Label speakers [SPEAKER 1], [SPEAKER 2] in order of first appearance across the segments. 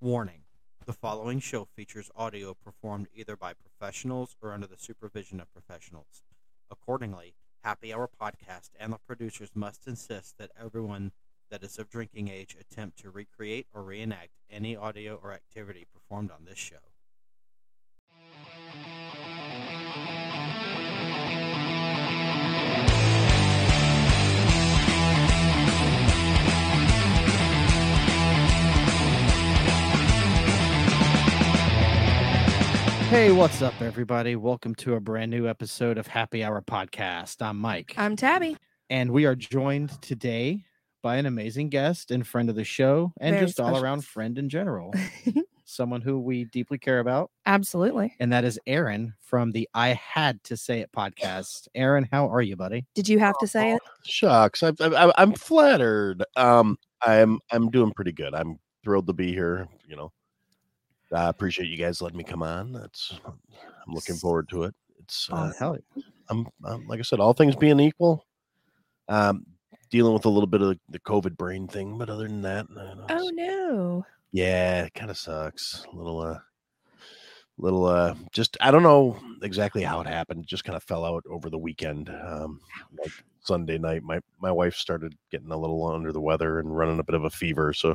[SPEAKER 1] Warning The following show features audio performed either by professionals or under the supervision of professionals. Accordingly, Happy Hour Podcast and the producers must insist that everyone that is of drinking age attempt to recreate or reenact any audio or activity performed on this show. Hey, what's up, everybody? Welcome to a brand new episode of Happy Hour Podcast. I'm Mike.
[SPEAKER 2] I'm Tabby.
[SPEAKER 1] and we are joined today by an amazing guest and friend of the show and
[SPEAKER 2] Very
[SPEAKER 1] just all
[SPEAKER 2] special.
[SPEAKER 1] around friend in general someone who we deeply care about
[SPEAKER 2] Absolutely.
[SPEAKER 1] and that is aaron from the i had to say it podcast aaron how are you buddy
[SPEAKER 2] Did you have to say it?
[SPEAKER 3] Oh, Shucks, I, I, I- I'm flattered. Um, I'm I'm doing pretty good. I'm thrilled to be here. You know, I appreciate you guys letting me come on. That's I'm looking
[SPEAKER 2] S-
[SPEAKER 3] forward to it. It's uh,
[SPEAKER 1] Uh, hell
[SPEAKER 3] I'm, I'm like I said, all things being equal, um, dealing with a little bit of the, the COVID brain thing, but other than that, no, no,
[SPEAKER 2] Oh
[SPEAKER 3] it's-
[SPEAKER 2] no.
[SPEAKER 3] yeah, it kind of sucks. A little uh, little uh, just I don't know exactly how it happened. It just kind of fell out over the weekend. Um, like Sunday night, my my wife started getting a little under the weather and running a bit of a fever. So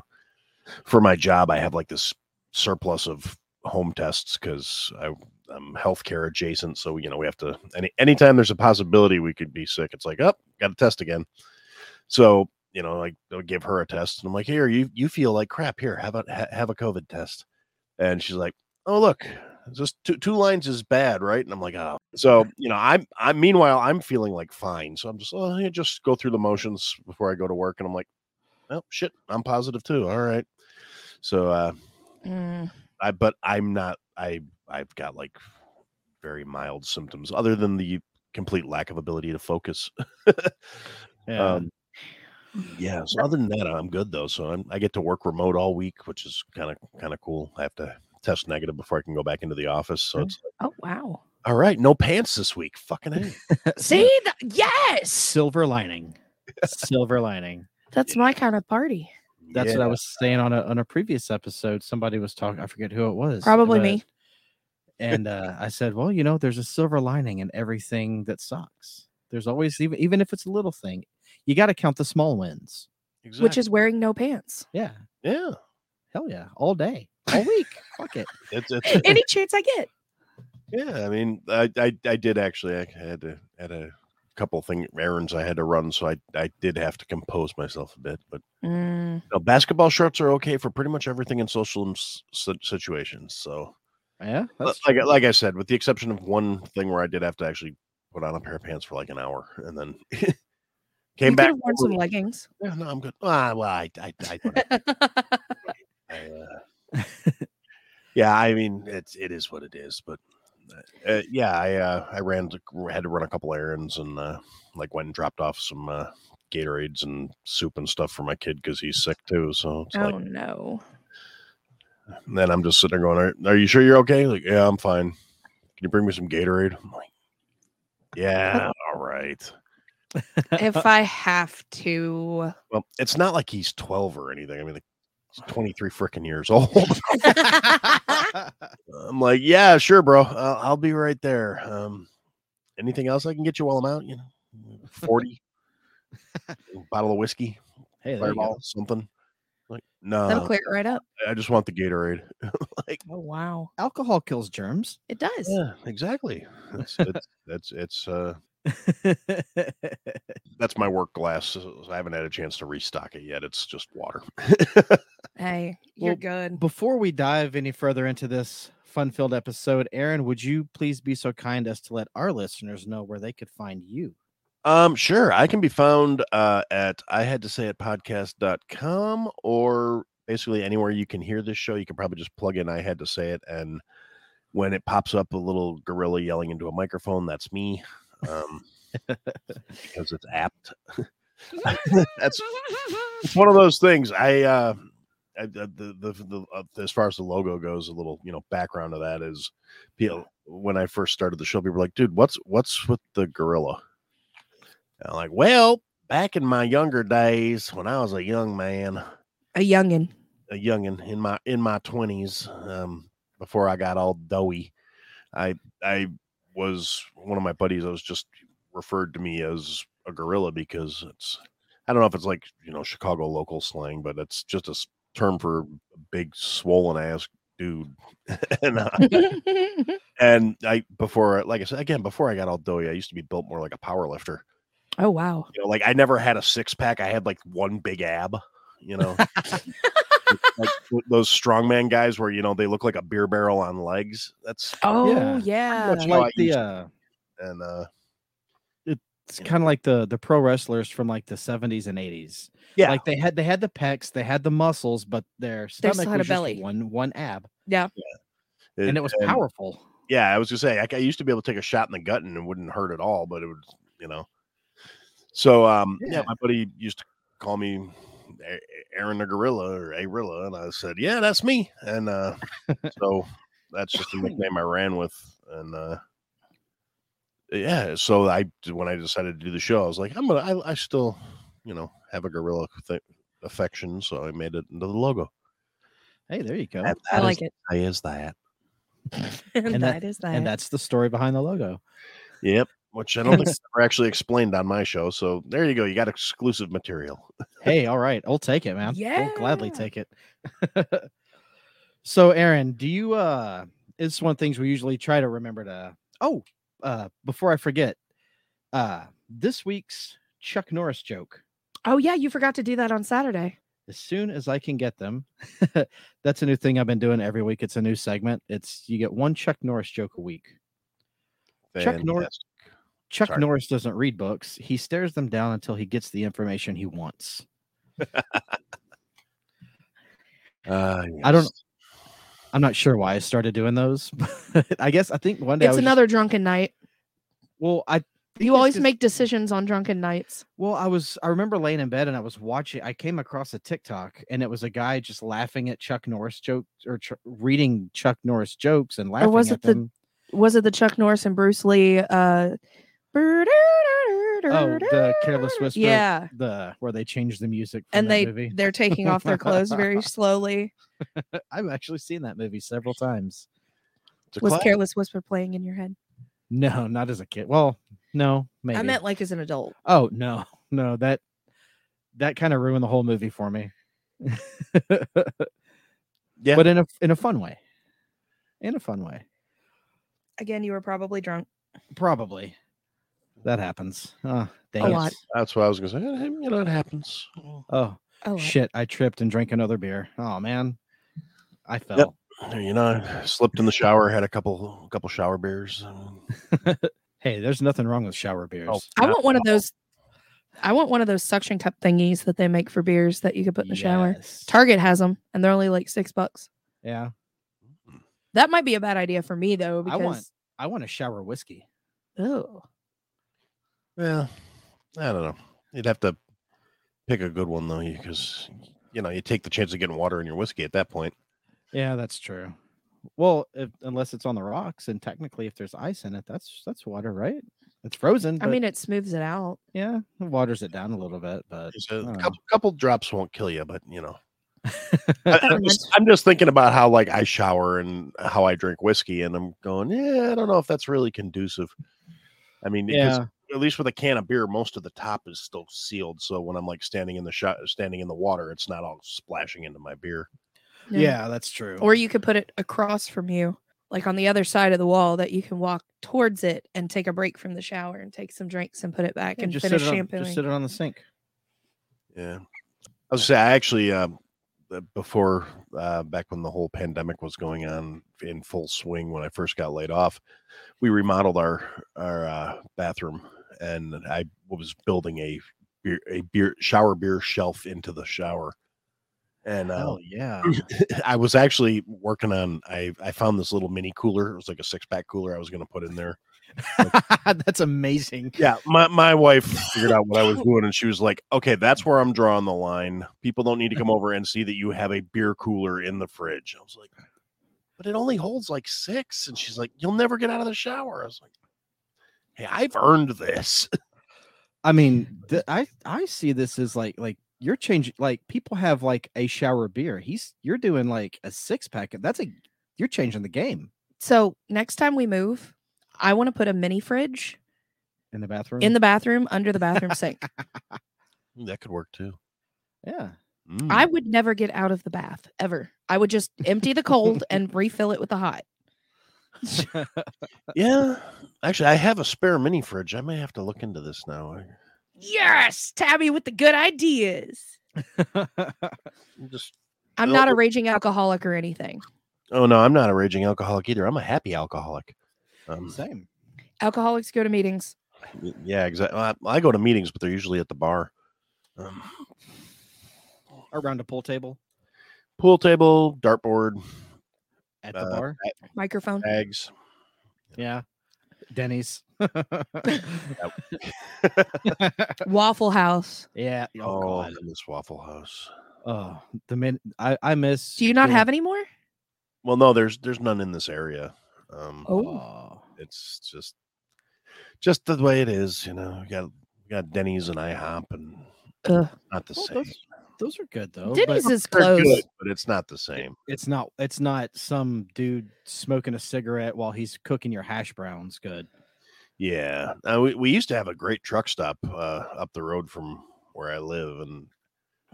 [SPEAKER 3] for my job, I have like this surplus of home tests because I I'm healthcare adjacent. So you know we have to any anytime there's a possibility we could be sick, it's like oh got to test again. So you know like they'll give her a test and I'm like here you you feel like crap here have a ha- have a COVID test, and she's like oh look just two, two lines is bad right and i'm like oh so you know i'm i meanwhile i'm feeling like fine so i'm just oh yeah, just go through the motions before i go to work and i'm like oh shit i'm positive too all right so uh
[SPEAKER 2] Mm,
[SPEAKER 3] I but I'm not I I've got like very mild symptoms other than the complete lack of ability to focus.
[SPEAKER 1] yeah.
[SPEAKER 3] Um yeah, so other than that I'm good though. So I'm I get to work remote all week, which is kind of kind of cool. I have to test negative before I can go back into the office. So
[SPEAKER 1] Okay.
[SPEAKER 3] it's like,
[SPEAKER 2] Oh wow.
[SPEAKER 3] all right, no pants this week. Fucking A.
[SPEAKER 2] See th- yes.
[SPEAKER 1] silver lining silver lining
[SPEAKER 2] That's my kind of party.
[SPEAKER 1] that's
[SPEAKER 3] Yeah.
[SPEAKER 1] what i was saying on a, on a previous episode somebody was talking i forget who it was
[SPEAKER 2] Probably
[SPEAKER 1] but-
[SPEAKER 2] me.
[SPEAKER 1] and uh, I said, "Well, you know, there's a silver lining in everything that sucks. There's always even even if it's a little thing, you got to count the small wins.
[SPEAKER 3] exactly.
[SPEAKER 2] Which is wearing no pants.
[SPEAKER 1] Yeah,
[SPEAKER 3] yeah.
[SPEAKER 1] hell yeah, all day, all week. Fuck it.
[SPEAKER 3] It's, it's
[SPEAKER 2] Any chance I get.
[SPEAKER 3] Yeah, I mean, I I, I did actually. I had to had a couple thing errands I had to run, so I I did have to compose myself a bit. But
[SPEAKER 2] Mm,
[SPEAKER 3] no, basketball shorts are okay for pretty much everything in social m- s- si- situations. So,
[SPEAKER 1] Yeah,
[SPEAKER 3] li-
[SPEAKER 1] that's
[SPEAKER 3] like I- like I said, with the exception of one thing where I did have to actually put on a pair of pants for like an hour, and then
[SPEAKER 2] you
[SPEAKER 3] came
[SPEAKER 2] could
[SPEAKER 3] back.
[SPEAKER 2] have worn some leggings. Oh,
[SPEAKER 3] "Yeah, no, I'm good. Ah, well, I I, I, I, uh, yeah, I mean, it's it is what it is, but uh, uh, yeah, I uh, I ran to, had to run a couple errands and uh, like went and dropped off some uh, Gatorades and soup and stuff for my kid because he's sick too. So it's
[SPEAKER 2] oh
[SPEAKER 3] like,
[SPEAKER 2] no.
[SPEAKER 3] and then I'm just sitting there going, are, are you sure you're okay?" Like, yeah, I'm fine. Can you bring me some Gatorade? I'm like, yeah, all right.
[SPEAKER 2] If I have to.
[SPEAKER 3] Well, it's not like he's 12 or anything. I mean, like, he's 23 freaking years old. I'm like, yeah, sure, bro. I'll, I'll be right there. Um, anything else I can get you while I'm out? You know, forty bottle of whiskey,
[SPEAKER 1] hey, there you go.
[SPEAKER 3] fireball, something. Like,
[SPEAKER 2] That'll
[SPEAKER 3] no,
[SPEAKER 2] clear it right up.
[SPEAKER 3] I just want the Gatorade.
[SPEAKER 2] Oh wow.
[SPEAKER 1] alcohol kills germs.
[SPEAKER 2] It does.
[SPEAKER 3] yeah, exactly. That's it's, that's it's uh that's my work glass. so I haven't had a chance to restock it yet. It's just water.
[SPEAKER 2] Hey, you're
[SPEAKER 1] Well,
[SPEAKER 2] good.
[SPEAKER 1] Before we dive any further into this fun-filled episode, Aaron, would you please be so kind as to let our listeners know where they could find you?
[SPEAKER 3] Um, sure. I can be found uh, at I had to say it podcast.com or basically anywhere you can hear this show. You can probably just plug in I had to say it. And when it pops up a little gorilla yelling into a microphone, that's me. Um, because it's apt. that's it's one of those things. I, uh, I the, the, the, the uh, as far as the logo goes, a little you know background of that is, you know, when I first started the show, people were like, "Dude, what's what's with the gorilla?" And I'm like, "Well, back in my younger days, when I was a young man,
[SPEAKER 2] A youngin.
[SPEAKER 3] a youngin in my in my twenties, um, before I got all doughy, I I was one of my buddies. I was just referred to me as a gorilla because it's I don't know if it's like you know Chicago local slang, but it's just a s- term for a big swollen ass dude. and uh, and I before like I said again before I got all doughy, I used to be built more like a power lifter.
[SPEAKER 2] oh wow.
[SPEAKER 3] You know, like I never had a six pack. I had like one big ab. You know, like th- those strongman guys where you know they look like a beer barrel on legs. That's
[SPEAKER 2] Oh yeah.
[SPEAKER 1] Yeah.
[SPEAKER 3] That's how I
[SPEAKER 1] like the
[SPEAKER 3] used-
[SPEAKER 1] uh,
[SPEAKER 3] and uh
[SPEAKER 1] it's kind of like the the pro wrestlers from like the 70s and 80s.
[SPEAKER 3] yeah,
[SPEAKER 1] Like they had they had the pecs, they had the muscles, but their
[SPEAKER 2] still
[SPEAKER 1] stomach
[SPEAKER 2] had a
[SPEAKER 1] was just
[SPEAKER 2] belly.
[SPEAKER 1] one one ab,
[SPEAKER 3] it-
[SPEAKER 1] and it was powerful.
[SPEAKER 3] Yeah, I was gonna say like, I used to be able to take a shot in the gut and it wouldn't hurt at all, but it would, you know. So um, yeah,
[SPEAKER 1] Yeah.
[SPEAKER 3] my buddy used to call me A- Aaron the Gorilla or Arilla, and I said, yeah, that's me, and uh, so that's just a nickname I ran with, and uh, yeah, so I when I decided to do the show, I was like, I'm gonna, I, I still, you know, have a gorilla th- affection, so I made it into the logo.
[SPEAKER 1] Hey, there you go.
[SPEAKER 3] And
[SPEAKER 2] I
[SPEAKER 3] that is-
[SPEAKER 2] like it.
[SPEAKER 3] How is that?
[SPEAKER 2] And,
[SPEAKER 1] and that-
[SPEAKER 2] that is that.
[SPEAKER 1] And that's the story behind the logo.
[SPEAKER 3] Yep. Which I don't think I've ever actually explained on my show. So there you go. You got exclusive material.
[SPEAKER 1] Hey, all right, I'll take it, man. I'll gladly
[SPEAKER 2] Yeah.
[SPEAKER 1] take it. so, Aaron, do you uh it's one of the things we usually try to remember to oh uh before I forget, uh this week's Chuck Norris joke.
[SPEAKER 2] oh yeah, you forgot to do that on Saturday.
[SPEAKER 1] As soon as I can get them, that's a new thing I've been doing every week. It's a new segment. It's you get one Chuck Norris joke a week. Chuck Norris-
[SPEAKER 3] Fantastic.
[SPEAKER 1] Chuck
[SPEAKER 3] Sorry.
[SPEAKER 1] Norris doesn't read books. He stares them down until he gets the information he wants.
[SPEAKER 3] Uh,
[SPEAKER 1] I don't-
[SPEAKER 3] yes.
[SPEAKER 1] I'm not sure why I started doing those. But I guess I think one day I
[SPEAKER 2] it's
[SPEAKER 1] was just-
[SPEAKER 2] another drunken night.
[SPEAKER 1] well, I think
[SPEAKER 2] You
[SPEAKER 1] it's
[SPEAKER 2] always
[SPEAKER 1] 'cause-
[SPEAKER 2] make decisions on drunken nights.
[SPEAKER 1] Well, I was I remember laying in bed and I was watching I came across a TikTok and it was a guy just laughing at Chuck Norris jokes or ch- reading Chuck Norris jokes and laughing
[SPEAKER 2] was
[SPEAKER 1] at
[SPEAKER 2] it the-
[SPEAKER 1] them.
[SPEAKER 2] Was it the Chuck Norris and Bruce Lee? Uh,
[SPEAKER 1] Oh, the Careless Whisper.
[SPEAKER 2] Yeah,
[SPEAKER 1] The where they changed the music from
[SPEAKER 2] and
[SPEAKER 1] that
[SPEAKER 2] they
[SPEAKER 1] movie.
[SPEAKER 2] they're taking off their clothes very slowly.
[SPEAKER 1] I've actually seen that movie several times.
[SPEAKER 3] It's a
[SPEAKER 2] Was
[SPEAKER 3] class.
[SPEAKER 2] Careless Whisper playing in your head?
[SPEAKER 1] No, not as a kid. Well, no, maybe.
[SPEAKER 2] I meant like as an adult.
[SPEAKER 1] oh no, no that that kind of ruined the whole movie for me.
[SPEAKER 3] Yeah.
[SPEAKER 1] but in a in a fun way, in a fun way.
[SPEAKER 2] Again, you were probably drunk.
[SPEAKER 1] Probably. That happens. Oh, dang
[SPEAKER 2] A
[SPEAKER 1] it.
[SPEAKER 2] lot.
[SPEAKER 3] That's what I was going to say. Eh, You know, it happens.
[SPEAKER 1] Oh,
[SPEAKER 2] Oh,
[SPEAKER 1] shit. I tripped and drank another beer. Oh, man. I fell.
[SPEAKER 3] You know, I slipped in the shower, had a couple couple shower beers. um,
[SPEAKER 1] Hey, there's nothing wrong with shower beers.
[SPEAKER 2] I want one of those. I want one of those suction cup thingies that they make for beers that you could put in the shower.
[SPEAKER 1] Yes.
[SPEAKER 2] Target has them, and they're only like six bucks.
[SPEAKER 1] yeah.
[SPEAKER 2] That might be a bad idea for me though,
[SPEAKER 1] I want-
[SPEAKER 2] because
[SPEAKER 1] I want a shower whiskey.
[SPEAKER 2] oh,
[SPEAKER 3] Well, I don't know. You'd have to pick a good one, though, because, you know, you take the chance of getting water in your whiskey at that point.
[SPEAKER 1] Yeah, that's true. Well, if, unless it's on the rocks, and technically, if there's ice in it, that's that's water, right? It's frozen.
[SPEAKER 2] I mean, it smooths it out.
[SPEAKER 1] yeah, it waters it down a little bit, but
[SPEAKER 3] Just
[SPEAKER 1] uh, I
[SPEAKER 3] A
[SPEAKER 1] don't know.
[SPEAKER 3] couple, couple drops won't kill you, but, you know. I, am just, I'm just thinking about how like I shower and how I drink whiskey, and I'm going, yeah, I don't know if that's really conducive. I mean, because
[SPEAKER 1] yeah,
[SPEAKER 3] at least with a can of beer, most of the top is still sealed. So when I'm like standing in the shot, standing in the water, it's not all splashing into my beer.
[SPEAKER 2] No.
[SPEAKER 1] yeah, that's true.
[SPEAKER 2] Or you could put it across from you, like on the other side of the wall, that you can walk towards it and take a break from the shower and take some drinks and put it back
[SPEAKER 1] Yeah,
[SPEAKER 2] and
[SPEAKER 1] just
[SPEAKER 2] finish
[SPEAKER 1] sit it on, just
[SPEAKER 2] shampooing.
[SPEAKER 1] sit it on the sink.
[SPEAKER 3] Yeah, I was gonna say I actually um, uh, before uh, back when the whole pandemic was going on in full swing when I first got laid off, we remodeled our our uh, bathroom, and I was building a beer, a beer shower beer shelf into the shower, and uh,
[SPEAKER 1] Oh yeah.
[SPEAKER 3] I was actually working on I I found this little mini cooler. It was like a six pack cooler I was gonna put in there.
[SPEAKER 1] that's amazing.
[SPEAKER 3] Yeah, my, my wife figured out what I was doing and she was like, Okay, that's where I'm drawing the line. People don't need to come over and see that you have a beer cooler in the fridge. I was like, But it only holds like six. And she's like, You'll never get out of the shower. I was like, Hey, I've earned this.
[SPEAKER 1] I mean, th- I I see this as like like you're changing like people have like a shower of beer. He's you're doing like a six pack. That's a you're changing the game
[SPEAKER 2] So next time we move, I want to put a mini fridge
[SPEAKER 1] in the bathroom.
[SPEAKER 2] in the bathroom under the bathroom sink.
[SPEAKER 3] That could work too.
[SPEAKER 1] yeah.
[SPEAKER 3] Mm.
[SPEAKER 2] I would never get out of the bath ever. I would just empty the cold and refill it with the hot.
[SPEAKER 3] yeah. Actually, I have a spare mini fridge. I may have to look into this now. I-
[SPEAKER 2] Yes, Tabby with the good ideas.
[SPEAKER 3] I'm just
[SPEAKER 2] I'm
[SPEAKER 3] No.
[SPEAKER 2] not a raging alcoholic or anything.
[SPEAKER 3] oh no, I'm not a raging alcoholic either. I'm a happy alcoholic. Um,
[SPEAKER 1] Same.
[SPEAKER 2] Alcoholics go to meetings.
[SPEAKER 3] y- yeah, exactly. I, I go to meetings, but they're usually at the bar. Um,
[SPEAKER 1] Around a pool table
[SPEAKER 3] pool table, dartboard,
[SPEAKER 1] at the
[SPEAKER 3] Uh,
[SPEAKER 1] bar.
[SPEAKER 2] Microphone.
[SPEAKER 3] bags.
[SPEAKER 1] Yeah. Denny's.
[SPEAKER 2] Waffle House.
[SPEAKER 1] yeah.
[SPEAKER 3] Oh, I miss Waffle House.
[SPEAKER 1] Oh, the min I, I miss.
[SPEAKER 2] Do you not
[SPEAKER 1] going-
[SPEAKER 2] have any more?
[SPEAKER 3] Well, no, there's there's none in this area. Um,
[SPEAKER 2] Oh,
[SPEAKER 3] It's just just the way it is, you know. We got we got Denny's and IHOP, and
[SPEAKER 2] Ugh.
[SPEAKER 3] not the
[SPEAKER 1] Well,
[SPEAKER 3] same.
[SPEAKER 1] those, those are good though. but
[SPEAKER 2] Denny's is
[SPEAKER 3] Oh, They're
[SPEAKER 2] closed.
[SPEAKER 3] good, but it's not the same.
[SPEAKER 1] it's not. It's not some dude smoking a cigarette while he's cooking your hash browns. Good.
[SPEAKER 3] Yeah, uh, we we used to have a great truck stop uh, up the road from where I live, and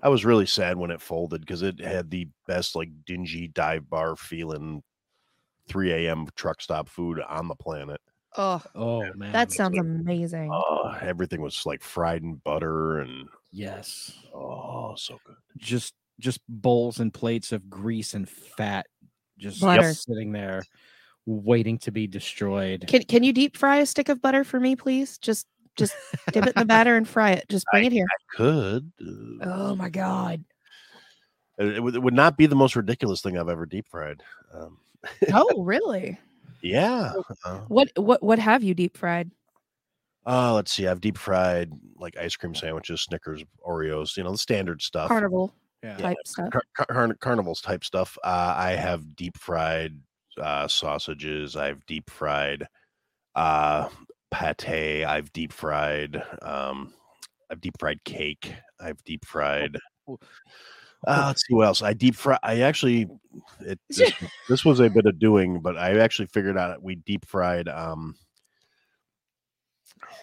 [SPEAKER 3] I was really sad when it folded because it had the best like dingy dive bar feeling, 3 a.m. truck stop food on the planet.
[SPEAKER 2] Oh,
[SPEAKER 1] Oh man.
[SPEAKER 2] that sounds amazing.
[SPEAKER 3] Oh, everything was like fried in butter and
[SPEAKER 1] yes.
[SPEAKER 3] oh, so good.
[SPEAKER 1] Just just bowls and plates of grease and fat, just
[SPEAKER 2] Butter.
[SPEAKER 1] sitting there, waiting to be destroyed.
[SPEAKER 2] Can can you deep fry a stick of butter for me, please? Just just dip it in the batter and fry it. Just bring it here.
[SPEAKER 3] Could uh,
[SPEAKER 2] Oh my god.
[SPEAKER 3] it, it would- it would not be the most ridiculous thing I've ever deep fried. Um,
[SPEAKER 2] Oh, really?
[SPEAKER 3] yeah. uh,
[SPEAKER 2] What what what have you deep fried?
[SPEAKER 3] Oh, let's see. I've deep fried like ice cream sandwiches, Snickers, Oreos, you know, the standard stuff.
[SPEAKER 2] Carnival
[SPEAKER 1] Yeah.
[SPEAKER 2] type stuff.
[SPEAKER 3] Car- car- carn- carnivals type stuff. Uh, I have deep fried uh, sausages. I've deep fried uh, pate. I've deep fried. Um, I've deep fried cake. I've deep fried.
[SPEAKER 1] cool.
[SPEAKER 3] Uh, let's see what else. I deep fry. I actually, it, this, this was a bit of doing, but I actually figured out we deep fried. Um,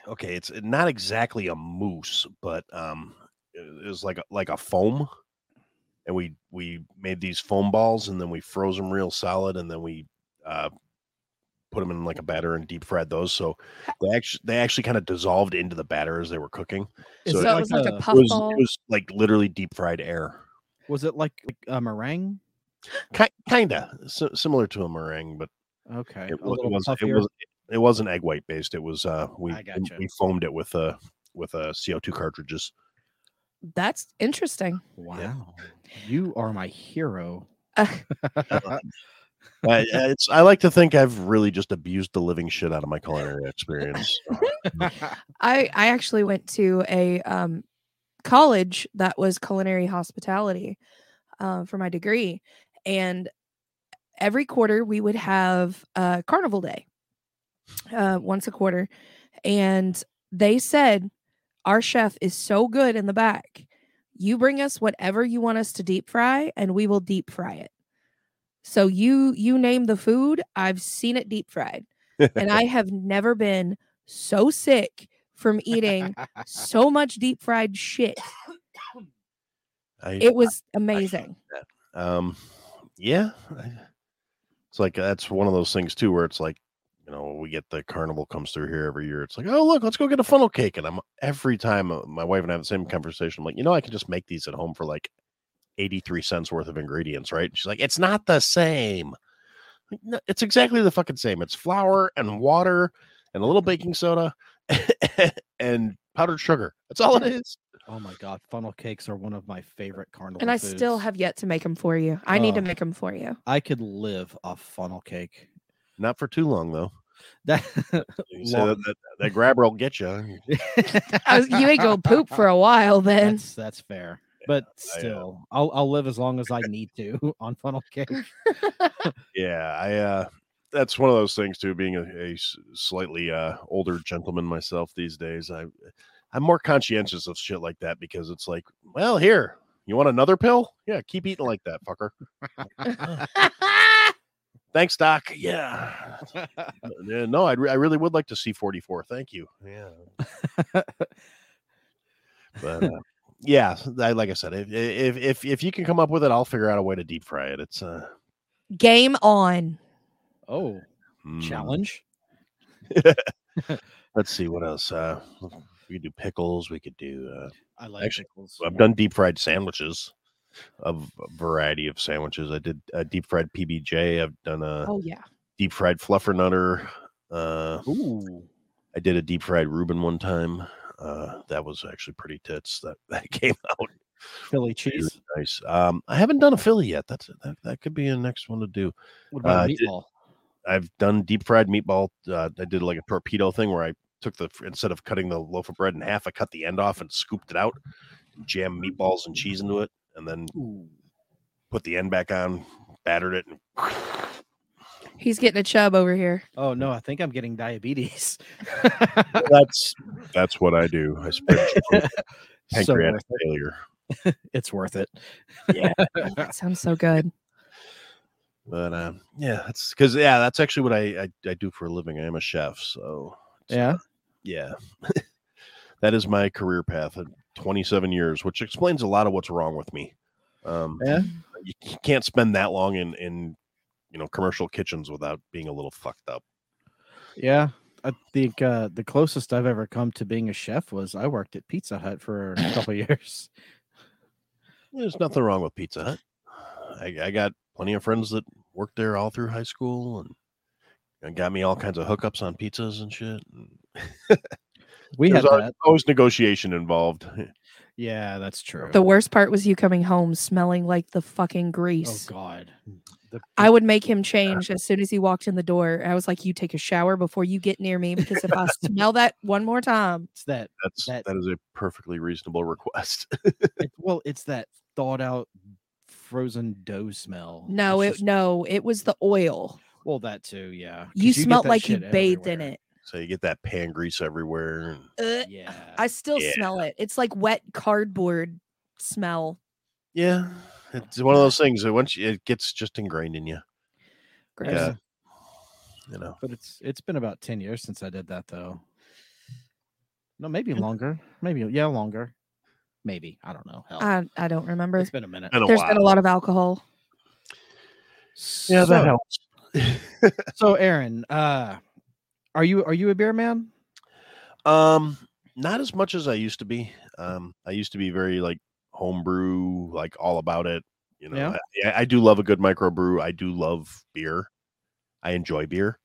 [SPEAKER 3] okay, it's not exactly a mousse, but um, it was like a, like a foam and we we made these foam balls and then we froze them real solid and then we uh, put them in like a batter and deep fried those so they actually they actually kind of dissolved into the batter as they were cooking
[SPEAKER 1] Is
[SPEAKER 3] So
[SPEAKER 2] So
[SPEAKER 3] it
[SPEAKER 2] it
[SPEAKER 1] like
[SPEAKER 2] was like
[SPEAKER 1] a-
[SPEAKER 2] a
[SPEAKER 1] it
[SPEAKER 3] it
[SPEAKER 2] puffball.
[SPEAKER 3] was, it was like literally deep fried air
[SPEAKER 1] Was it like, like a meringue?
[SPEAKER 3] Ki- kinda si- similar to a meringue but
[SPEAKER 1] Okay.
[SPEAKER 3] it,
[SPEAKER 1] a
[SPEAKER 3] wa- it
[SPEAKER 1] little
[SPEAKER 3] was it
[SPEAKER 1] puffier?
[SPEAKER 3] was it wasn't egg white based it was uh we
[SPEAKER 1] I gotcha.
[SPEAKER 3] we foamed it with uh with uh co2 cartridges
[SPEAKER 2] That's interesting.
[SPEAKER 1] Wow. You are my hero.
[SPEAKER 2] Uh,
[SPEAKER 3] I, it's i like to think i've really just abused the living shit out of my culinary experience
[SPEAKER 2] I I actually went to a um, college that was culinary hospitality uh, for my degree, and every quarter we would have uh, carnival day uh, once a quarter, and they said our chef is so good in the back. You bring us whatever you want us to deep fry, and we will deep fry it. So you you name the food, I've seen it deep fried, and I have never been so sick from eating so much deep fried shit.
[SPEAKER 3] I,
[SPEAKER 2] It was amazing.
[SPEAKER 3] um yeah I- it's like uh, that's one of those things too where it's like you know we get the carnival comes through here every year it's like oh look let's go get a funnel cake and i'm every time uh, my wife and i have the same conversation i'm like you know i can just make these at home for like 83 cents worth of ingredients right she's like it's not the same Like, "No, it's exactly the fucking same it's flour and water and a little baking soda and powdered sugar that's all it is
[SPEAKER 1] oh my god, funnel cakes are one of my favorite carnival.
[SPEAKER 2] And I still
[SPEAKER 1] foods.
[SPEAKER 2] have yet to make them for you. I need to
[SPEAKER 1] Oh.
[SPEAKER 2] make them for you.
[SPEAKER 1] I could live off funnel cake.
[SPEAKER 3] not for too long though
[SPEAKER 1] That.
[SPEAKER 3] You say that, that, that grabber will get you
[SPEAKER 2] I was, you ain't gonna poop for a while then.
[SPEAKER 1] That's that's fair. But
[SPEAKER 3] I, uh,
[SPEAKER 1] still, I'll I'll live as long as I need to on funnel cake.
[SPEAKER 3] Yeah, I uh that's one of those things too being a, a s- slightly uh older gentleman myself these days. I I'm more conscientious of shit like that because it's like, well, here, you want another pill? Yeah, keep eating like that, fucker. Thanks, Doc. Yeah. Yeah, no, I'd re- I really would like to see 44. Thank you. Yeah. but uh, yeah, I, like I said, if, if if if you can come up with it, I'll figure out a way to deep fry it. It's uh, a
[SPEAKER 2] Game on.
[SPEAKER 1] oh,
[SPEAKER 3] Mm. hmm.
[SPEAKER 1] challenge.
[SPEAKER 3] Let's see what else. Uh, we could do pickles. We could do. Uh,
[SPEAKER 1] I like
[SPEAKER 3] Actually,
[SPEAKER 1] pickles.
[SPEAKER 3] I've done deep fried sandwiches, a v- variety of sandwiches. I did a deep fried PBJ. I've done a
[SPEAKER 2] Oh yeah.
[SPEAKER 3] deep fried fluffernutter. Uh,
[SPEAKER 1] Ooh.
[SPEAKER 3] I did a deep fried Reuben one time. Uh, that was actually pretty tits. That that came out
[SPEAKER 1] Philly cheese.
[SPEAKER 3] nice. Um, I haven't done a Philly yet. That's that, that could be a next one to do.
[SPEAKER 1] What about
[SPEAKER 3] Uh,
[SPEAKER 1] a
[SPEAKER 3] did-
[SPEAKER 1] meatball?
[SPEAKER 3] I've done deep fried meatball. Uh, I did like a torpedo thing where I took the instead of cutting the loaf of bread in half, I cut the end off and scooped it out, jammed meatballs and cheese into it, and then
[SPEAKER 1] Ooh.
[SPEAKER 3] put the end back on, battered it, and
[SPEAKER 2] He's getting a chub over here.
[SPEAKER 1] Oh no, I think I'm getting diabetes.
[SPEAKER 3] that's that's what I do. I spread
[SPEAKER 1] so
[SPEAKER 3] pancreatic
[SPEAKER 1] worth it.
[SPEAKER 3] failure.
[SPEAKER 1] it's worth it.
[SPEAKER 2] Oh, that sounds so good.
[SPEAKER 3] But uh, yeah, that's because yeah, that's actually what I, I I do for a living. I am a chef, so
[SPEAKER 1] Yeah.
[SPEAKER 3] yeah, that is my career path in 27 years, which explains a lot of what's wrong with me. Um,
[SPEAKER 1] Yeah.
[SPEAKER 3] you c- can't spend that long in in you know commercial kitchens without being a little fucked up.
[SPEAKER 1] Yeah. I think uh, the closest I've ever come to being a chef was I worked at Pizza Hut for a couple years.
[SPEAKER 3] There's nothing wrong with Pizza Hut. I, I got plenty of friends that worked there all through high school and. And got me all kinds of hookups on pizzas and shit. and
[SPEAKER 1] We
[SPEAKER 3] There's
[SPEAKER 1] had
[SPEAKER 3] always,
[SPEAKER 1] that.
[SPEAKER 3] always negotiation involved.
[SPEAKER 1] Yeah, that's true.
[SPEAKER 2] The worst part was you coming home smelling like the fucking
[SPEAKER 1] oh
[SPEAKER 2] grease.
[SPEAKER 1] God. The
[SPEAKER 2] I would make him change as soon as he walked in the door. I was like, "You take a shower before you get near me because if I smell that one more time,
[SPEAKER 1] it's that
[SPEAKER 3] That's
[SPEAKER 1] That-
[SPEAKER 3] that is a perfectly reasonable request.
[SPEAKER 1] it, well, it's that thawed out frozen dough smell.
[SPEAKER 2] no,
[SPEAKER 1] It's
[SPEAKER 2] it
[SPEAKER 1] just-
[SPEAKER 2] no, it was the oil.
[SPEAKER 1] well that too, yeah. 'cause
[SPEAKER 2] You,
[SPEAKER 1] get
[SPEAKER 2] smelt
[SPEAKER 1] that
[SPEAKER 2] like you
[SPEAKER 1] shit
[SPEAKER 2] bathed in
[SPEAKER 1] everywhere.
[SPEAKER 2] it.
[SPEAKER 3] so you get that pan grease everywhere. And
[SPEAKER 2] Ugh.
[SPEAKER 1] Yeah.
[SPEAKER 2] I still
[SPEAKER 3] Yeah.
[SPEAKER 2] smell it. It's like wet cardboard smell.
[SPEAKER 3] yeah, it's one of those things that once you, it gets just ingrained in you,
[SPEAKER 2] Gross.
[SPEAKER 3] Yeah. you know.
[SPEAKER 1] But it's it's been about ten years since I did that though. No, maybe longer. Maybe yeah, longer. Maybe I don't know. Hell,
[SPEAKER 2] I I don't remember.
[SPEAKER 1] it's
[SPEAKER 2] There's
[SPEAKER 1] been a minute.
[SPEAKER 3] Been a
[SPEAKER 2] been a lot of alcohol.
[SPEAKER 3] yeah,
[SPEAKER 1] so,
[SPEAKER 3] that helps.
[SPEAKER 1] So Aaron, uh, are you are you a beer man?
[SPEAKER 3] Um, not as much as I used to be. Um, I used to be very like homebrew, like all about it. You know,
[SPEAKER 1] Yeah.
[SPEAKER 3] I- I, I do love a good microbrew. I do love beer. I enjoy beer.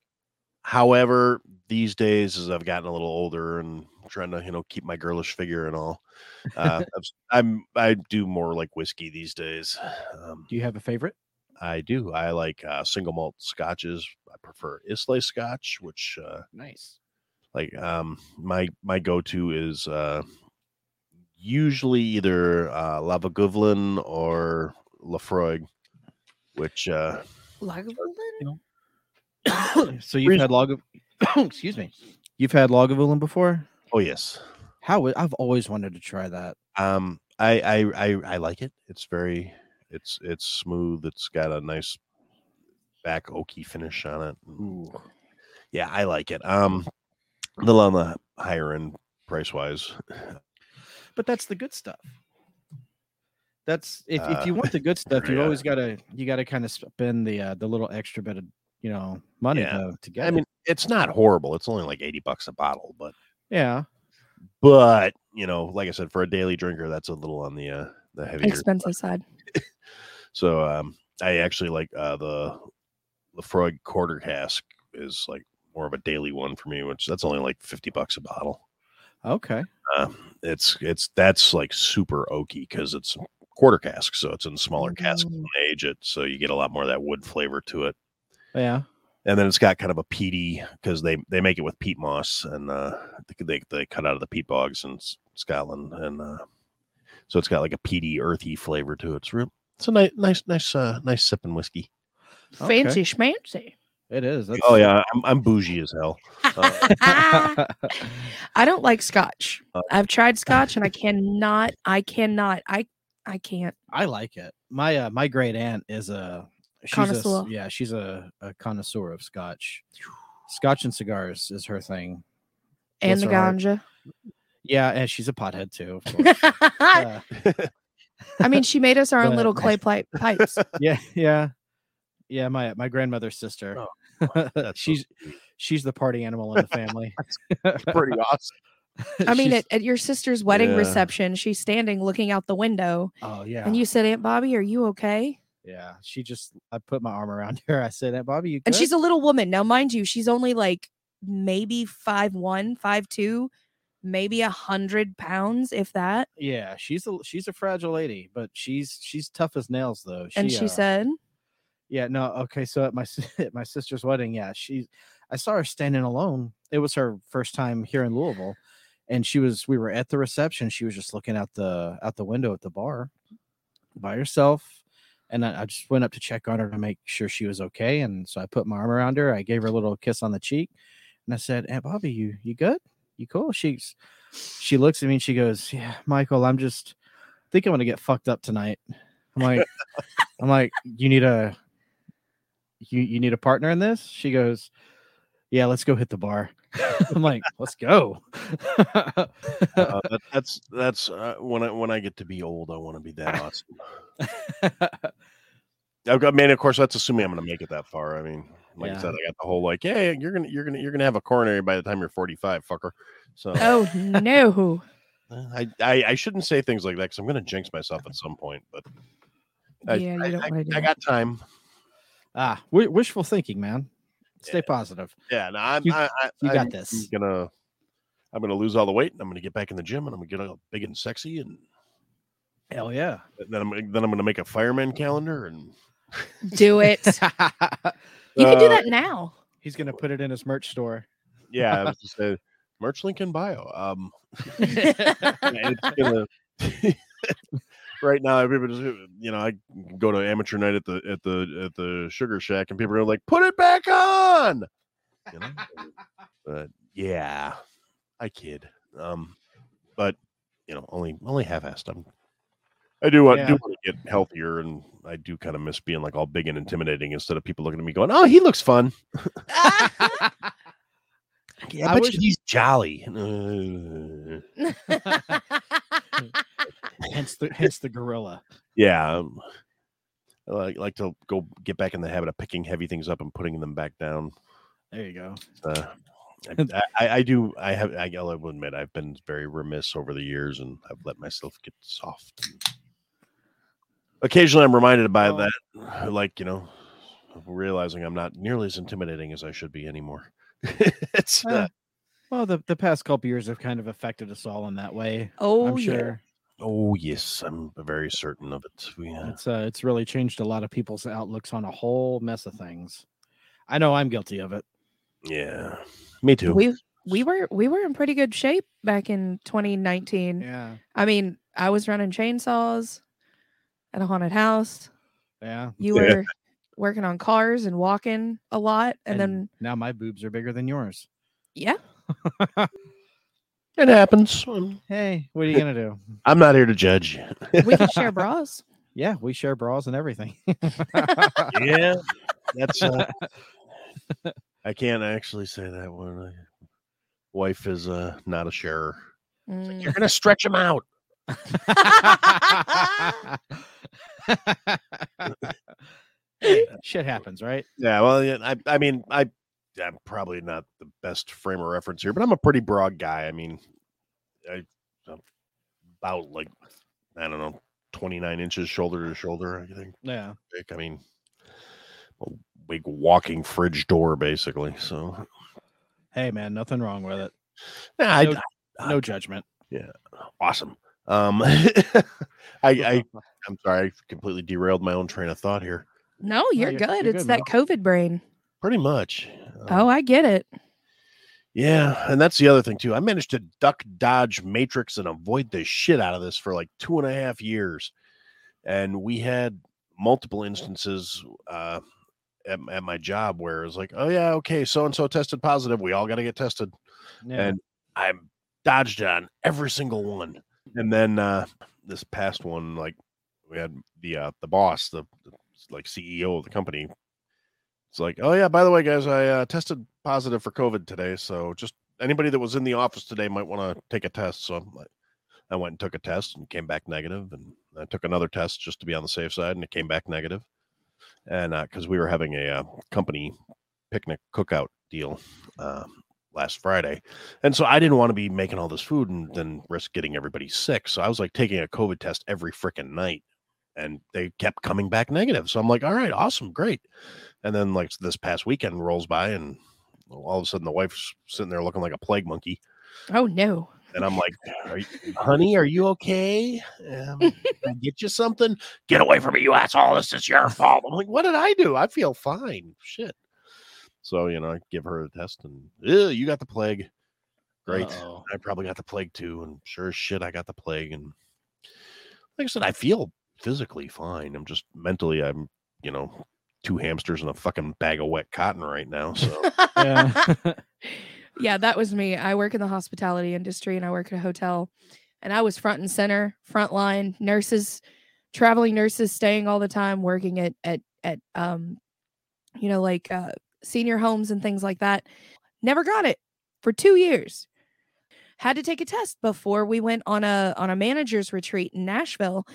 [SPEAKER 3] However, these days, as I've gotten a little older and trying to, you know, keep my girlish figure and all, uh, I've- I'm I do more like whiskey these days. Um,
[SPEAKER 1] Do you have a favorite?
[SPEAKER 3] I do. I like uh, single malt scotches. I prefer Islay Scotch, which uh,
[SPEAKER 1] Nice.
[SPEAKER 3] like um my my go-to is uh usually either uh Lavagoulin or Lafroig, which uh
[SPEAKER 1] So you've had log excuse me. You've had Lagavulin before?
[SPEAKER 3] oh yes
[SPEAKER 1] How i- I've always wanted to try that.
[SPEAKER 3] um I, I i i like it it's very it's it's smooth it's got a nice back oaky finish on it
[SPEAKER 1] Ooh.
[SPEAKER 3] yeah i like it um a little on the higher end price wise
[SPEAKER 1] But that's the good stuff. That's if,
[SPEAKER 3] Uh,
[SPEAKER 1] if you want the good stuff, you
[SPEAKER 3] yeah.
[SPEAKER 1] always gotta you gotta kind of spend the uh, the little extra bit of you know money
[SPEAKER 3] Yeah.
[SPEAKER 1] to, to get.
[SPEAKER 3] i mean it's not horrible it's only like 80 bucks a bottle but
[SPEAKER 1] it. yeah,
[SPEAKER 3] but you know, like I said, for a daily drinker, that's a little on the uh, the heavier.
[SPEAKER 2] Expensive side.
[SPEAKER 3] So um, I actually like uh, the Lefroy quarter cask is like more of a daily one for me, which that's only like fifty bucks a bottle.
[SPEAKER 1] okay,
[SPEAKER 3] Uh, it's it's that's like super oaky because it's quarter cask, so it's in smaller casks
[SPEAKER 2] Mm.
[SPEAKER 3] when they age it, so you get a lot more of that wood flavor to it.
[SPEAKER 1] yeah,
[SPEAKER 3] And then it's got kind of a peaty because they they make it with peat moss and uh, they, they they cut out of the peat bogs in S- Scotland and uh, so it's got like a peaty earthy flavor to it. It's real. It's a nice nice nice uh, nice sipping whiskey.
[SPEAKER 1] Okay.
[SPEAKER 2] Fancy schmancy.
[SPEAKER 1] It is. That's,
[SPEAKER 3] Oh yeah, I'm, I'm bougie as hell. Uh,
[SPEAKER 2] I don't like scotch.
[SPEAKER 3] Uh,
[SPEAKER 2] I've tried scotch and I cannot. I cannot. I I can't.
[SPEAKER 1] I like it. My uh, my great aunt is a she's a s-
[SPEAKER 2] Connoisseur.
[SPEAKER 1] yeah, she's a, a connoisseur of scotch. Scotch and cigars is her thing.
[SPEAKER 2] And
[SPEAKER 1] Bless
[SPEAKER 2] the
[SPEAKER 1] her heart.
[SPEAKER 2] ganja.
[SPEAKER 1] Yeah, and she's a pothead too. Of course. Uh,
[SPEAKER 2] I mean, she made us our own
[SPEAKER 1] But-
[SPEAKER 2] little clay pipe pipes.
[SPEAKER 1] yeah, yeah, yeah. My my grandmother's sister.
[SPEAKER 2] Oh,
[SPEAKER 3] that's so
[SPEAKER 1] she's she's the party animal in the family.
[SPEAKER 3] pretty awesome.
[SPEAKER 2] I mean,
[SPEAKER 1] She's-
[SPEAKER 2] at, at your sister's wedding
[SPEAKER 3] Yeah.
[SPEAKER 2] reception, she's standing looking out the window,
[SPEAKER 1] Oh yeah,
[SPEAKER 2] and you said, "Aunt Bobby, are you okay?"
[SPEAKER 1] yeah. She just I put my arm around her. I said, "Aunt Bobby, you."
[SPEAKER 2] And
[SPEAKER 1] good?"
[SPEAKER 2] she's a little woman now, mind you. She's only like maybe five one, five two, maybe a hundred pounds, if that.
[SPEAKER 1] yeah, she's a she's a fragile lady, but she's she's tough as nails though.
[SPEAKER 2] And she
[SPEAKER 1] uh,
[SPEAKER 2] said,
[SPEAKER 1] Yeah, no, okay. So at my si- at my sister's wedding, yeah, she, I saw her standing alone. It was her first time here in Louisville, and she was. We were at the reception. She was just looking out the out the window at the bar, by herself. And I, I just went up to check on her to make sure she was okay. And so I put my arm around her. I gave her a little kiss on the cheek, and I said, "Aunt Bobby, you you good? You cool?" She's she looks at me and she goes, "Yeah, Michael, I'm just think I'm gonna get fucked up tonight." I'm like, I'm like, you need a you you need a partner in this? She goes, Yeah, let's go hit the bar. I'm like, let's go.
[SPEAKER 3] Uh, that- that's that's uh, when I when I get to be old, I want to be that awesome. I've got, I mean, of course, that's assuming I'm going to make it that far. I mean, like I
[SPEAKER 1] Yeah.
[SPEAKER 3] said, I got the whole like, hey, you're gonna you're gonna you're gonna have a coronary by the time you're 45, fucker. So
[SPEAKER 2] "Oh no."
[SPEAKER 3] I, I I shouldn't say things like that because I'm going to jinx myself at some point. But I,
[SPEAKER 2] yeah, you
[SPEAKER 3] I,
[SPEAKER 2] don't
[SPEAKER 3] I-
[SPEAKER 2] want to do
[SPEAKER 3] I
[SPEAKER 2] that.
[SPEAKER 3] got time.
[SPEAKER 1] ah, w- wishful thinking, man. Stay
[SPEAKER 3] Yeah.
[SPEAKER 1] positive.
[SPEAKER 3] Yeah, no, I'm,
[SPEAKER 1] You-
[SPEAKER 3] I, I, mm.
[SPEAKER 1] you
[SPEAKER 3] I'm
[SPEAKER 1] got this.
[SPEAKER 3] gonna I'm gonna lose all the weight, and I'm gonna get back in the gym, and I'm gonna get all big and sexy, and
[SPEAKER 1] Hell yeah.
[SPEAKER 3] then I'm then I'm gonna make a fireman calendar, and
[SPEAKER 2] do it. You can do
[SPEAKER 3] Uh,
[SPEAKER 2] that now.
[SPEAKER 1] He's gonna put it in his merch store.
[SPEAKER 3] yeah, I was just a merch link in bio. Um, Yeah, it's gonna- right now everybody's you know i go to amateur night at the at the at the sugar shack and people are like put it back on you know but yeah i kid um but you know only only half-assed i'm i do want do
[SPEAKER 1] Yeah.
[SPEAKER 3] want to get healthier and i do kind of miss being like all big and intimidating instead of people looking at me going oh he looks fun yeah,
[SPEAKER 1] I
[SPEAKER 3] but
[SPEAKER 1] wish-
[SPEAKER 3] he's jolly Uh,
[SPEAKER 1] hence the hence the gorilla.
[SPEAKER 3] Yeah. um, I like, like to go get back in the habit of picking heavy things up and putting them back down.
[SPEAKER 1] There you go.
[SPEAKER 3] Uh, I, I, I do. I have. I, I'll admit I've been very remiss over the years, and I've let myself get soft. Occasionally, I'm reminded by
[SPEAKER 1] Oh.
[SPEAKER 3] that, like you know, of realizing I'm not nearly as intimidating as I should be anymore. it's
[SPEAKER 1] Uh,
[SPEAKER 3] uh,
[SPEAKER 1] well, the, the past couple years have kind of affected us all in that way.
[SPEAKER 2] oh
[SPEAKER 1] I'm
[SPEAKER 2] yeah.
[SPEAKER 1] sure
[SPEAKER 3] oh yes, I'm very certain of it. We, uh,
[SPEAKER 1] it's uh, it's really changed a lot of people's outlooks on a whole mess of things. I know I'm guilty of it.
[SPEAKER 3] yeah, me too.
[SPEAKER 2] We we were we were in pretty good shape back in 2019.
[SPEAKER 1] Yeah,
[SPEAKER 2] I mean, I was running chainsaws at a haunted house.
[SPEAKER 1] yeah.
[SPEAKER 2] You
[SPEAKER 3] Yeah.
[SPEAKER 2] were working on cars and walking a lot, and, then
[SPEAKER 1] now my boobs are bigger than yours.
[SPEAKER 2] yeah,
[SPEAKER 3] it happens. Um, I'm,
[SPEAKER 1] Hey, what are you gonna do?
[SPEAKER 3] I'm not here to judge.
[SPEAKER 2] we can share bras.
[SPEAKER 1] Yeah, we share bras and everything.
[SPEAKER 3] yeah, that's. Uh, I can't actually say that one. My wife is uh, not a sharer.
[SPEAKER 2] Mm.
[SPEAKER 3] You're gonna stretch them out.
[SPEAKER 1] Hey, Shit happens, right?
[SPEAKER 3] Yeah, well, yeah, I, I mean, I, I'm probably not the best frame of reference here, but I'm a pretty broad guy. I mean, I, I'm about like, I don't know, 29 inches shoulder to shoulder. I think.
[SPEAKER 1] Yeah.
[SPEAKER 3] I mean, a big walking fridge door, basically. So,
[SPEAKER 1] Hey, man, nothing wrong with it.
[SPEAKER 3] yeah, I,
[SPEAKER 1] No- No judgment.
[SPEAKER 3] awesome. Um, I, I I'm sorry, I completely derailed my own train of thought here.
[SPEAKER 2] No, you're
[SPEAKER 1] you're-
[SPEAKER 2] good.
[SPEAKER 1] you're
[SPEAKER 2] it's
[SPEAKER 1] good,
[SPEAKER 2] that COVID brain.
[SPEAKER 3] Pretty much. Um,
[SPEAKER 2] Oh, I get it.
[SPEAKER 3] yeah, and that's the other thing too. I managed to duck, dodge, matrix, and avoid the shit out of this for like two and a half years, and we had multiple instances uh, at, at my job where it's like, oh yeah, okay, so and so tested positive. We all got to get tested,
[SPEAKER 1] Yeah.
[SPEAKER 3] and I dodged on every single one. And then uh, this past one, like we had the uh, the boss, the, the like CEO of the company. It's like, oh yeah, by the way, guys, I uh, tested positive for COVID today, so just anybody that was in the office today might want to take a test. So I'm like, I went and took a test and came back negative, and I took another test just to be on the safe side, and it came back negative. And because we were having a uh, company picnic cookout deal uh, last Friday, and so I didn't want to be making all this food and then risk getting everybody sick. So I was like taking a COVID test every freaking night, and they kept coming back negative. So I'm like, all right, awesome, great. And then like this past weekend rolls by, and all of a sudden the wife's sitting there looking like a plague monkey.
[SPEAKER 2] Oh no.
[SPEAKER 3] And I'm like, are you, honey, are you okay? Um, can I get you something? Get away from me, you asshole. This is your fault. I'm like, what did I do? I feel fine. Shit. So, you know, I give her a test and "Ew, you got the plague. Great.
[SPEAKER 1] Uh-oh.
[SPEAKER 3] I probably got the plague too. And sure as shit, I got the plague. And like I said, I feel physically fine. I'm just mentally, I'm, you know, two hamsters in a fucking bag of wet cotton right now. So,
[SPEAKER 1] Yeah.
[SPEAKER 2] yeah, that was me. I work in the hospitality industry and I work at a hotel. And I was front and center, front line, nurses, traveling nurses staying all the time, working at at at um you know, like uh senior homes and things like that. Never got it for 2 years. Had to take a test before we went on a on a manager's retreat in Nashville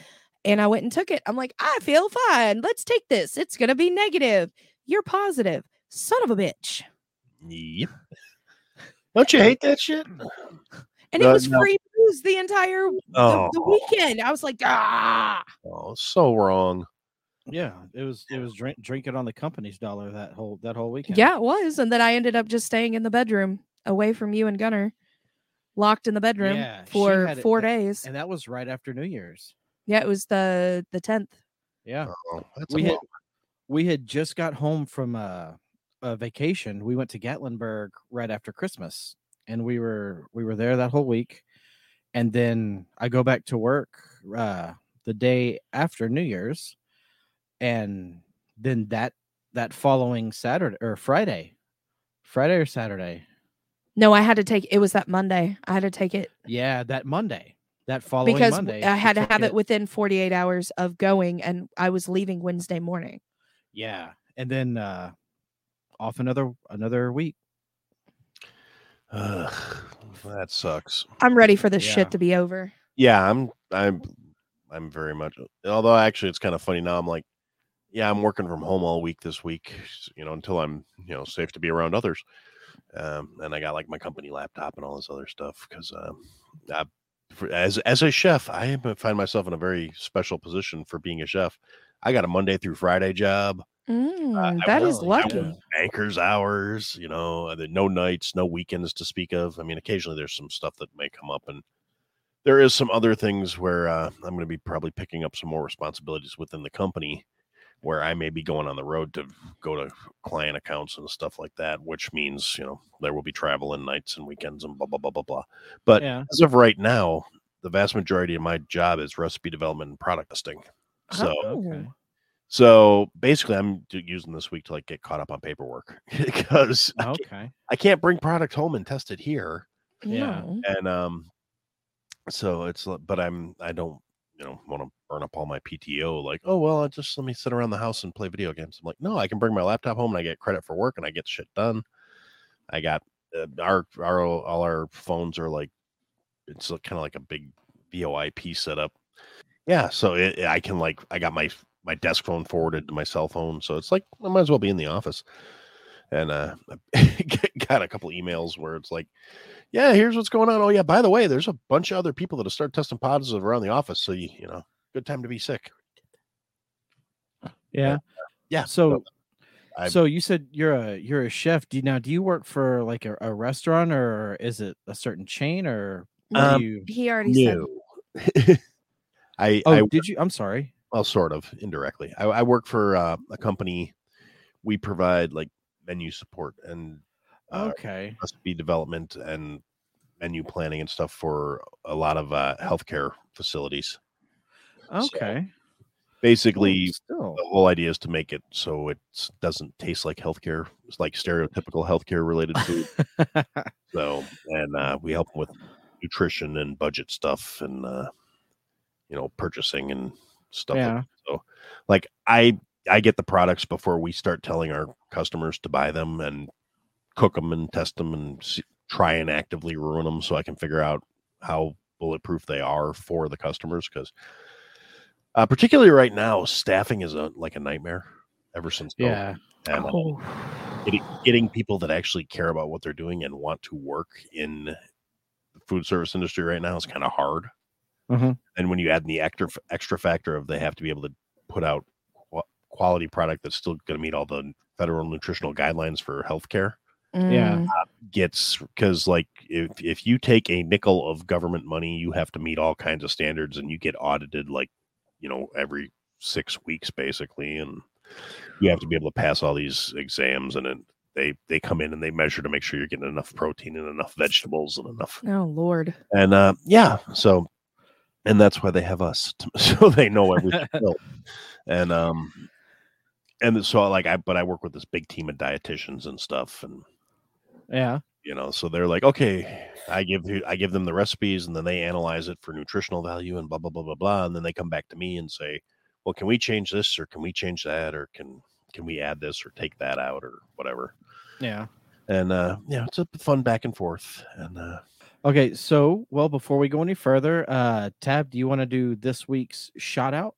[SPEAKER 2] and I went and took it. I'm like, "I feel fine. Let's take this. It's going to be negative. You're positive." Son of a bitch.
[SPEAKER 3] yep. Don't you hate that shit?
[SPEAKER 2] and it
[SPEAKER 3] No,
[SPEAKER 2] was
[SPEAKER 3] no.
[SPEAKER 2] free booze the entire the,
[SPEAKER 3] Oh,
[SPEAKER 2] the weekend. I was like, ah,
[SPEAKER 3] oh, so wrong.
[SPEAKER 1] yeah. It was it was drink drinking on the company's dollar that whole that whole weekend.
[SPEAKER 2] yeah, it was. And then I ended up just staying in the bedroom, away from you and Gunner, locked in the bedroom
[SPEAKER 1] Yeah, she
[SPEAKER 2] for
[SPEAKER 1] had it
[SPEAKER 2] four
[SPEAKER 1] that-
[SPEAKER 2] days.
[SPEAKER 1] And that was right after New Year's.
[SPEAKER 2] yeah, it was the the tenth.
[SPEAKER 1] Yeah.
[SPEAKER 3] Oh, that's
[SPEAKER 1] we
[SPEAKER 3] a
[SPEAKER 1] had
[SPEAKER 3] bummer.
[SPEAKER 1] we had just got home from a, a vacation. We went to Gatlinburg right after Christmas, and we were we were there that whole week. And then I go back to work uh, the day after New Year's, and then that that following Saturday or Friday, Friday or Saturday,
[SPEAKER 2] No, I had to take. It was that Monday. I had to take it
[SPEAKER 1] yeah, that Monday, that following
[SPEAKER 2] because
[SPEAKER 1] Monday,
[SPEAKER 2] I had to
[SPEAKER 1] took
[SPEAKER 2] have it within forty eight hours of going, and I was leaving Wednesday morning.
[SPEAKER 1] yeah, and then uh, off another another week.
[SPEAKER 3] Ugh, that sucks.
[SPEAKER 2] I'm ready for this
[SPEAKER 1] Yeah.
[SPEAKER 2] shit to be over.
[SPEAKER 3] Yeah, I'm I'm I'm very much although actually it's kind of funny now. I'm like, yeah, I'm working from home all week this week, s- you know, until I'm, you know, safe to be around others. Um, and I got like my company laptop and all this other stuff because um I, for, as as a chef, I am- find myself in a very special position for being a chef. I got a Monday through Friday job.
[SPEAKER 2] Mm,
[SPEAKER 3] I
[SPEAKER 2] that is
[SPEAKER 1] will, I
[SPEAKER 2] lucky.
[SPEAKER 1] will.
[SPEAKER 3] anchors hours you know and then no nights no weekends to speak of i mean occasionally there's some stuff that may come up and there is some other things where uh, i'm going to be probably picking up some more responsibilities within the company where i may be going on the road to go to client accounts and stuff like that which means you know there will be travel and nights and weekends and blah blah blah blah blah but
[SPEAKER 1] yeah,
[SPEAKER 3] as of right now the vast majority of my job is recipe development and product testing
[SPEAKER 2] Uh-huh.
[SPEAKER 3] so
[SPEAKER 2] Oh,
[SPEAKER 1] okay.
[SPEAKER 3] so basically, I'm d- using this week to like get caught up on paperwork because I can't-
[SPEAKER 1] okay.
[SPEAKER 3] I can't bring product home and test it here.
[SPEAKER 1] Yeah.
[SPEAKER 2] No.
[SPEAKER 3] And um, so it's li- but I'm I don't you know want to burn up all my PTO like oh well I just let me sit around the house and play video games. I'm like no, I can bring my laptop home and I get credit for work and I get shit done. I got uh, our our all our phones are like it's kind of like a big VoIP setup. Yeah, so it, I can like I got my my desk phone forwarded to my cell phone, so it's like I might as well be in the office. And uh, I got a couple emails where it's like, yeah, here's what's going on. Oh yeah, by the way, there's a bunch of other people that have started testing positive around the office, so you you know, good time to be sick.
[SPEAKER 1] Yeah.
[SPEAKER 3] Yeah,
[SPEAKER 1] So
[SPEAKER 3] I-
[SPEAKER 1] so you said you're a you're a chef. Do you, now do you work for like a, a restaurant or is it a certain chain or what do
[SPEAKER 3] Um,
[SPEAKER 1] you
[SPEAKER 2] He already said
[SPEAKER 3] No. I
[SPEAKER 1] Oh,
[SPEAKER 3] I
[SPEAKER 1] did you I'm sorry.
[SPEAKER 3] well, sort of indirectly. I, I work for uh, a company. We provide like menu support and uh,
[SPEAKER 1] okay.
[SPEAKER 3] recipe development and menu planning and stuff for a lot of uh, healthcare facilities. so-
[SPEAKER 1] Okay.
[SPEAKER 3] basically
[SPEAKER 1] still.
[SPEAKER 3] the whole idea is to make it so it doesn't taste like healthcare it's like stereotypical healthcare related food so and uh, we help with nutrition and budget stuff and uh, you know purchasing and stuff like
[SPEAKER 1] Yeah.
[SPEAKER 3] like i i get the products before we start telling our customers to buy them and cook them and test them and see, try and actively ruin them so i can figure out how bulletproof they are for the customers because uh, particularly right now staffing is a like a nightmare ever since COVID.
[SPEAKER 1] yeah.
[SPEAKER 3] And,
[SPEAKER 2] Oh.
[SPEAKER 3] uh, getting, getting people that actually care about what they're doing and want to work in the food service industry right now is kind of hard
[SPEAKER 1] Mhm.
[SPEAKER 3] and when you add in the extra extra factor of they have to be able to put out qu- quality product that's still going to meet all the federal nutritional guidelines for healthcare
[SPEAKER 1] Yeah.
[SPEAKER 2] Mm,
[SPEAKER 3] gets because like if if you take a nickel of government money you have to meet all kinds of standards and you get audited like you know every six weeks basically and you have to be able to pass all these exams and then they they come in and they measure to make sure you're getting enough protein and enough vegetables and enough
[SPEAKER 2] Oh Lord.
[SPEAKER 3] and uh yeah so and that's why they have us t- so they know everything built. and um and so like i but i work with this big team of dietitians and stuff and
[SPEAKER 1] Yeah.
[SPEAKER 3] you know so they're like okay i give you i give them the recipes and then they analyze it for nutritional value and blah blah blah blah blah and then they come back to me and say well can we change this or can we change that or can can we add this or take that out or whatever
[SPEAKER 1] Yeah.
[SPEAKER 3] and uh yeah it's a fun back and forth and uh
[SPEAKER 1] Okay. So, well, before we go any further, uh, Tab, do you want to do this week's shout out?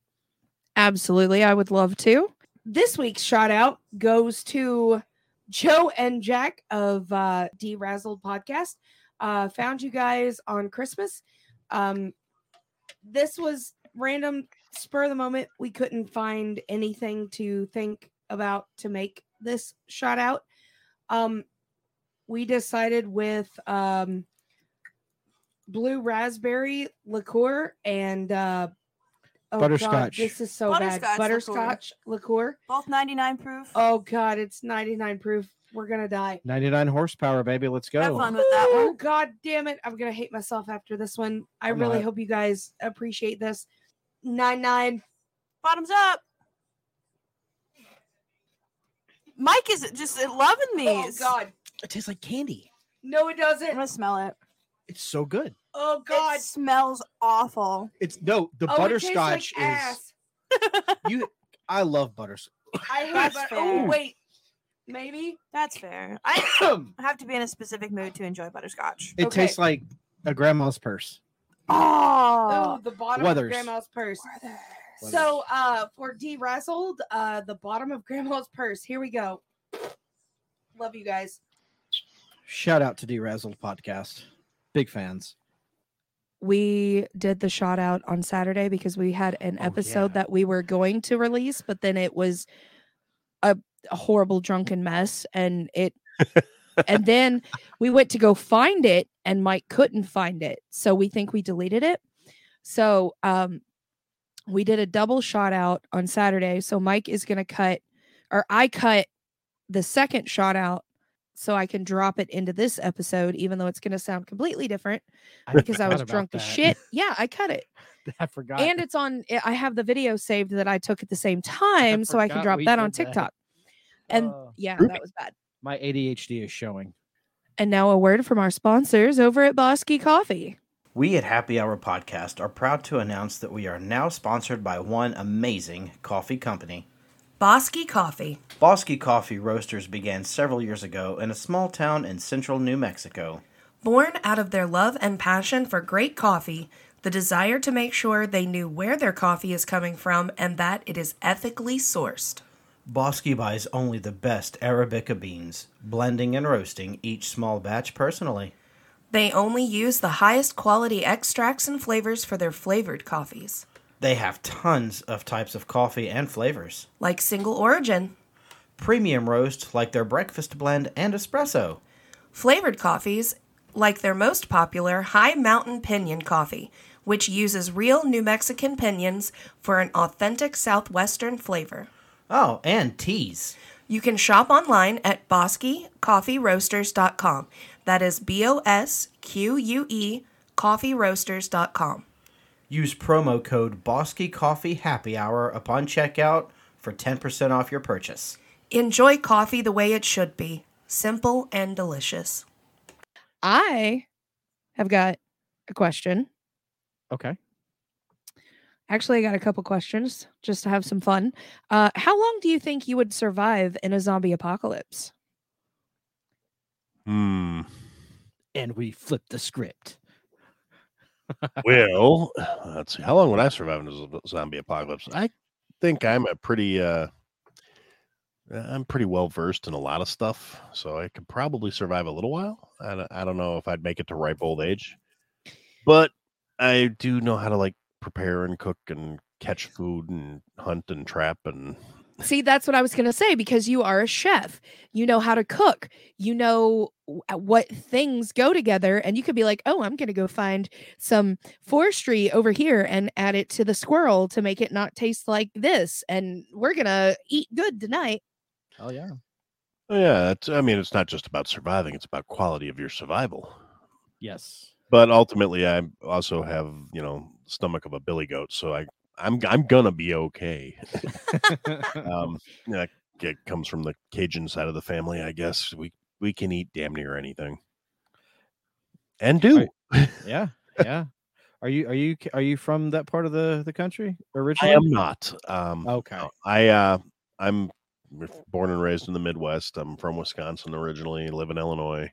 [SPEAKER 2] Absolutely. I would love to. This week's shout out goes to Joe and Jack of uh, D Razzled Podcast. Uh, found you guys on Christmas. Um, this was random, spur of the moment. We couldn't find anything to think about to make this shout out. Um, we decided with um, blue raspberry liqueur and uh, oh God,
[SPEAKER 1] Butterscotch.
[SPEAKER 2] this is so bad.
[SPEAKER 4] Butterscotch liqueur.
[SPEAKER 2] Butterscotch liqueur.
[SPEAKER 4] Both 99 proof.
[SPEAKER 2] Oh God, it's 99 proof. We're gonna die.
[SPEAKER 1] 99 horsepower, baby. Let's go.
[SPEAKER 4] Have fun with that
[SPEAKER 2] Ooh,
[SPEAKER 4] one.
[SPEAKER 2] God damn it. I'm gonna hate myself after this one. I
[SPEAKER 1] I'm
[SPEAKER 2] really
[SPEAKER 1] not.
[SPEAKER 2] hope you guys appreciate this. Nine nine.
[SPEAKER 4] Bottoms up. Mike is just loving
[SPEAKER 2] Oh
[SPEAKER 4] these.
[SPEAKER 2] God.
[SPEAKER 1] It tastes like candy.
[SPEAKER 2] No, it
[SPEAKER 4] I'm
[SPEAKER 2] doesn't.
[SPEAKER 4] gonna smell it.
[SPEAKER 1] It's so good.
[SPEAKER 2] Oh
[SPEAKER 4] God,
[SPEAKER 2] God.
[SPEAKER 4] it smells awful.
[SPEAKER 1] It's no, the
[SPEAKER 2] Oh, it tastes like
[SPEAKER 1] butterscotch is
[SPEAKER 2] ass.
[SPEAKER 1] you. I love butters.
[SPEAKER 2] I hate
[SPEAKER 4] That's
[SPEAKER 2] butter.
[SPEAKER 4] fair.
[SPEAKER 2] Oh wait. Maybe.
[SPEAKER 4] That's fair. I
[SPEAKER 1] it
[SPEAKER 4] have to be in a specific mood to enjoy butterscotch.
[SPEAKER 2] Okay.
[SPEAKER 1] tastes like a grandma's purse.
[SPEAKER 2] Oh,
[SPEAKER 4] Oh,
[SPEAKER 2] the bottom
[SPEAKER 1] Weathers.
[SPEAKER 2] of grandma's purse.
[SPEAKER 1] Weathers.
[SPEAKER 2] So uh for D Razzled, uh the bottom of grandma's purse. Here we go. Love you guys.
[SPEAKER 1] Shout out to Derazzled Podcast. Big fans.
[SPEAKER 2] we did the shout out on Saturday because we had an
[SPEAKER 3] Oh,
[SPEAKER 2] episode
[SPEAKER 3] yeah.
[SPEAKER 2] that we were going to release, but then it was a, a horrible drunken mess and it and then we went to go find it and Mike couldn't find it. So we think we deleted it. So um we did a double shout out on Saturday. So Mike is gonna cut or I cut the second shout out so I can drop it into this episode, even though it's gonna sound completely different because I was drunk as shit. Yeah, I cut it,
[SPEAKER 1] I forgot.
[SPEAKER 2] and it's on. eh, I- I have the video saved that I took at the same time, so I can
[SPEAKER 1] forgot
[SPEAKER 2] drop
[SPEAKER 1] we
[SPEAKER 2] that on
[SPEAKER 1] did that.
[SPEAKER 2] TikTok. And
[SPEAKER 1] Oh.
[SPEAKER 2] yeah,
[SPEAKER 3] Groovy.
[SPEAKER 2] that was bad.
[SPEAKER 1] my ADHD is showing.
[SPEAKER 2] And now a word from our sponsors over at Bosky Coffee.
[SPEAKER 5] We at Happy Hour Podcast are proud to announce that we are now sponsored by one amazing coffee company.
[SPEAKER 4] Bosky coffee.
[SPEAKER 5] Bosky Coffee Roasters began several years ago in a small town in central New Mexico.
[SPEAKER 6] Born out of their love and passion for great coffee, the desire to make sure they knew where their coffee is coming from and that it is ethically sourced.
[SPEAKER 5] Bosky buys only the best Arabica beans, blending and roasting each small batch personally.
[SPEAKER 6] They only use the highest quality extracts and flavors for their flavored coffees,
[SPEAKER 5] They have tons of types of coffee and flavors.
[SPEAKER 6] like single origin,
[SPEAKER 5] Premium roast like their breakfast blend and espresso.
[SPEAKER 6] flavored coffees, like their most popular High Mountain Pinion coffee, which uses real New Mexican pinions for an authentic Southwestern flavor.
[SPEAKER 5] Oh, and teas.
[SPEAKER 6] You can shop online at boskycoffeeroasters.com. That is B O S Q U E coffeeroasters.com.
[SPEAKER 5] Use promo code Bosky Coffee Happy Hour upon checkout for 10% off your purchase.
[SPEAKER 6] Enjoy coffee the way it should be simple and delicious.
[SPEAKER 2] I have got a question.
[SPEAKER 1] Okay.
[SPEAKER 2] Actually, I got a couple questions just to have some fun. Uh, how long do you think you would survive in a zombie apocalypse?
[SPEAKER 3] Hmm.
[SPEAKER 1] And we flip the script.
[SPEAKER 3] Well, uh, let's see. How long would I survive in a zo- zombie apocalypse? I think I'm a pretty uh I'm pretty well versed in a lot of stuff, so I could probably survive a little while. I don't, I don't know if I'd make it to ripe old age, but I do know how to like prepare and cook and catch food and hunt and trap and
[SPEAKER 2] See, that's what I was going to say because you are a chef. You know how to cook. You know w- uh, what things go together. And you could be like, oh, I'm going to go find some forestry over here and add it to the squirrel to make it not taste like this. And we're going to eat good tonight.
[SPEAKER 1] Oh yeah.
[SPEAKER 3] Oh, yeah. It's, I mean, it's not just about surviving; it's about quality of your survival.
[SPEAKER 1] Yes.
[SPEAKER 3] but ultimately i also have you know stomach of a billy goat so i i'm i'm gonna be okay um that it comes from the cajun side of the family i guess we we can eat damn near anything and do
[SPEAKER 1] Right. yeah. Yeah. Are you are you are you from that part of the the country
[SPEAKER 3] i
[SPEAKER 1] originally?
[SPEAKER 3] am not um
[SPEAKER 1] Okay.
[SPEAKER 3] i uh i'm born and raised in the midwest i'm from wisconsin originally live in illinois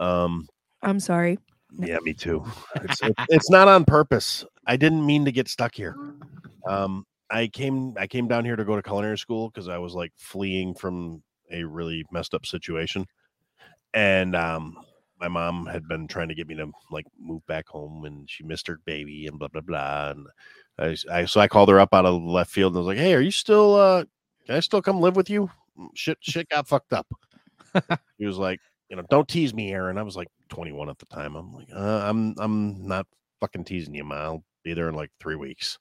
[SPEAKER 3] um
[SPEAKER 2] I'm sorry.
[SPEAKER 3] Yeah, me too. It's, it- it's not on purpose. I didn't mean to get stuck here. Um, I came I came down here to go to culinary school because I was like fleeing from a really messed up situation, and um, my mom had been trying to get me to like move back home, and she missed her baby, and blah blah blah. And I, s- I- so I called her up out of left field and I was like, "Hey, are you still? Uh, can I still come live with you? Mm, Shit, shit got fucked up." she was like, "You know, don't tease me, Aaron." I was like 21 at the time. I'm like, uh, "I'm I'm not fucking teasing you, ma. I'll be there in like three weeks,"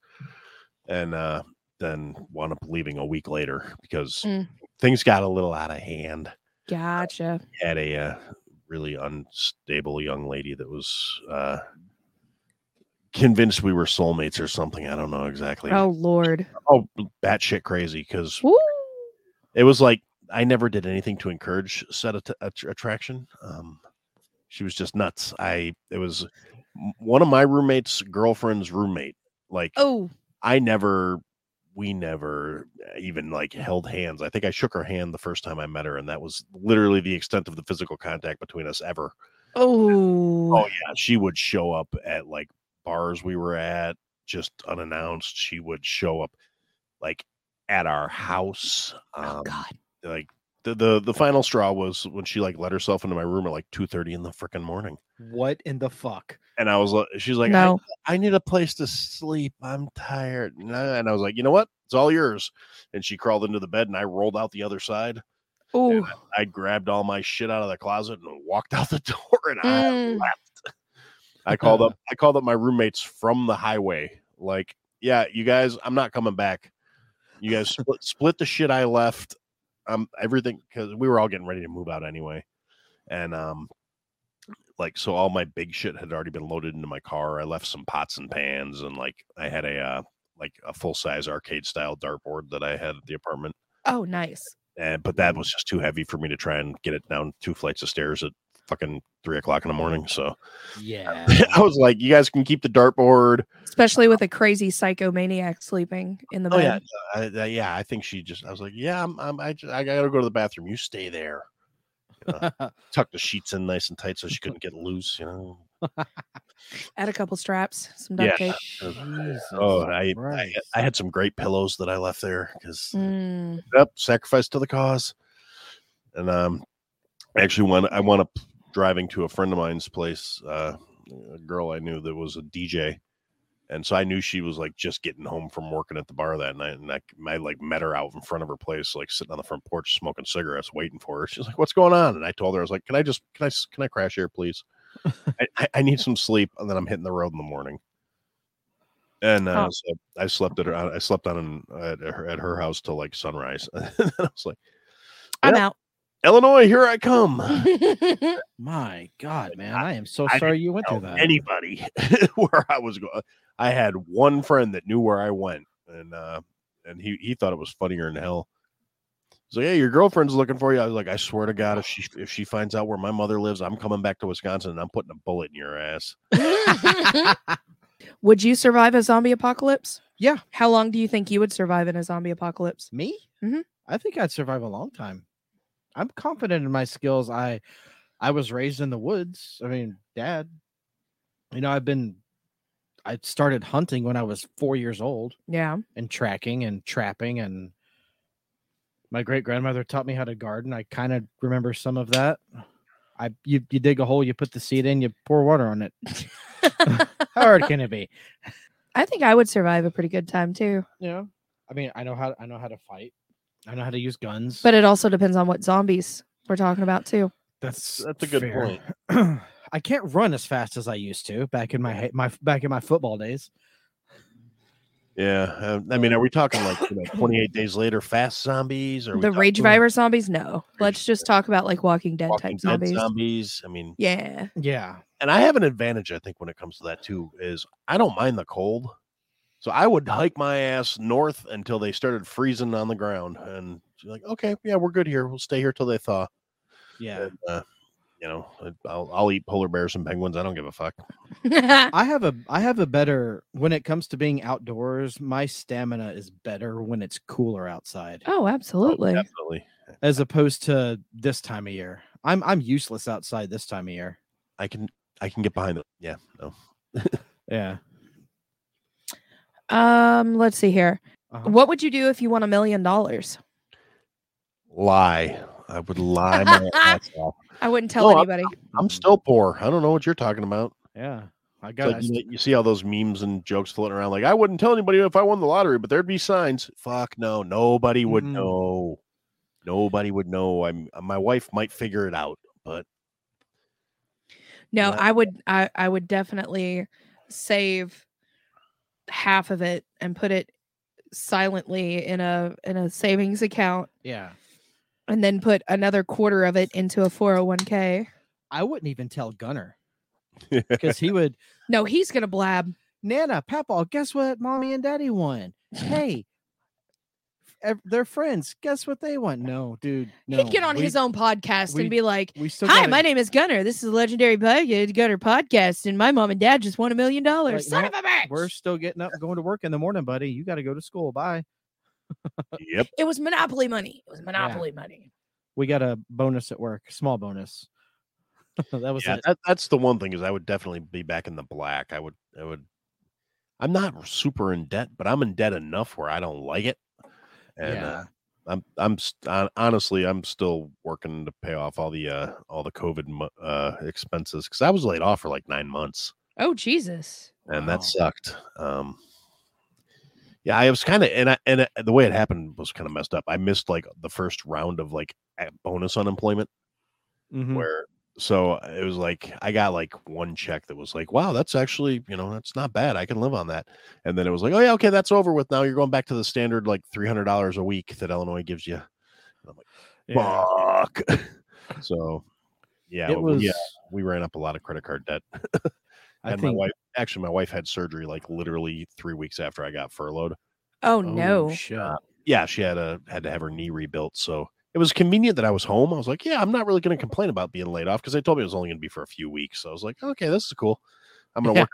[SPEAKER 3] and uh, then wound up leaving a week later because
[SPEAKER 2] Mm.
[SPEAKER 3] things got a little out of hand
[SPEAKER 2] Gotcha.
[SPEAKER 3] had a uh, really unstable young lady that was uh, convinced we were soulmates or something. I don't know exactly.
[SPEAKER 2] Oh, Lord.
[SPEAKER 3] oh batshit crazy because
[SPEAKER 2] Woo.
[SPEAKER 3] it was like I never did anything to encourage said att- att- attraction. Um, she was just nuts. I it was m- one of my roommate's girlfriend's roommate. Like
[SPEAKER 2] Oh,
[SPEAKER 3] I never, we never eh, even like held hands. I think I shook her hand the first time I met her, and that was literally the extent of the physical contact between us ever.
[SPEAKER 2] oh.
[SPEAKER 3] Oh yeah, she would show up at like bars we were at just unannounced. She would show up like at our house.
[SPEAKER 2] Oh,
[SPEAKER 3] Um,
[SPEAKER 2] God.
[SPEAKER 3] like the, the the final straw was when she like let herself into my room at like two thirty in the freaking morning,
[SPEAKER 1] What in the fuck?
[SPEAKER 3] and I was like, she's like, I
[SPEAKER 2] no.
[SPEAKER 3] I need a place to sleep. I'm tired. And I and I was like, you know what? It's all yours. And she crawled into the bed and I rolled out the other side.
[SPEAKER 2] Oh.
[SPEAKER 3] I grabbed all my shit out of the closet and walked out the door and I
[SPEAKER 2] Mm.
[SPEAKER 3] left. I called up I called up my roommates from the highway. Like, yeah, you guys, I'm not coming back. You guys split, split the shit I left. Um everything because we were all getting ready to move out anyway. And um like so all my big shit had already been loaded into my car. I left some pots and pans and like I had a uh like a full size arcade style dartboard that I had at the apartment
[SPEAKER 2] Oh, nice.
[SPEAKER 3] and but that was just too heavy for me to try and get it down two flights of stairs at fucking three o'clock in the morning. So
[SPEAKER 1] Yeah.
[SPEAKER 3] I was like, you guys can keep the dartboard.
[SPEAKER 2] Especially with a crazy psychomaniac sleeping in the
[SPEAKER 3] Oh
[SPEAKER 2] bed.
[SPEAKER 3] yeah, I, I- yeah. I think she just. I was like, yeah, I'm. I'm I, just, I gotta go to the bathroom. You stay there. Tuck the sheets in nice and tight so she couldn't get loose. You know.
[SPEAKER 2] Add a couple straps, some duct
[SPEAKER 3] Yeah.
[SPEAKER 2] tape.
[SPEAKER 1] Jesus
[SPEAKER 3] Oh, I, I
[SPEAKER 1] Christ.
[SPEAKER 3] I had some great pillows that I left there because
[SPEAKER 2] Mm.
[SPEAKER 3] Yep, sacrifice to the cause. And um, I actually went. I wound up driving to a friend of mine's place. Uh, a girl I knew that was a DJ, and so I knew she was like just getting home from working at the bar that night. And I, I like met her out in front of her place, like sitting on the front porch smoking cigarettes, waiting for her. She's like, "What's going on?" And I told her, "I was like, can I just can I s- can I crash here, please? I, I, I need some sleep, and then I'm hitting the road in the morning." And uh,
[SPEAKER 2] Oh.
[SPEAKER 3] so I slept at her. I slept on an, at her at her house till like sunrise. And I was like,
[SPEAKER 2] I'm
[SPEAKER 3] Yep.
[SPEAKER 2] out.
[SPEAKER 3] Illinois, here I come.
[SPEAKER 1] My God, man, I am so
[SPEAKER 3] I
[SPEAKER 1] sorry you went
[SPEAKER 3] Tell
[SPEAKER 1] through that.
[SPEAKER 3] anybody where I was going. I had one friend that knew where I went, and uh, and he he thought it was funnier than hell. So yeah, your girlfriend's looking for you. I was like, I swear to God, if she if she finds out where my mother lives, I'm coming back to Wisconsin and I'm putting a bullet in your ass.
[SPEAKER 2] would you survive a zombie apocalypse?
[SPEAKER 1] Yeah.
[SPEAKER 2] How long do you think you would survive in a zombie apocalypse?
[SPEAKER 1] Me?
[SPEAKER 2] Mhm.
[SPEAKER 1] I think I'd survive a long time. I'm confident in my skills. I I was raised in the woods. I mean, dad. You know, I've been I started hunting when I was 4 years old
[SPEAKER 2] Yeah.
[SPEAKER 1] and tracking and trapping and my great grandmother taught me how to garden. I kind of remember some of that. I you you dig a hole, you put the seed in, you pour water on it. How hard can it be?
[SPEAKER 2] I think I would survive a pretty good time too.
[SPEAKER 1] You know? I mean, I know how I know how to fight. I know how to use guns.
[SPEAKER 2] But it also depends on what zombies we're talking about too.
[SPEAKER 1] That's
[SPEAKER 3] that's a good
[SPEAKER 1] point. I can't run as fast as I used to back in my he- my back in my football days.
[SPEAKER 3] Yeah, uh, I mean, are we talking like you know, 28 days later, fast zombies, or
[SPEAKER 2] The rage virus zombies? No. Let's just talk about like Walking Dead type zombies.
[SPEAKER 3] zombies? zombies? I mean,
[SPEAKER 2] Yeah.
[SPEAKER 1] Yeah,
[SPEAKER 3] and I have an advantage, I think, when it comes to that too, is I don't mind the cold. So I would hike my ass north until they started freezing on the ground, and you're like, okay, yeah, we're good here. We'll stay here till they thaw.
[SPEAKER 1] yeah.
[SPEAKER 3] And, uh, you know, I- I'll, I'll eat polar bears and penguins. I don't give a fuck.
[SPEAKER 1] I have a I have a better when it comes to being outdoors. My stamina is better when it's cooler outside,
[SPEAKER 2] oh,
[SPEAKER 3] Oh,
[SPEAKER 2] absolutely.
[SPEAKER 3] definitely.
[SPEAKER 1] as opposed to this time of year. I'm I'm useless outside this time of year.
[SPEAKER 3] I can I can get behind it. Yeah, no.
[SPEAKER 1] Yeah.
[SPEAKER 2] Um, let's see here.
[SPEAKER 1] Uh-huh.
[SPEAKER 2] What would you do if you won a million dollars?
[SPEAKER 3] Lie. I would lie my ass off.
[SPEAKER 2] Oh, I wouldn't tell
[SPEAKER 3] No, I'm-
[SPEAKER 2] anybody.
[SPEAKER 3] I'm still poor. I don't know what you're talking about.
[SPEAKER 1] Yeah, I
[SPEAKER 3] It's
[SPEAKER 1] got.
[SPEAKER 3] like, you, know, you see all those memes and jokes floating around. Like, I wouldn't tell anybody if I won the lottery, but there'd be signs. Fuck no, nobody would
[SPEAKER 1] Mhm.
[SPEAKER 3] know. Nobody would know. I'm uh, my wife might figure it out, but
[SPEAKER 2] No,
[SPEAKER 3] Yeah.
[SPEAKER 2] I would I, I would definitely save half of it and put it silently in a in a savings account
[SPEAKER 1] yeah,
[SPEAKER 2] and then put another quarter of it into a 401k.
[SPEAKER 1] I wouldn't even tell Gunner because he would.
[SPEAKER 2] No, he's gonna blab.
[SPEAKER 1] Nana, Papa, guess what? Mommy and Daddy won. Hey, ev- they're friends. Guess what they won? No, dude. No.
[SPEAKER 2] He'd get on his own podcast
[SPEAKER 1] we-
[SPEAKER 2] and be like,
[SPEAKER 1] We still
[SPEAKER 2] Hi,
[SPEAKER 1] gotta-
[SPEAKER 2] my name is Gunner. This is a legendary podcast, Gunner podcast, and my mom and dad just won a million dollars. Son
[SPEAKER 1] no,
[SPEAKER 2] of a bitch.
[SPEAKER 1] We're still getting up, and going to work in the morning, buddy. You got to go to school. Bye.
[SPEAKER 3] yep.
[SPEAKER 2] It was monopoly money. It was monopoly money.
[SPEAKER 1] We got a bonus at work. Small bonus. that was
[SPEAKER 3] Yeah,
[SPEAKER 1] it.
[SPEAKER 3] that, that's the one thing is I would definitely be back in the black. I would, I would. I'm not super in debt, but I'm in debt enough where I don't like it, and
[SPEAKER 1] yeah.
[SPEAKER 3] uh, I'm, I'm st- hon- honestly, I'm still working to pay off all the, uh, all the COVID mo- uh, expenses because I was laid off for like nine months.
[SPEAKER 2] Oh Jesus.
[SPEAKER 3] and
[SPEAKER 1] Wow.
[SPEAKER 3] that sucked. Um, yeah, I was kind of and I and uh the way it happened was kind of messed up. I missed like the first round of like a- bonus unemployment
[SPEAKER 1] Mhm.
[SPEAKER 3] where so uh, it was like I got like one check that was like, wow, that's actually you know that's not bad. I can live on that. And then it was like, oh yeah, okay, that's over with. Now you're going back to the standard like three hundred dollars a week that Illinois gives you.
[SPEAKER 1] Yeah.
[SPEAKER 3] Fuck. so yeah,
[SPEAKER 1] It
[SPEAKER 3] we-
[SPEAKER 1] was.
[SPEAKER 3] yeah, we ran up a lot of credit card debt.
[SPEAKER 1] I
[SPEAKER 3] and
[SPEAKER 1] think.
[SPEAKER 3] my wife actually my wife had surgery like literally three weeks after I got furloughed.
[SPEAKER 2] Oh,
[SPEAKER 1] oh,
[SPEAKER 2] no.
[SPEAKER 1] shit.
[SPEAKER 3] Yeah, she had a had to have her knee rebuilt. So it was convenient that I was home. I was like, yeah, I'm not really gonna complain about being laid off because they told me it was only gonna be for a few weeks. So I was like, okay, this is cool. I'm gonna
[SPEAKER 1] Yeah.
[SPEAKER 3] work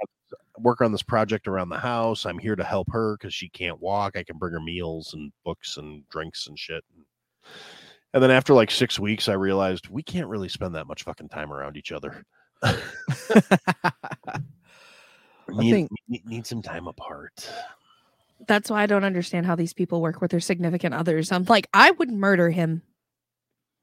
[SPEAKER 3] on, work on this project around the house. I'm here to help her because she can't walk. I can bring her meals and books and drinks and shit. And then after like six weeks, I realized we can't really spend that much fucking time around each other.
[SPEAKER 1] I
[SPEAKER 3] Need-
[SPEAKER 1] think-
[SPEAKER 3] need, need some time apart.
[SPEAKER 2] That's why I don't understand how these people work with their significant others. I'm like, I would murder him.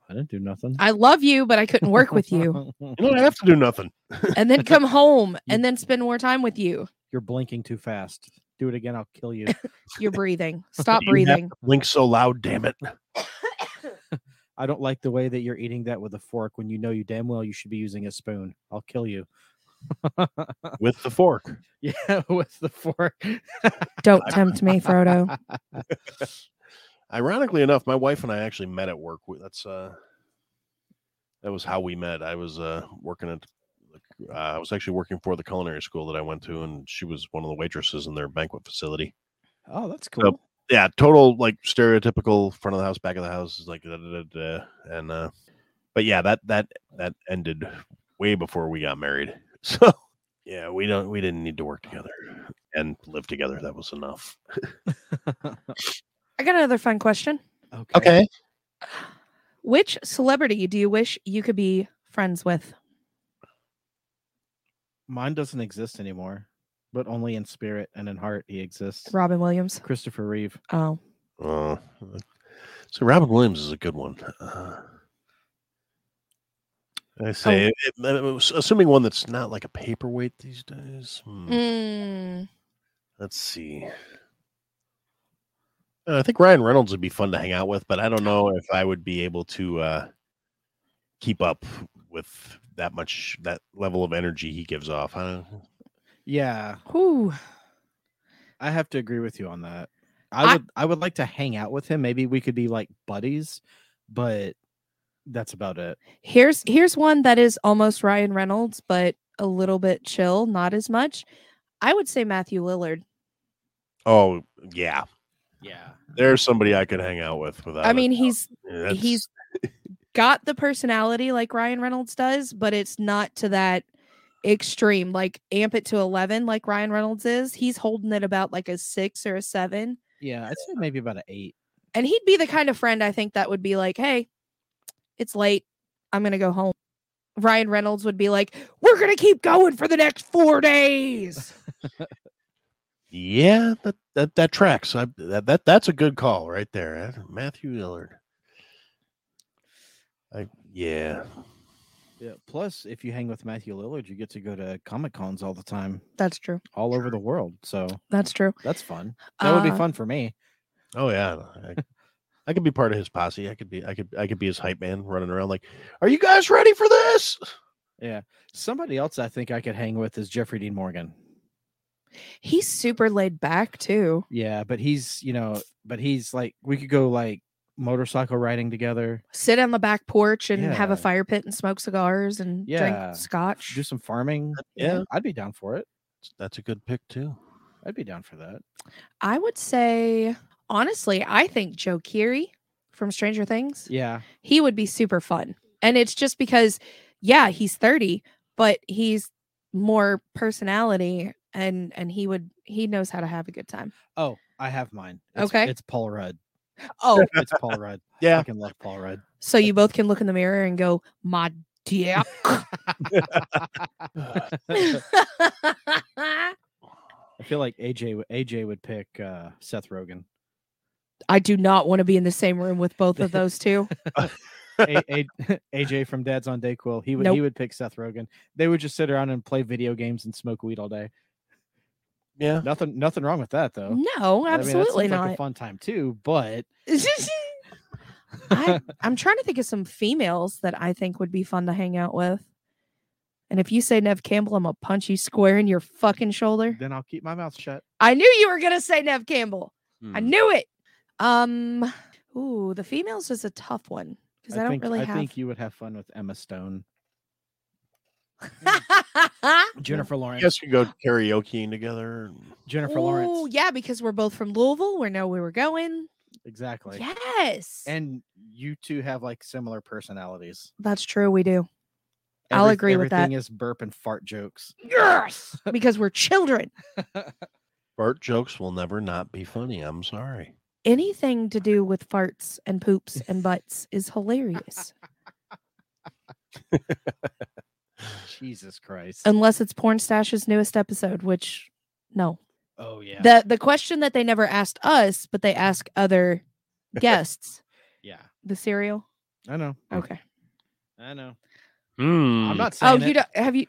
[SPEAKER 1] I didn't do nothing.
[SPEAKER 2] I love you, but I couldn't work with you.
[SPEAKER 3] You don't have to do nothing.
[SPEAKER 2] And then come home and then spend more time with you.
[SPEAKER 1] You're blinking too fast. Do it again. I'll kill you.
[SPEAKER 2] You're breathing. Stop
[SPEAKER 3] You have
[SPEAKER 2] breathing.
[SPEAKER 3] Blink so loud, damn it.
[SPEAKER 1] I don't like the way that you're eating that with a fork when you know you damn well you should be using a spoon. I'll kill you.
[SPEAKER 3] With the fork.
[SPEAKER 1] yeah, with the fork.
[SPEAKER 2] Don't tempt me, Frodo.
[SPEAKER 3] Ironically enough, my wife and I actually met at work. We- That's uh that was how we met. I was uh, working at, uh, I was actually working for the culinary school that I went to, and she was one of the waitresses in their banquet facility.
[SPEAKER 1] Oh, that's cool.
[SPEAKER 3] Yep. Yeah, total like stereotypical front of the house, back of the house is like da, da, da, da, and uh, but yeah, that that that ended way before we got married. So yeah, we don't we didn't need to work together and live together. That was enough.
[SPEAKER 2] I got another fun question.
[SPEAKER 1] okay.
[SPEAKER 2] Which celebrity do you wish you could be friends with?
[SPEAKER 1] Mine doesn't exist anymore, but only in spirit and in heart he exists.
[SPEAKER 2] Robin Williams.
[SPEAKER 1] Christopher Reeve.
[SPEAKER 2] Oh,
[SPEAKER 3] Uh, so Robin Williams is a good one. Uh, I
[SPEAKER 2] Oh.
[SPEAKER 3] say, it- it- it was- assuming one that's not like a paperweight these days. hmm,
[SPEAKER 2] Mm.
[SPEAKER 3] Let's see. Uh, I think Ryan Reynolds would be fun to hang out with, but I don't know if I would be able to uh, keep up with that much that level of energy he gives off. I don't,
[SPEAKER 1] Yeah,
[SPEAKER 2] Ooh.
[SPEAKER 1] I have to agree with you on that.
[SPEAKER 2] I-
[SPEAKER 1] I would I would like to hang out with him. Maybe we could be like buddies, but that's about it.
[SPEAKER 2] Here's here's one that is almost Ryan Reynolds, but a little bit chill, not as much. I would say Matthew Lillard.
[SPEAKER 3] oh yeah,
[SPEAKER 7] Yeah.
[SPEAKER 3] there's somebody I could hang out with without.
[SPEAKER 2] I
[SPEAKER 3] a
[SPEAKER 2] mean,
[SPEAKER 3] doubt.
[SPEAKER 2] he's
[SPEAKER 3] Yeah, that's-
[SPEAKER 2] he's got the personality like Ryan Reynolds does, but it's not to that extreme. Like amp it to eleven, like Ryan Reynolds is. He's holding it about like a six or a seven,
[SPEAKER 1] Yeah, I'd say maybe about an eight.
[SPEAKER 2] and he'd be the kind of friend I think that would be like, "Hey, it's late. I'm gonna go home." Ryan Reynolds would be like, "We're gonna keep going for the next four days."
[SPEAKER 3] Yeah, that that that tracks. I, that that that's a good call right there, eh? Matthew Lillard. I yeah,
[SPEAKER 1] Yeah. Plus, if you hang with Matthew Lillard, you get to go to comic cons all the time,
[SPEAKER 2] That's true.
[SPEAKER 1] all over the world. So
[SPEAKER 2] That's true.
[SPEAKER 1] that's fun. That would
[SPEAKER 2] Uh,
[SPEAKER 1] be fun for me.
[SPEAKER 3] oh yeah. I, I could be part of his posse. I could be. I could. I could be his hype man, running around like, "Are you guys ready for this?"
[SPEAKER 1] Somebody else I think I could hang with is Jeffrey Dean Morgan.
[SPEAKER 2] He's super laid back too.
[SPEAKER 1] Yeah, but he's you know, but he's like we could go like motorcycle riding together,
[SPEAKER 2] Sit on the back porch and have a
[SPEAKER 1] Yeah.
[SPEAKER 2] fire pit and smoke cigars and
[SPEAKER 1] Yeah.
[SPEAKER 2] drink scotch.
[SPEAKER 1] do some farming.
[SPEAKER 3] Yeah.
[SPEAKER 1] I'd be down for it.
[SPEAKER 3] That's a good pick too.
[SPEAKER 1] I'd be down for that.
[SPEAKER 2] I would say, honestly, I think Joe Keery from Stranger Things,
[SPEAKER 1] Yeah,
[SPEAKER 2] he would be super fun. And it's just because, yeah, he's 30, but he's more personality and and he would he knows how to have a good time.
[SPEAKER 1] Oh, I have mine. It's-
[SPEAKER 2] Okay.
[SPEAKER 1] It's Paul Rudd.
[SPEAKER 2] Oh,
[SPEAKER 1] It's Paul Rudd.
[SPEAKER 3] Yeah.
[SPEAKER 1] I fucking love Paul Rudd.
[SPEAKER 2] so you both can look in the mirror and go, "My dear."
[SPEAKER 1] I feel like AJ w- AJ would pick uh, Seth Rogen.
[SPEAKER 2] I do not want to be in the same room with both of those two.
[SPEAKER 1] A- A- AJ from Dad's on Dayquil. He would
[SPEAKER 2] Nope.
[SPEAKER 1] he would pick Seth Rogen. They would just sit around and play video games and smoke weed all day.
[SPEAKER 3] Yeah,
[SPEAKER 1] Nothing nothing wrong with that though.
[SPEAKER 2] No,
[SPEAKER 1] I mean, that
[SPEAKER 2] absolutely
[SPEAKER 1] sounds Like a
[SPEAKER 2] not.
[SPEAKER 1] fun time too, but
[SPEAKER 2] I, I'm trying to think of some females that I think would be fun to hang out with. And if you say Nev Campbell, I'm gonna punch you square in your fucking shoulder.
[SPEAKER 1] then I'll keep my mouth shut.
[SPEAKER 2] I knew you were gonna say Nev Campbell.
[SPEAKER 1] Mm.
[SPEAKER 2] I
[SPEAKER 3] Hmm.
[SPEAKER 2] knew it. Um, ooh, the females is a tough one because I, don't
[SPEAKER 1] think,
[SPEAKER 2] really
[SPEAKER 1] I
[SPEAKER 2] have.
[SPEAKER 1] think you would have fun with Emma Stone, Jennifer
[SPEAKER 3] I
[SPEAKER 1] Lawrence,
[SPEAKER 3] guess we go karaokeing together. and-
[SPEAKER 1] Jennifer
[SPEAKER 2] ooh,
[SPEAKER 1] Lawrence.
[SPEAKER 2] yeah, because we're both from Louisville. We know where we're going.
[SPEAKER 1] Exactly.
[SPEAKER 2] yes,
[SPEAKER 1] And you two have like similar personalities.
[SPEAKER 2] that's true. We do. I'll
[SPEAKER 1] Everyth-
[SPEAKER 2] agree with that.
[SPEAKER 1] Everything is burp and fart jokes.
[SPEAKER 2] Yes, because we're children.
[SPEAKER 3] Bart jokes will never not be funny. I'm sorry.
[SPEAKER 2] Anything to do with farts and poops and butts is hilarious,
[SPEAKER 1] Jesus Christ.
[SPEAKER 2] unless it's Porn Stash's newest episode, which no.
[SPEAKER 1] oh yeah.
[SPEAKER 2] The the question that they never asked us, but they ask other guests.
[SPEAKER 1] yeah.
[SPEAKER 2] The cereal.
[SPEAKER 1] I know.
[SPEAKER 2] Okay.
[SPEAKER 1] I know.
[SPEAKER 3] Hmm.
[SPEAKER 1] I'm not
[SPEAKER 2] Oh,
[SPEAKER 1] saying
[SPEAKER 2] you
[SPEAKER 1] it.
[SPEAKER 2] don't have you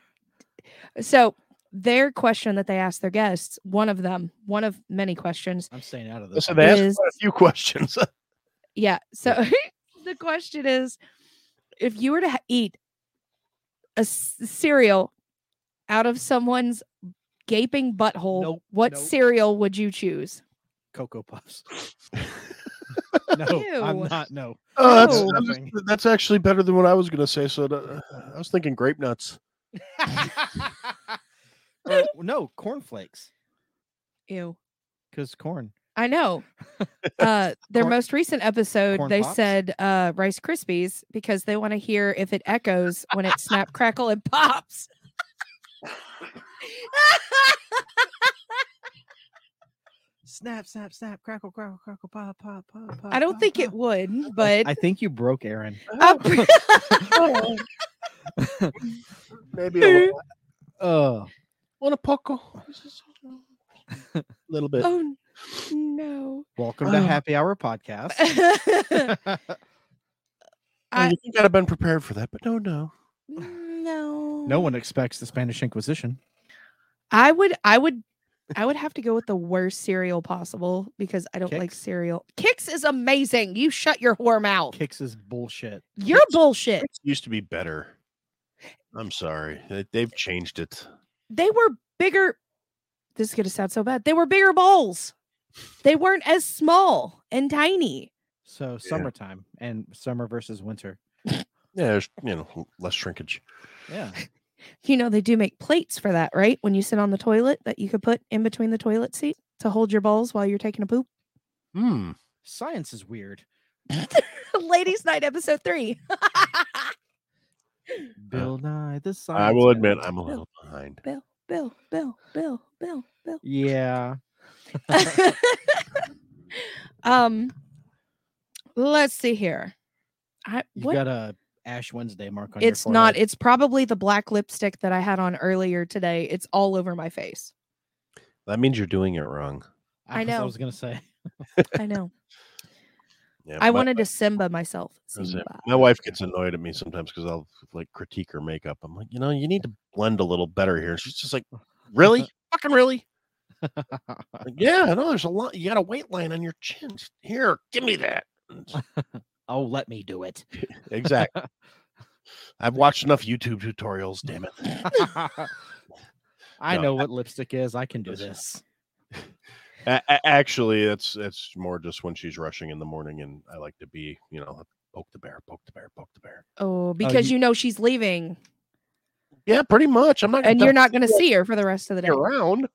[SPEAKER 2] so their question that they ask their guests, one of them, one of many questions
[SPEAKER 1] I'm staying out of this.
[SPEAKER 3] Listen,
[SPEAKER 1] one.
[SPEAKER 3] they asked
[SPEAKER 2] is-
[SPEAKER 3] quite a few questions.
[SPEAKER 2] Yeah. So the question is if you were to ha- eat a s- cereal out of someone's gaping butthole,
[SPEAKER 1] Nope,
[SPEAKER 2] what
[SPEAKER 1] nope.
[SPEAKER 2] cereal would you choose?
[SPEAKER 1] Cocoa Puffs. No, I'm
[SPEAKER 2] Ew.
[SPEAKER 1] not. No.
[SPEAKER 3] Oh, that's,
[SPEAKER 2] Oh.
[SPEAKER 3] that was- that's actually better than what I was going to say. So uh, I was thinking grape nuts.
[SPEAKER 1] Or, no, cornflakes.
[SPEAKER 2] Ew.
[SPEAKER 1] Because corn.
[SPEAKER 2] I know. Uh, their
[SPEAKER 1] Corn-
[SPEAKER 2] most recent episode,
[SPEAKER 1] corn
[SPEAKER 2] they
[SPEAKER 1] pops?
[SPEAKER 2] said uh, Rice Krispies because they want to hear if it echoes when it snap, crackle, and pops.
[SPEAKER 1] Snap, snap, snap, crackle, crackle, crackle, pop, pop, pop, pop.
[SPEAKER 2] I don't think it would, but
[SPEAKER 1] I think you broke Aaron.
[SPEAKER 2] I'm pre-
[SPEAKER 3] Maybe a
[SPEAKER 1] Oh,
[SPEAKER 3] want a poco. little bit.
[SPEAKER 2] oh no.
[SPEAKER 1] welcome to
[SPEAKER 3] Oh.
[SPEAKER 1] Happy Hour Podcast.
[SPEAKER 3] I,
[SPEAKER 2] I-
[SPEAKER 3] you gotta been prepared for that, but no, no.
[SPEAKER 2] no.
[SPEAKER 1] no one expects the Spanish Inquisition.
[SPEAKER 2] I would I would I would have to go with the worst cereal possible because I don't like
[SPEAKER 1] Kix?
[SPEAKER 2] cereal. Kix is amazing. You shut your whore mouth.
[SPEAKER 1] Kicks is bullshit.
[SPEAKER 2] You're bullshit.
[SPEAKER 3] It used to be better. I'm sorry, They- they've changed it.
[SPEAKER 2] They were bigger. This is gonna sound so bad. They were bigger bowls. They weren't as small and tiny.
[SPEAKER 1] So summertime and summer versus winter.
[SPEAKER 3] Yeah, there's you know less shrinkage.
[SPEAKER 1] Yeah.
[SPEAKER 2] You know they do make plates for that, right? When you sit on the toilet, that you could put in between the toilet seat to hold your bowls while you're taking a poop.
[SPEAKER 3] Hmm.
[SPEAKER 1] Science is weird.
[SPEAKER 2] Ladies' Night, episode three. Uh,
[SPEAKER 1] Bill Nye, the
[SPEAKER 2] Oh,
[SPEAKER 1] science.
[SPEAKER 3] I will
[SPEAKER 1] Man.
[SPEAKER 3] admit I'm a little behind.
[SPEAKER 2] Bill, Bill, Bill, Bill, Bill, Bill.
[SPEAKER 1] Yeah.
[SPEAKER 2] um, let's see here. I
[SPEAKER 1] You've
[SPEAKER 2] what?
[SPEAKER 1] got a Ash Wednesday mark on your
[SPEAKER 2] it's not.
[SPEAKER 1] forehead.
[SPEAKER 2] It's probably the black lipstick that I had on earlier today. It's all over my face.
[SPEAKER 3] That means you're doing it wrong.
[SPEAKER 2] I
[SPEAKER 1] was- I
[SPEAKER 2] know.
[SPEAKER 1] was gonna say.
[SPEAKER 2] I know.
[SPEAKER 3] Yeah,
[SPEAKER 2] I
[SPEAKER 3] my-
[SPEAKER 2] wanted to Simba myself.
[SPEAKER 3] I was saying,
[SPEAKER 2] Simba.
[SPEAKER 3] My wife gets annoyed at me sometimes because I'll like critique her makeup. I'm like, you know, you need to blend a little better here. She's just like, really? Fucking really? Like, yeah, no, there's a lot. You got a weight line on your chin. Just Here, give me that. And it's-
[SPEAKER 1] oh, let me do it.
[SPEAKER 3] Exactly. I've watched enough YouTube tutorials. Damn it.
[SPEAKER 1] I
[SPEAKER 3] No,
[SPEAKER 1] know what lipstick is. I can do
[SPEAKER 3] Listen.
[SPEAKER 1] this.
[SPEAKER 3] A- a- actually, it's it's more just when she's rushing in the morning, and I like to be, you know, poke the bear, poke the bear, poke the bear.
[SPEAKER 2] Oh, because
[SPEAKER 1] you-
[SPEAKER 2] you know she's leaving,
[SPEAKER 3] Yeah, pretty much. I'm not. gonna
[SPEAKER 2] and
[SPEAKER 3] tell
[SPEAKER 2] you're not going to
[SPEAKER 3] you
[SPEAKER 2] see her for the rest of the
[SPEAKER 3] to
[SPEAKER 2] day.
[SPEAKER 3] hang around.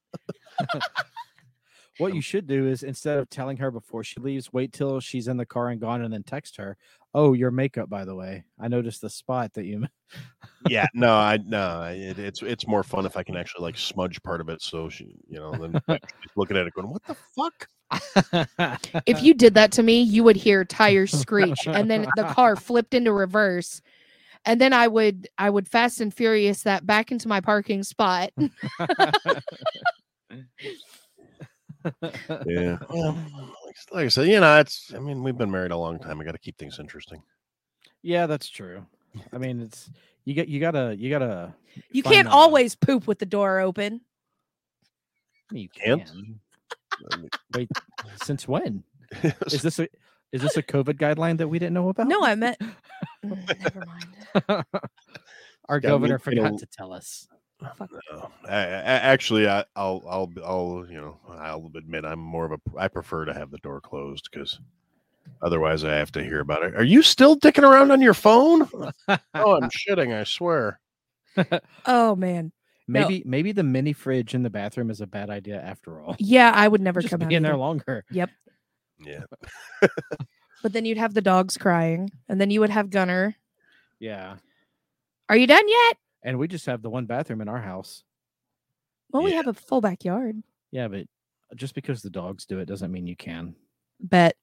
[SPEAKER 1] What you should do is instead of telling her before she leaves, wait till she's in the car and gone, and then text her. Oh, your makeup, by the way. I noticed the spot that you.
[SPEAKER 3] Yeah, no, I no. It, it's it's more fun if I can actually like smudge part of it, so she, you know, then she's looking at it, going, "What the fuck?"
[SPEAKER 2] If you did that to me, you would hear tires screech and then the car flipped into reverse. And then I would I would fast and furious that back into my parking spot.
[SPEAKER 3] Yeah. Well, like, like I said, you know, it's. I mean, we've been married a long time. I got to keep things interesting.
[SPEAKER 1] yeah, that's true. I mean, it's you get you gotta you gotta.
[SPEAKER 2] You
[SPEAKER 1] Fun
[SPEAKER 2] can't
[SPEAKER 1] moment.
[SPEAKER 2] always poop with the door open.
[SPEAKER 1] I mean, you
[SPEAKER 3] Can't?
[SPEAKER 1] can.
[SPEAKER 3] I mean,
[SPEAKER 1] Wait, since when is this a is this a COVID guideline that we didn't know about?
[SPEAKER 2] No, I meant Mm, never mind.
[SPEAKER 1] Our
[SPEAKER 3] Yeah, we
[SPEAKER 1] governor
[SPEAKER 3] made a-
[SPEAKER 1] forgot to tell us.
[SPEAKER 3] No, I, I, actually, I, I'll, I'll, I'll, you know, I'll admit I'm more of a. I prefer to have the door closed because otherwise I have to hear about it. Are you still dicking around on your phone? oh, I'm shitting! I swear.
[SPEAKER 2] Oh man. No.
[SPEAKER 1] Maybe maybe the mini fridge in the bathroom is a bad idea after all.
[SPEAKER 2] Yeah, I would never
[SPEAKER 1] Just
[SPEAKER 2] come
[SPEAKER 1] be
[SPEAKER 2] out.
[SPEAKER 1] in there
[SPEAKER 2] either.
[SPEAKER 1] longer.
[SPEAKER 3] Yeah.
[SPEAKER 2] But then you'd have the dogs crying. And then you would have Gunner.
[SPEAKER 1] Yeah.
[SPEAKER 2] Are you done yet?
[SPEAKER 1] And we just have the one bathroom in our house.
[SPEAKER 2] Well, we
[SPEAKER 3] Yeah.
[SPEAKER 2] have a full backyard.
[SPEAKER 1] Yeah, but just because the dogs do it doesn't mean you can.
[SPEAKER 2] Bet.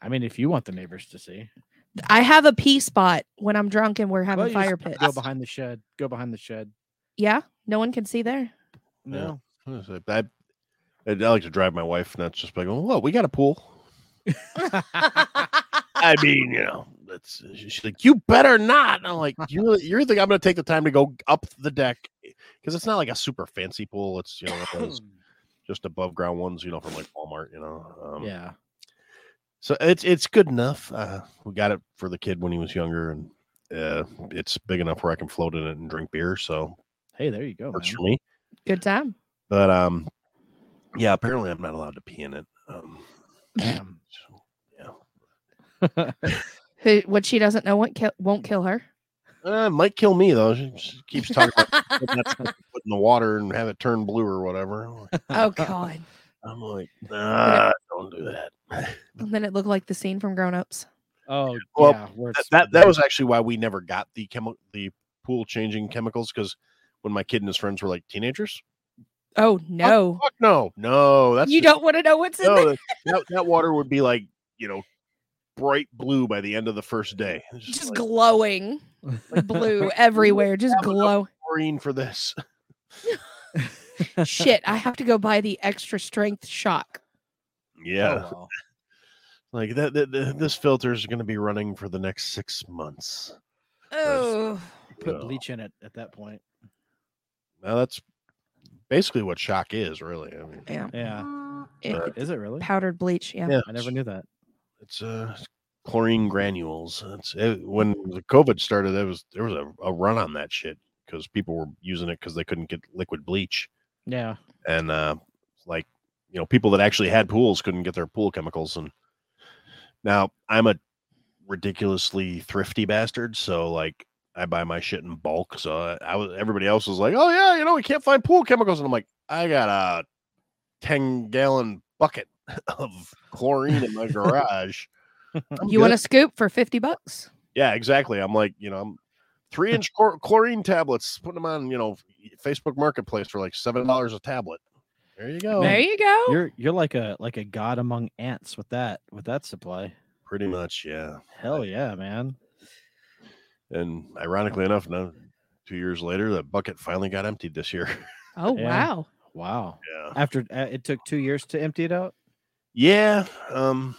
[SPEAKER 1] I mean, if you want the neighbors to see,
[SPEAKER 2] I have a pee spot when I'm drunk and we're having
[SPEAKER 1] Well, you
[SPEAKER 2] fire
[SPEAKER 1] just
[SPEAKER 2] pits.
[SPEAKER 1] Go behind the shed. Go behind the shed.
[SPEAKER 2] Yeah, no one can see there.
[SPEAKER 3] No. What is it? I, I, I like to drive my wife nuts just by going, "What? We got a pool." I mean, you know, that's she's like, "You better not." And I'm like, "You, you think I'm going to take the time to go up the deck because it's not like a super fancy pool. It's you know." one of those just above ground ones, you know, from like Walmart, you know. Um,
[SPEAKER 1] yeah.
[SPEAKER 3] So it's it's good enough. Uh, we got it for the kid when he was younger, and uh, it's big enough where I can float in it and drink beer. So
[SPEAKER 1] Hey, there you go.
[SPEAKER 3] works
[SPEAKER 1] man.
[SPEAKER 3] for me.
[SPEAKER 2] Good time.
[SPEAKER 3] But um, yeah, apparently I'm not allowed to pee in it. Um,
[SPEAKER 1] Damn.
[SPEAKER 3] so, yeah,
[SPEAKER 2] Who- What she doesn't know won't kill, won't kill her.
[SPEAKER 3] Uh, might kill me though. She, she keeps talking about putting that stuff you put in the water and have it turn blue or whatever. I'm like-
[SPEAKER 2] oh God!
[SPEAKER 3] I'm like, nah, don't do that.
[SPEAKER 2] And then it looked like the scene from Grown Ups.
[SPEAKER 1] Oh,
[SPEAKER 3] Well,
[SPEAKER 1] yeah. where
[SPEAKER 3] that,
[SPEAKER 1] it's-
[SPEAKER 3] that that was actually why we never got the chemi- the pool changing chemicals because when my kid and his friends were like teenagers,
[SPEAKER 2] Oh no!
[SPEAKER 3] fuck no, no, that's
[SPEAKER 2] you
[SPEAKER 3] just-
[SPEAKER 2] don't want to know what's in
[SPEAKER 3] no,
[SPEAKER 2] there.
[SPEAKER 3] that, that, that water would be like you know bright blue by the end of the first day. It's just,
[SPEAKER 2] Just
[SPEAKER 3] like,
[SPEAKER 2] glowing blue everywhere. Just
[SPEAKER 3] have enough
[SPEAKER 2] glow.
[SPEAKER 3] chlorine for this.
[SPEAKER 2] Shit! I have to go buy the extra strength shock.
[SPEAKER 1] Oh,
[SPEAKER 3] Yeah,
[SPEAKER 1] well.
[SPEAKER 3] like that, that, that- This filter is going to be running for the next six months.
[SPEAKER 2] Oh,
[SPEAKER 1] Put
[SPEAKER 3] Yeah.
[SPEAKER 1] bleach in it at that point.
[SPEAKER 3] Now that's basically what shock is, really. I mean,
[SPEAKER 2] yeah.
[SPEAKER 1] Yeah.
[SPEAKER 2] It-
[SPEAKER 1] Is it really?
[SPEAKER 2] powdered bleach. Yeah.
[SPEAKER 3] yeah,
[SPEAKER 1] I never knew that.
[SPEAKER 3] it's uh chlorine granules That's it, when the covid started there was there was a, a run on that shit because people were using it because they couldn't get liquid bleach
[SPEAKER 1] Yeah.
[SPEAKER 3] and uh like you know people that actually had pools couldn't get their pool chemicals and now i'm a ridiculously thrifty bastard so like i buy my shit in bulk so i, I was everybody else was like oh yeah you know we can't find pool chemicals and i'm like i got a 10 gallon bucket of chlorine in my garage I'm
[SPEAKER 2] You
[SPEAKER 3] good.
[SPEAKER 2] want a scoop for fifty bucks?
[SPEAKER 3] Yeah, exactly. I'm like, you know, I'm three inch chlor- chlorine tablets, putting them on, you know, Facebook Marketplace for like seven dollars a tablet. There you go.
[SPEAKER 2] there you go.
[SPEAKER 1] You're you're like a like a god among ants with that with that supply.
[SPEAKER 3] Pretty much, yeah.
[SPEAKER 1] Hell yeah, man.
[SPEAKER 3] And ironically enough, now two years later, that bucket finally got emptied this year.
[SPEAKER 2] oh
[SPEAKER 1] Yeah.
[SPEAKER 2] wow.
[SPEAKER 1] Wow.
[SPEAKER 3] yeah.
[SPEAKER 1] After uh, it took two years to empty it out.
[SPEAKER 3] Yeah. Um,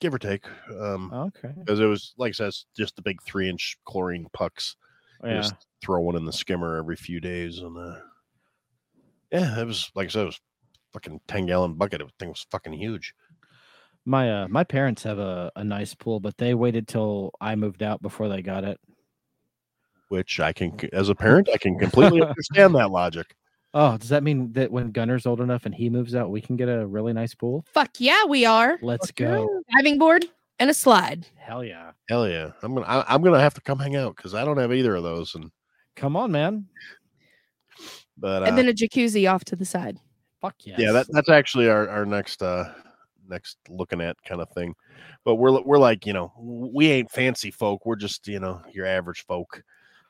[SPEAKER 3] give or take.
[SPEAKER 2] Oh.
[SPEAKER 3] Um,
[SPEAKER 1] Okay.
[SPEAKER 3] because it was like I said, it's just the big three inch chlorine pucks. You
[SPEAKER 1] Yeah.
[SPEAKER 3] Just throw one in the skimmer every few days, and uh, yeah, it was like I said, it was fucking ten gallon bucket. It thing was fucking huge.
[SPEAKER 1] My uh, my parents have a, a nice pool, but they waited till I moved out before they got it.
[SPEAKER 3] which I can, c- as a parent, I can completely understand that logic.
[SPEAKER 1] Oh, does that mean that when Gunner's old enough and he moves out, we can get a really nice pool?
[SPEAKER 2] Fuck yeah, we are.
[SPEAKER 1] Let's
[SPEAKER 3] yeah.
[SPEAKER 1] go.
[SPEAKER 2] Diving board and a slide.
[SPEAKER 1] Hell yeah.
[SPEAKER 3] Hell yeah, I'm gonna, I, I'm gonna have to come hang out because I don't have either of those. And
[SPEAKER 1] Come on, man.
[SPEAKER 3] but uh,
[SPEAKER 2] and then a jacuzzi off to the side.
[SPEAKER 1] Fuck yes.
[SPEAKER 3] yeah, that, that's actually our our next uh next looking at kind of thing. But we're li- we're like you know we ain't fancy folk. We're just you know your average folk.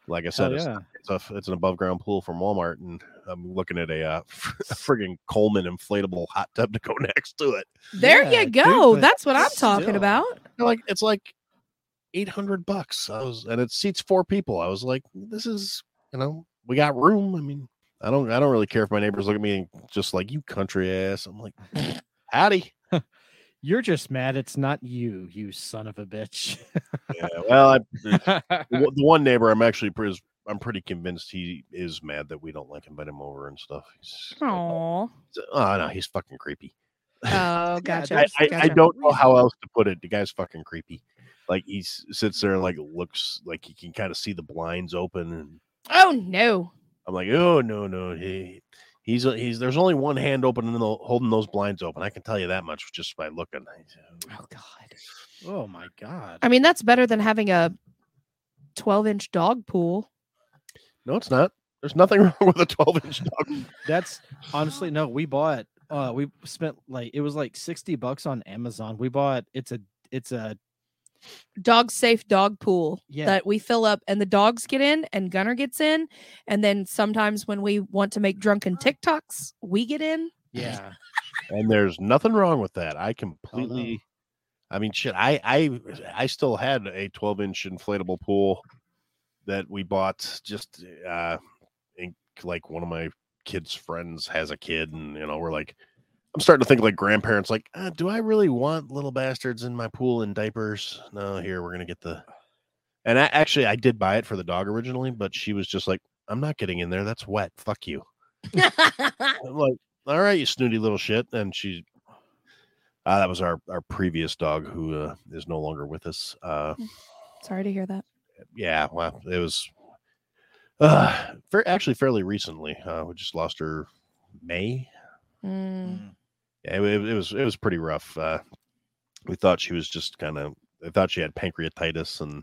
[SPEAKER 3] Like I said,
[SPEAKER 1] Hell
[SPEAKER 3] it's,
[SPEAKER 1] yeah.
[SPEAKER 3] it's a it's an above ground pool from Walmart, and I'm looking at a, uh, a friggin' Coleman inflatable hot tub to go next to it.
[SPEAKER 2] There
[SPEAKER 1] Yeah,
[SPEAKER 2] you
[SPEAKER 1] dude,
[SPEAKER 2] go.
[SPEAKER 1] but
[SPEAKER 2] That's what I'm talking
[SPEAKER 1] still.
[SPEAKER 2] about.
[SPEAKER 3] They're like it's like 800 bucks i was and it seats four people i was like this is you know we got room i mean i don't i don't really care if my neighbors look at me and just like you country ass i'm like howdy
[SPEAKER 1] You're just mad it's not you, you son of a bitch. Oh,
[SPEAKER 3] yeah, well I,
[SPEAKER 1] Mm.
[SPEAKER 3] the one- the one neighbor i'm actually pretty i'm pretty convinced he is mad that we don't like invite him over and stuff he's like,
[SPEAKER 2] Aww.
[SPEAKER 3] oh no he's fucking creepy
[SPEAKER 2] Oh, gotcha.
[SPEAKER 3] I, I, I
[SPEAKER 2] gotcha.
[SPEAKER 3] don't know how else to put it. The guy's fucking creepy. Like he s- sits there and like looks like he can kind of see the blinds open, and
[SPEAKER 2] Oh no.
[SPEAKER 3] I'm like, oh no, no, he, he's he's there's only one hand open and tho- holding those blinds open. I can tell you that much just by looking.
[SPEAKER 2] Oh god.
[SPEAKER 1] oh my god.
[SPEAKER 2] I mean, that's better than having a 12 inch dog pool.
[SPEAKER 3] No, it's not. There's nothing wrong with a 12 inch dog.
[SPEAKER 1] That's honestly no. We bought. Uh, we spent like it was like sixty bucks on Amazon. We bought. It's a. It's a.
[SPEAKER 2] Dog safe dog pool
[SPEAKER 1] Yeah.
[SPEAKER 2] that we fill up and the dogs get in and Gunner gets in. And then sometimes when we want to make drunken TikToks, we get in.
[SPEAKER 1] Yeah.
[SPEAKER 3] And there's nothing wrong with that. I completely. I mean, shit. I I I still had a 12 inch inflatable pool that we bought just uh, in, like one of my kids' friends has a kid, and you know we're like, I'm starting to think like grandparents. Like, uh, do I really want little bastards in my pool in diapers? No, here we're gonna get the. And I actually I did buy it for the dog originally, but she was just like, I'm not getting in there. That's wet. Fuck you. I'm like, all right, you snooty little shit. And she, uh, that was our our previous dog who uh, is no longer with us. Uh,
[SPEAKER 2] Sorry to hear that.
[SPEAKER 3] yeah, well, it was uh, fair actually fairly recently. Uh, we just lost her May.
[SPEAKER 2] Mm.
[SPEAKER 1] Mm-hmm.
[SPEAKER 3] Yeah, It, wa- it was it was pretty rough. Uh, we thought she was just kind of they thought she had pancreatitis, and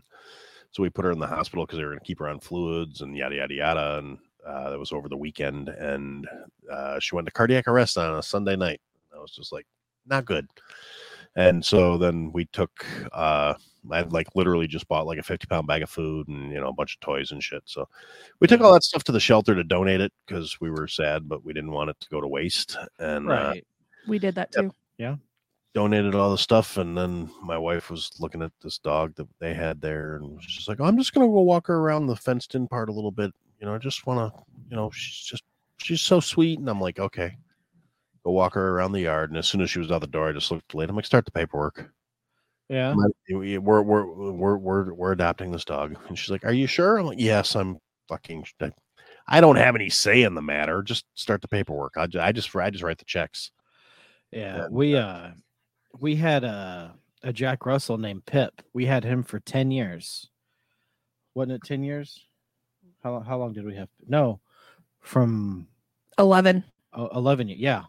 [SPEAKER 3] so we put her in the hospital because they were going to keep her on fluids and yada yada yada. And uh, that was over the weekend, and uh, she went to cardiac arrest on a Sunday night. I was just like, not good. And so then we took, uh, I like literally just bought like a 50 pound bag of food and, you know, a bunch of toys and shit. So we took all that stuff to the shelter to donate it because we were sad, but we didn't want it to go to waste. And uh,
[SPEAKER 1] Right.
[SPEAKER 2] We did that
[SPEAKER 3] Yep.
[SPEAKER 2] too.
[SPEAKER 3] donated all the stuff and then my wife was looking at this dog that they had there and was just like i'm just gonna go walk her around the fenced in part a little bit you know i just want to you know she's just she's so sweet and i'm like okay go walk her around the yard and as soon as she was out the door i just looked late i'm like start the paperwork
[SPEAKER 1] yeah.
[SPEAKER 3] I'm like, "We- we're, we're we're we're we're adopting this dog and she's like are you sure i'm like yes i'm fucking sh- I- i don't have any say in the matter just start the paperwork i, ju- I just i just write the checks
[SPEAKER 1] Yeah,
[SPEAKER 3] Yeah.
[SPEAKER 1] we uh we had a a Jack Russell named Pip. We had him for ten years. Wasn't it ten years? How long? How long did we have? No, from
[SPEAKER 2] 11.
[SPEAKER 1] uh, eleven. ye- Yeah,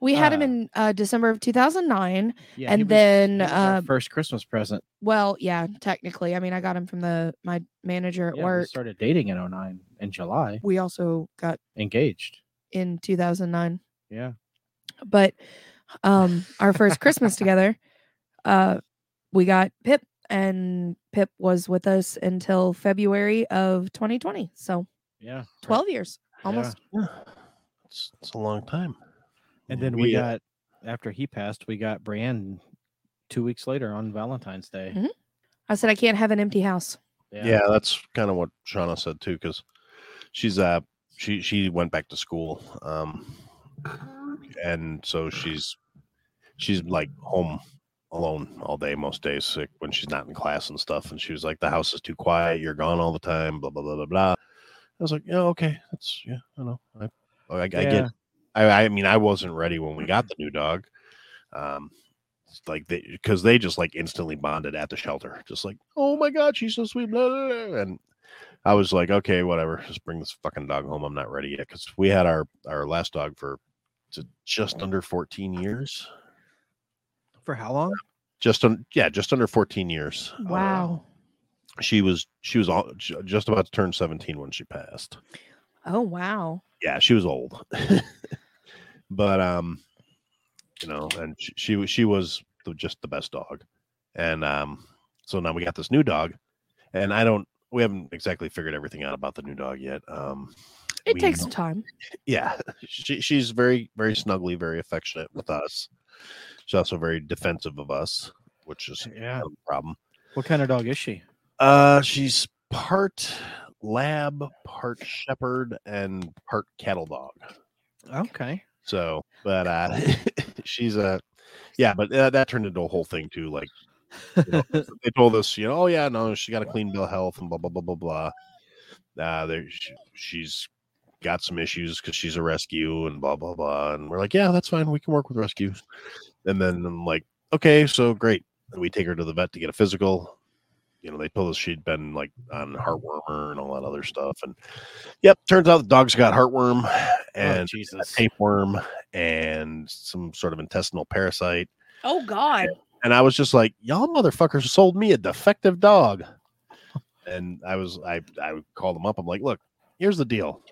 [SPEAKER 2] We had him
[SPEAKER 1] Uh,
[SPEAKER 2] in uh, December of 2009.
[SPEAKER 1] yeah.
[SPEAKER 2] and
[SPEAKER 1] he was- he
[SPEAKER 2] then,
[SPEAKER 1] was our
[SPEAKER 2] uh,
[SPEAKER 1] first Christmas present.
[SPEAKER 2] well, yeah, technically. I mean, I got him from the my manager at
[SPEAKER 1] Yeah, we
[SPEAKER 2] work.
[SPEAKER 1] started dating in 09 in July.
[SPEAKER 2] we also got
[SPEAKER 1] Engaged.
[SPEAKER 2] in 2009.
[SPEAKER 1] Yeah.
[SPEAKER 2] but um our first christmas together uh we got pip and pip was with us until february of 2020 so
[SPEAKER 1] Yeah. or-
[SPEAKER 2] 12 years almost
[SPEAKER 3] it's, it's a long time
[SPEAKER 1] And then we
[SPEAKER 3] uh,
[SPEAKER 1] got after he passed, we got Brienne two weeks later on Valentine's Day.
[SPEAKER 2] Mhm. i said i can't have an empty house
[SPEAKER 3] yeah, that's kind of what shauna said too because she's uh she she went back to school um and so she's she's like home alone all day most days like, when she's not in class and stuff and she was like the house is too quiet you're gone all the time blah blah blah blah blah i was like yeah okay that's yeah i know i i, I get
[SPEAKER 1] Yeah.
[SPEAKER 3] it. I, I mean i wasn't ready when we got the new dog um it's like they because they just like instantly bonded at the shelter just like oh my god she's so sweet blah, blah, blah. and i was like okay whatever just bring this fucking dog home i'm not ready yet because we had our our last dog for ju- just under 14 years
[SPEAKER 1] For how long?
[SPEAKER 3] just on yeah just under 14 years
[SPEAKER 2] wow
[SPEAKER 3] she was she was all, ju- just about to turn 17 when she passed
[SPEAKER 2] oh wow
[SPEAKER 3] yeah she was old but um you know and she she, wa- she was the, just the best dog and um so now we got this new dog and i don't we haven't exactly figured everything out about the new dog yet um
[SPEAKER 2] it
[SPEAKER 3] we-
[SPEAKER 2] takes some time
[SPEAKER 3] yeah she, she's very very snuggly very affectionate with us she's also very defensive of us which is
[SPEAKER 1] Yeah.
[SPEAKER 3] kind of a problem
[SPEAKER 1] What kind of dog is she?
[SPEAKER 3] uh she's part lab part shepherd and part cattle dog
[SPEAKER 1] Okay.
[SPEAKER 3] so but uh she's a yeah but uh, that turned into a whole thing too like they told us you know oh yeah no she got a clean bill of health and blah blah blah blah blah uh there sh she's got some issues because she's a rescue and blah blah blah and we're like yeah that's fine we can work with rescues and then i'm like okay so great and we take her to the vet to get a physical you know they told us she'd been like on heartwormer and all that other stuff and yep turns out the dog's got heartworm and
[SPEAKER 1] oh, Jesus.
[SPEAKER 3] tapeworm and some sort of intestinal parasite.
[SPEAKER 2] oh god
[SPEAKER 3] And I was just like, y'all motherfuckers sold me a defective dog. And I was, I, I called them up. I'm like, look, here's the deal.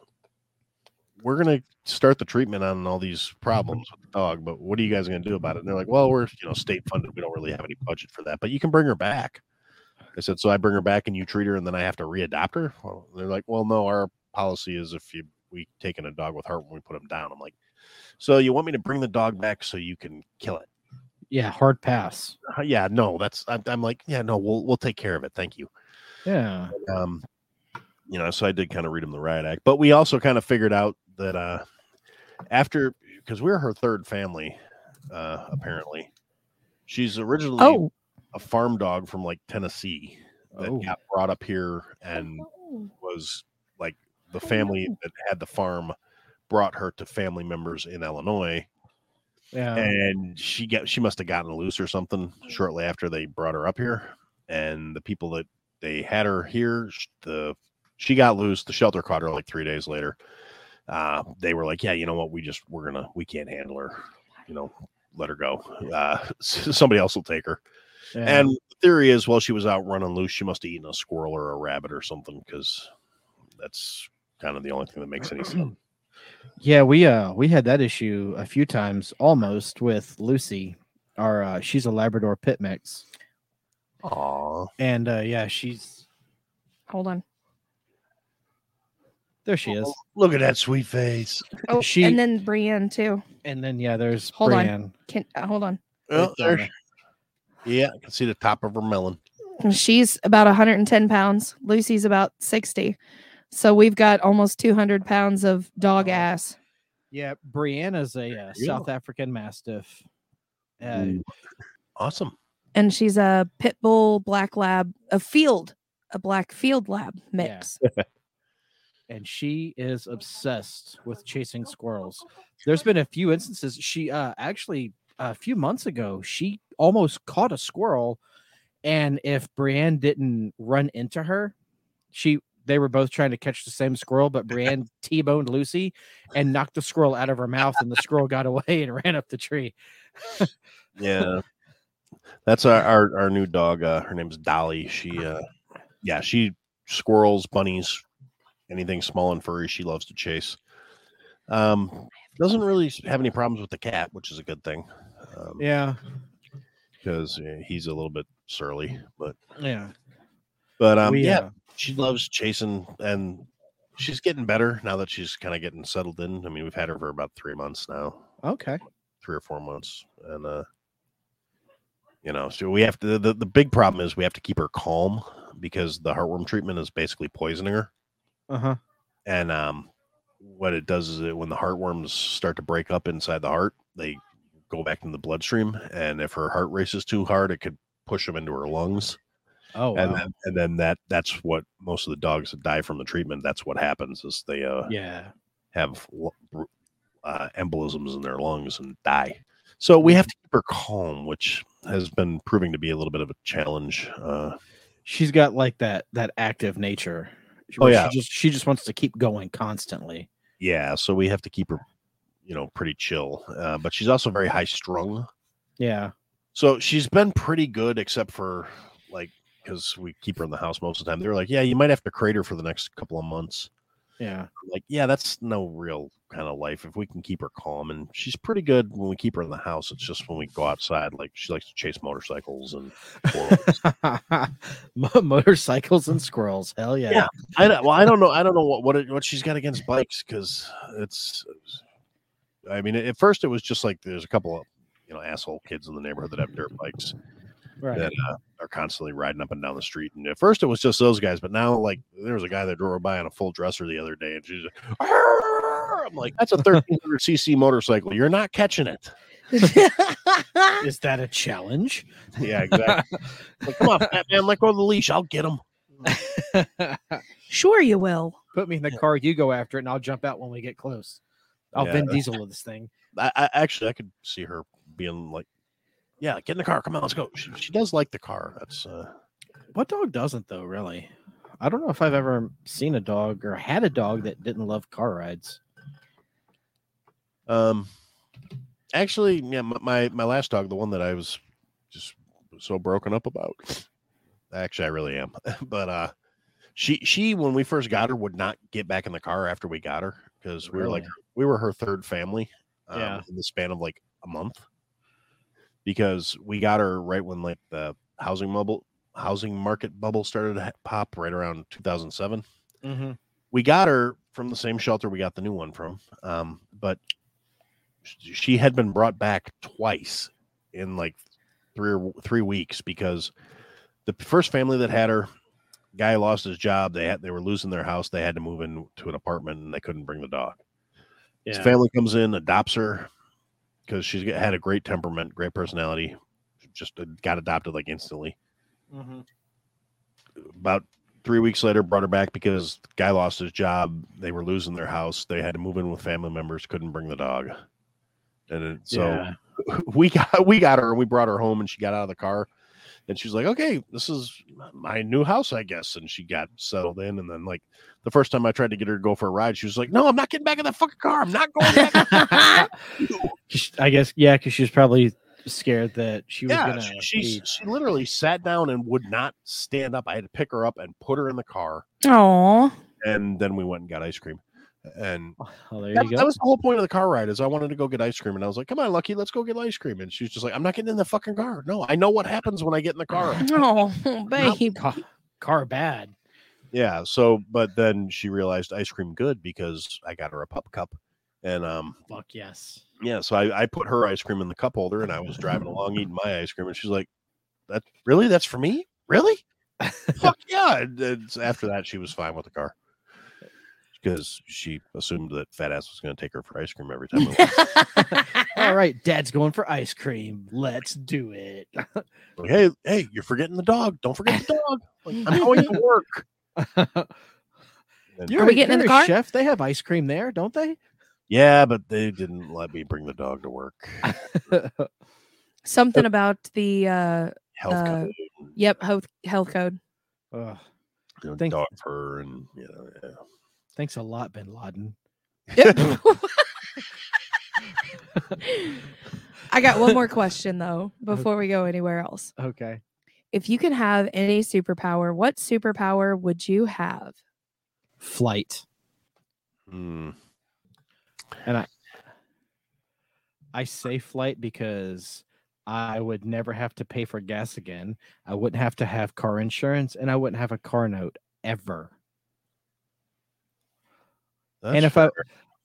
[SPEAKER 3] We're going to start the treatment on all these problems with the dog, but what are you guys going to do about it? And they're like, well, we're, you know, state funded. We don't really have any budget for that, but you can bring her back. I said, so I bring her back and you treat her and then I have to readopt her. Well, they're like, well, no, our policy is if you, we taken a dog with heart when we put him down. I'm like, so you want me to bring the dog back so you can kill it?
[SPEAKER 1] Yeah, hard pass.
[SPEAKER 3] "Uh, yeah, no, that's I'm, I'm like, yeah, no, we'll we'll take care of it. Thank you.
[SPEAKER 1] Yeah.
[SPEAKER 3] Um, you know, so I did kind of read him the riot act, but we also kind of figured out that uh after because we're her third family, uh, apparently. She's originally
[SPEAKER 2] oh
[SPEAKER 3] a farm dog from like Tennessee that
[SPEAKER 1] Oh.
[SPEAKER 3] got brought up here and was like the
[SPEAKER 2] Oh,
[SPEAKER 3] family that had the farm brought her to family members in Illinois
[SPEAKER 1] Yeah.
[SPEAKER 3] and she got she must have gotten loose or something shortly after they brought her up here and the people that they had her here sh- the she got loose the shelter caught her like three days later uh they were like yeah you know what we just we're gonna we can't handle her you know let her go uh somebody else will take her
[SPEAKER 1] Yeah.
[SPEAKER 3] And the theory is, while she was out running loose, she must have eaten a squirrel or a rabbit or something, because that's kind of the only thing that makes any sense.
[SPEAKER 1] Yeah, we uh we had that issue a few times almost with Lucy. Our uh, she's a Labrador pit mix,
[SPEAKER 3] Aw.
[SPEAKER 1] and uh, yeah, she's
[SPEAKER 2] Hold on.
[SPEAKER 1] there. She is,
[SPEAKER 3] Look at that sweet face.
[SPEAKER 2] Oh,
[SPEAKER 1] She-
[SPEAKER 2] and then Brienne too.
[SPEAKER 1] and then yeah, there's
[SPEAKER 2] Hold on.
[SPEAKER 1] Brienne.
[SPEAKER 2] Can uh, hold on.
[SPEAKER 3] Well,
[SPEAKER 1] There's
[SPEAKER 3] Oh, there she- yeah, I can see the top of her melon.
[SPEAKER 2] She's about 110 pounds. Lucy's about 60. So we've got almost 200 pounds of dog
[SPEAKER 1] Wow.
[SPEAKER 2] ass.
[SPEAKER 1] Yeah, Brianna's a uh,
[SPEAKER 3] you
[SPEAKER 1] South African Mastiff. Uh,
[SPEAKER 3] Ooh. Awesome.
[SPEAKER 2] And she's a pit bull, black lab, a field, a black field lab mix.
[SPEAKER 1] and she is obsessed with chasing squirrels. There's been a few instances. She uh, actually a few months ago she almost caught a squirrel, and if Brienne didn't run into her, she they were both trying to catch the same squirrel, but Brienne t-boned Lucy and knocked the squirrel out of her mouth, and the squirrel got away and ran up the tree.
[SPEAKER 3] Yeah. That's our, our our new dog. Uh, her name's Dolly. She uh yeah, she squirrels, bunnies, anything small and furry she loves to chase. Um doesn't really s- have any problems with the cat, which is a good thing. Um
[SPEAKER 1] Yeah,
[SPEAKER 3] because he's a little bit surly, but
[SPEAKER 1] yeah,
[SPEAKER 3] but um
[SPEAKER 1] We,
[SPEAKER 3] yeah,
[SPEAKER 1] uh,
[SPEAKER 3] she loves chasing and she's getting better now that she's kind of getting settled in. I mean, we've had her for about 3 months now.
[SPEAKER 1] uh, okay.
[SPEAKER 3] three or four months and uh you know so we have to the, the big problem is we have to keep her calm because the heartworm treatment is basically poisoning her
[SPEAKER 1] Uh huh.
[SPEAKER 3] and um what it does is it when the heartworms start to break up inside the heart they go back in the bloodstream and if her heart races too hard it could push them into her lungs
[SPEAKER 1] Oh,
[SPEAKER 3] and,
[SPEAKER 1] wow.
[SPEAKER 3] then, and then that that's what most of the dogs that die from the treatment that's what happens is they uh
[SPEAKER 1] yeah.
[SPEAKER 3] have lu- br- uh, embolisms in their lungs and die. So we have to keep her calm, which has been proving to be a little bit of a challenge. Uh,
[SPEAKER 1] she's got like that that active nature. She-
[SPEAKER 3] Oh,
[SPEAKER 1] where
[SPEAKER 3] yeah.
[SPEAKER 1] she just she just wants to keep going constantly.
[SPEAKER 3] yeah, so we have to keep her, you know, pretty chill. Uh, but she's also very high strung.
[SPEAKER 1] Yeah,
[SPEAKER 3] So she's been pretty good, except for like because we keep her in the house most of the time. They're like, yeah, you might have to crate her for the next couple of months.
[SPEAKER 1] yeah,
[SPEAKER 3] like yeah that's no real kind of life if we can keep her calm and she's pretty good when we keep her in the house it's just when we go outside like she likes to chase motorcycles and squirrels.
[SPEAKER 1] Mo- motorcycles and squirrels. Hell yeah.
[SPEAKER 3] Yeah. I, don't- well i don't know i don't know what what, it, what she's got against bikes because it's i mean at first it was just like there's a couple of you know asshole kids in the neighborhood that have dirt bikes
[SPEAKER 1] right.
[SPEAKER 3] that uh, are constantly riding up and down the street and at first it was just those guys but now like there was a guy that drove by on a full dresser the other day and she's like "Arr!" i'm like that's a 1300 cc motorcycle you're not catching it
[SPEAKER 1] Is that a challenge?
[SPEAKER 3] Yeah, exactly. Like, come on, fat man, let go of the leash. I'll get him.
[SPEAKER 2] sure you will.
[SPEAKER 1] Put me in the car. You go after it, and I'll jump out when we get close. I'll
[SPEAKER 3] Yeah.
[SPEAKER 1] Vin Diesel of this thing.
[SPEAKER 3] I, I actually I could see her being like, yeah, get in the car. Come on, let's go. She, she does like the car. That's uh,
[SPEAKER 1] What dog doesn't though? Really, I don't know if I've ever seen a dog or had a dog that didn't love car rides.
[SPEAKER 3] um, actually, yeah, my, my my last dog, the one that I was just so broken up about. Actually, I really am. but uh, she she when we first got her would not get back in the car after we got her because we were like
[SPEAKER 1] Really?
[SPEAKER 3] we were her third family um,
[SPEAKER 1] Yeah.
[SPEAKER 3] in the span of like a month because we got her right when like the housing bubble housing market bubble started to ha- pop right around 2007
[SPEAKER 1] Mhm.
[SPEAKER 3] we got her from the same shelter we got the new one from um, but sh- she had been brought back twice in like three or three weeks because the first family that had her guy lost his job they had they were losing their house they had to move into an apartment and they couldn't bring the dog his
[SPEAKER 1] Yeah.
[SPEAKER 3] family comes in, adopts her because she's got- had a great temperament, great personality. Just uh, got adopted like instantly.
[SPEAKER 1] Mhm.
[SPEAKER 3] About three weeks later, brought her back because the guy lost his job. They were losing their house. They had to move in with family members. Couldn't bring the dog, and then- so
[SPEAKER 1] Yeah.
[SPEAKER 3] we got we got her and we brought her home and she got out of the car and she's like okay this is my new house i guess and she got settled in and then like the first time i tried to get her to go for a ride she was like no i'm not getting back in that fucking car i'm not going back
[SPEAKER 1] I guess yeah, because she was probably scared that she was
[SPEAKER 3] yeah,
[SPEAKER 1] gonna.
[SPEAKER 3] she, she,
[SPEAKER 1] be-
[SPEAKER 3] she literally sat down and would not stand up. I had to pick her up and put her in the car,
[SPEAKER 2] Oh,
[SPEAKER 3] and then we went and got ice cream. And
[SPEAKER 1] oh, there
[SPEAKER 3] that,
[SPEAKER 1] you go.
[SPEAKER 3] that was the whole point of the car ride is I wanted to go get ice cream, and I was like, "Come on, Lucky, let's go get ice cream." And she's just like, "I'm not getting in the fucking car. No, I know what happens when I get in the car."
[SPEAKER 2] oh, babe.
[SPEAKER 1] car, car bad.
[SPEAKER 3] Yeah. So, but then she realized ice cream good because I got her a pup cup, and um,
[SPEAKER 1] Fuck yes.
[SPEAKER 3] yeah. So I, I put her ice cream in the cup holder, and I was driving along eating my ice cream, and she's like, "That really? That's for me? Really? Fuck yeah!" And, then so after that, she was fine with the car because she assumed that fat ass was going to take her for ice cream every time. we went.
[SPEAKER 1] All right, Dad's going for ice cream. Let's do it.
[SPEAKER 3] Like, hey, hey, you're forgetting the dog. Don't forget the dog. Like, I'm going to work. And-
[SPEAKER 1] You're-
[SPEAKER 2] we getting in the
[SPEAKER 1] you're a
[SPEAKER 2] car?
[SPEAKER 1] Chef, they have ice cream there, don't they?
[SPEAKER 3] yeah, but they didn't let me bring the dog to work.
[SPEAKER 2] Something about the uh
[SPEAKER 3] Health
[SPEAKER 2] Uh,
[SPEAKER 3] code.
[SPEAKER 2] yep, health health code.
[SPEAKER 1] Ugh,
[SPEAKER 3] you know,
[SPEAKER 1] Thank-
[SPEAKER 3] dog fur and you know, yeah.
[SPEAKER 1] thanks a lot, Bin Laden.
[SPEAKER 2] I got one more question though before we go anywhere else.
[SPEAKER 1] Okay.
[SPEAKER 2] If you could have any superpower, what superpower would you have?
[SPEAKER 1] Flight.
[SPEAKER 3] Hmm.
[SPEAKER 1] I say flight because I would never have to pay for gas again. I wouldn't have to have car insurance and I wouldn't have a car note ever.
[SPEAKER 3] That's
[SPEAKER 1] and if I
[SPEAKER 3] fair.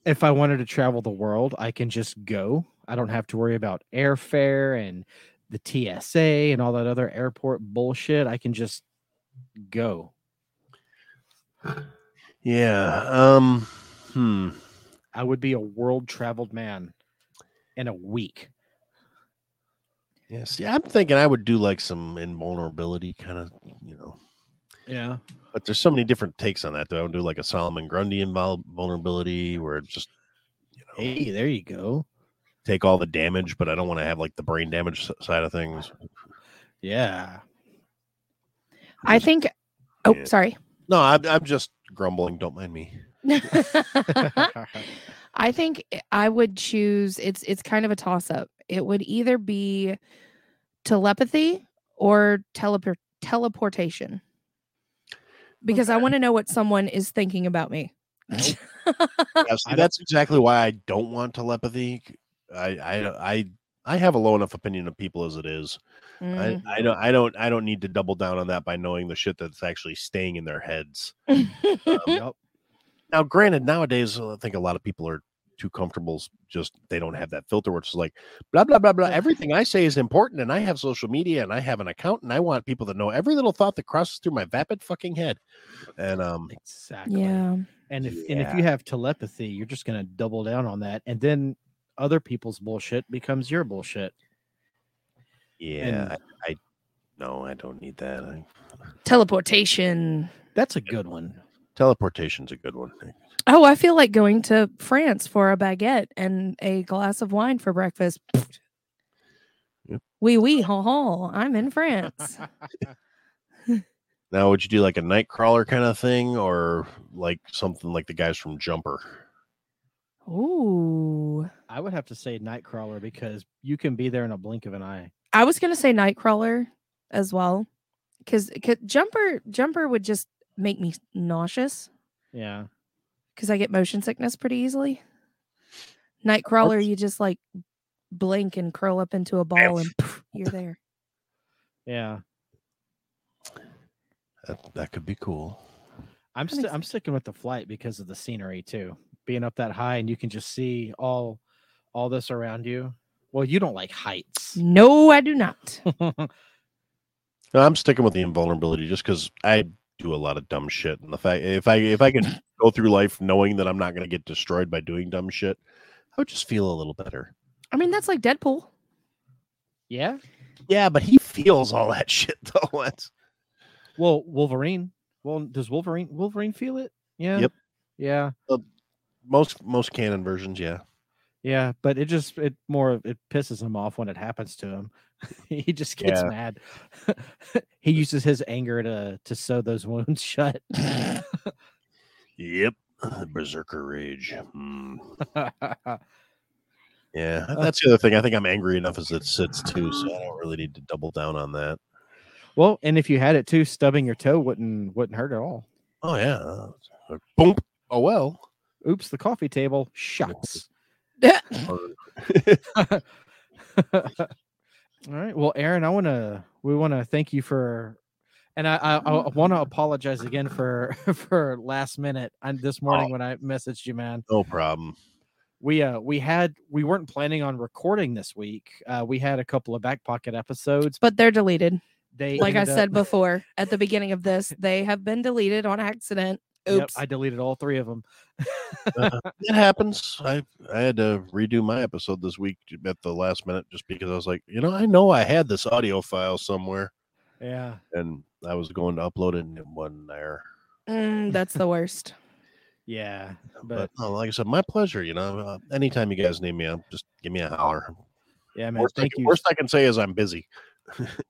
[SPEAKER 1] if I wanted to travel the world, I can just go. I don't have to worry about airfare and the TSA and all that other airport bullshit. I can just go.
[SPEAKER 3] yeah, um, hmm,
[SPEAKER 1] I would be a world traveled man in a week.
[SPEAKER 3] yes, yeah, I'm thinking I would do like some invulnerability kind of, you know.
[SPEAKER 1] Yeah.
[SPEAKER 3] But there's so many different takes on that. Though I would do like a Solomon Grundy invulnerability, where it's just you know
[SPEAKER 1] Hey, there you go.
[SPEAKER 3] take all the damage, but I don't want to have like the brain damage s- side of things.
[SPEAKER 1] Yeah.
[SPEAKER 2] I think Oh,
[SPEAKER 3] Yeah.
[SPEAKER 2] sorry.
[SPEAKER 3] No, I'm, I'm just grumbling. Don't mind me.
[SPEAKER 2] Uh-huh. I think i- I would choose it's it's kind of a toss up. It would either be telepathy or teleport teleportation. Because I want to know what someone is thinking about me.
[SPEAKER 3] Yeah, see,
[SPEAKER 1] I don't-
[SPEAKER 3] that's exactly why I don't want telepathy. I, I, I, I have a low enough opinion of people as it is. I,
[SPEAKER 2] Mm.
[SPEAKER 3] I don't I don't I don't need to double down on that by knowing the shit that's actually staying in their heads.
[SPEAKER 1] Yep.
[SPEAKER 3] Now, granted, nowadays uh, I think a lot of people are too comfortable. s- Just they don't have that filter where it's like blah blah blah blah. Everything I say is important, and I have social media, and I have an account, and I want people to know every little thought that crosses through my vapid fucking head. And um,
[SPEAKER 1] Exactly.
[SPEAKER 2] yeah.
[SPEAKER 1] And if and if you have telepathy, you're just gonna double down on that, and then other people's bullshit becomes your bullshit.
[SPEAKER 3] yeah, I, I no, I don't need that. I,
[SPEAKER 2] Teleportation.
[SPEAKER 1] That's a good one.
[SPEAKER 3] teleportation's a good one.
[SPEAKER 2] Oh, I feel like going to France for a baguette and a glass of wine for breakfast.
[SPEAKER 3] Yep.
[SPEAKER 2] Wee wee ho ho. I'm in France.
[SPEAKER 3] Now, would you do like a night crawler kind of thing, or like something like the guys from Jumper?
[SPEAKER 2] Ooh.
[SPEAKER 1] I would have to say Nightcrawler because you can be there in a blink of an eye.
[SPEAKER 2] I was gonna say Nightcrawler as well, because Jumper Jumper would just make me nauseous
[SPEAKER 1] Yeah.
[SPEAKER 2] because I get motion sickness pretty easily. Nightcrawler, you just like blink and curl up into a ball and poof, you're there.
[SPEAKER 1] Yeah.
[SPEAKER 3] That, that could be cool.
[SPEAKER 1] I'm
[SPEAKER 2] That makes
[SPEAKER 1] st- I'm sticking with the flight because of the scenery too. Being up that high and you can just see all all this around you. Well, you don't like heights.
[SPEAKER 2] No, I do not.
[SPEAKER 3] No, I'm sticking with the invulnerability just because I do a lot of dumb shit, and the fact if I if I can go through life knowing that I'm not going to get destroyed by doing dumb shit, I would just feel a little better.
[SPEAKER 2] I mean, that's like Deadpool.
[SPEAKER 1] yeah.
[SPEAKER 3] Yeah, but he feels all that shit though. That's
[SPEAKER 1] Well, Wolverine. Well, does Wolverine Wolverine feel it? Yeah.
[SPEAKER 3] Yep.
[SPEAKER 1] Yeah.
[SPEAKER 3] most most canon versions. Yeah,
[SPEAKER 1] Yeah, but it just it more of- it pisses him off when it happens to him. he just gets mad. he uses his anger to to sew those wounds shut.
[SPEAKER 3] Hmm. yep. Berserker rage. Mm. Yeah, that's the other thing. I think I'm angry enough as it sits too, so I don't really need to double down on that.
[SPEAKER 1] Well, and if you had it too, stubbing your toe wouldn't wouldn't hurt at all.
[SPEAKER 3] Oh yeah, uh, boom. Oh well.
[SPEAKER 1] Oops, the coffee table. Shucks.
[SPEAKER 3] Or-
[SPEAKER 1] All right. Well, Aaron, I want to we want to thank you for, and I I, I want to apologize again for for last minute and this morning
[SPEAKER 3] Oh.
[SPEAKER 1] when I messaged you, man.
[SPEAKER 3] No problem.
[SPEAKER 1] we uh we had we weren't planning on recording this week. Uh, we had a couple of back pocket episodes.
[SPEAKER 2] but they're deleted.
[SPEAKER 1] They
[SPEAKER 2] Like I
[SPEAKER 1] ended up-
[SPEAKER 2] said before at the beginning of this, they have been deleted on accident.
[SPEAKER 1] Yep,
[SPEAKER 2] Oops.
[SPEAKER 1] I deleted all three of them.
[SPEAKER 3] It happens. I I had to redo my episode this week at the last minute just because I was like, you know, I know I had this audio file somewhere,
[SPEAKER 1] Yeah,
[SPEAKER 3] and I was going to upload it and it wasn't there.
[SPEAKER 2] Mm, that's the worst.
[SPEAKER 1] yeah, but
[SPEAKER 3] But, no, like I said, my pleasure. You know, uh, anytime you guys need me, i just give me a holler.
[SPEAKER 1] yeah, man.
[SPEAKER 3] Worst I,
[SPEAKER 1] Thank
[SPEAKER 3] can,
[SPEAKER 1] you.
[SPEAKER 3] worst I can say is I'm busy.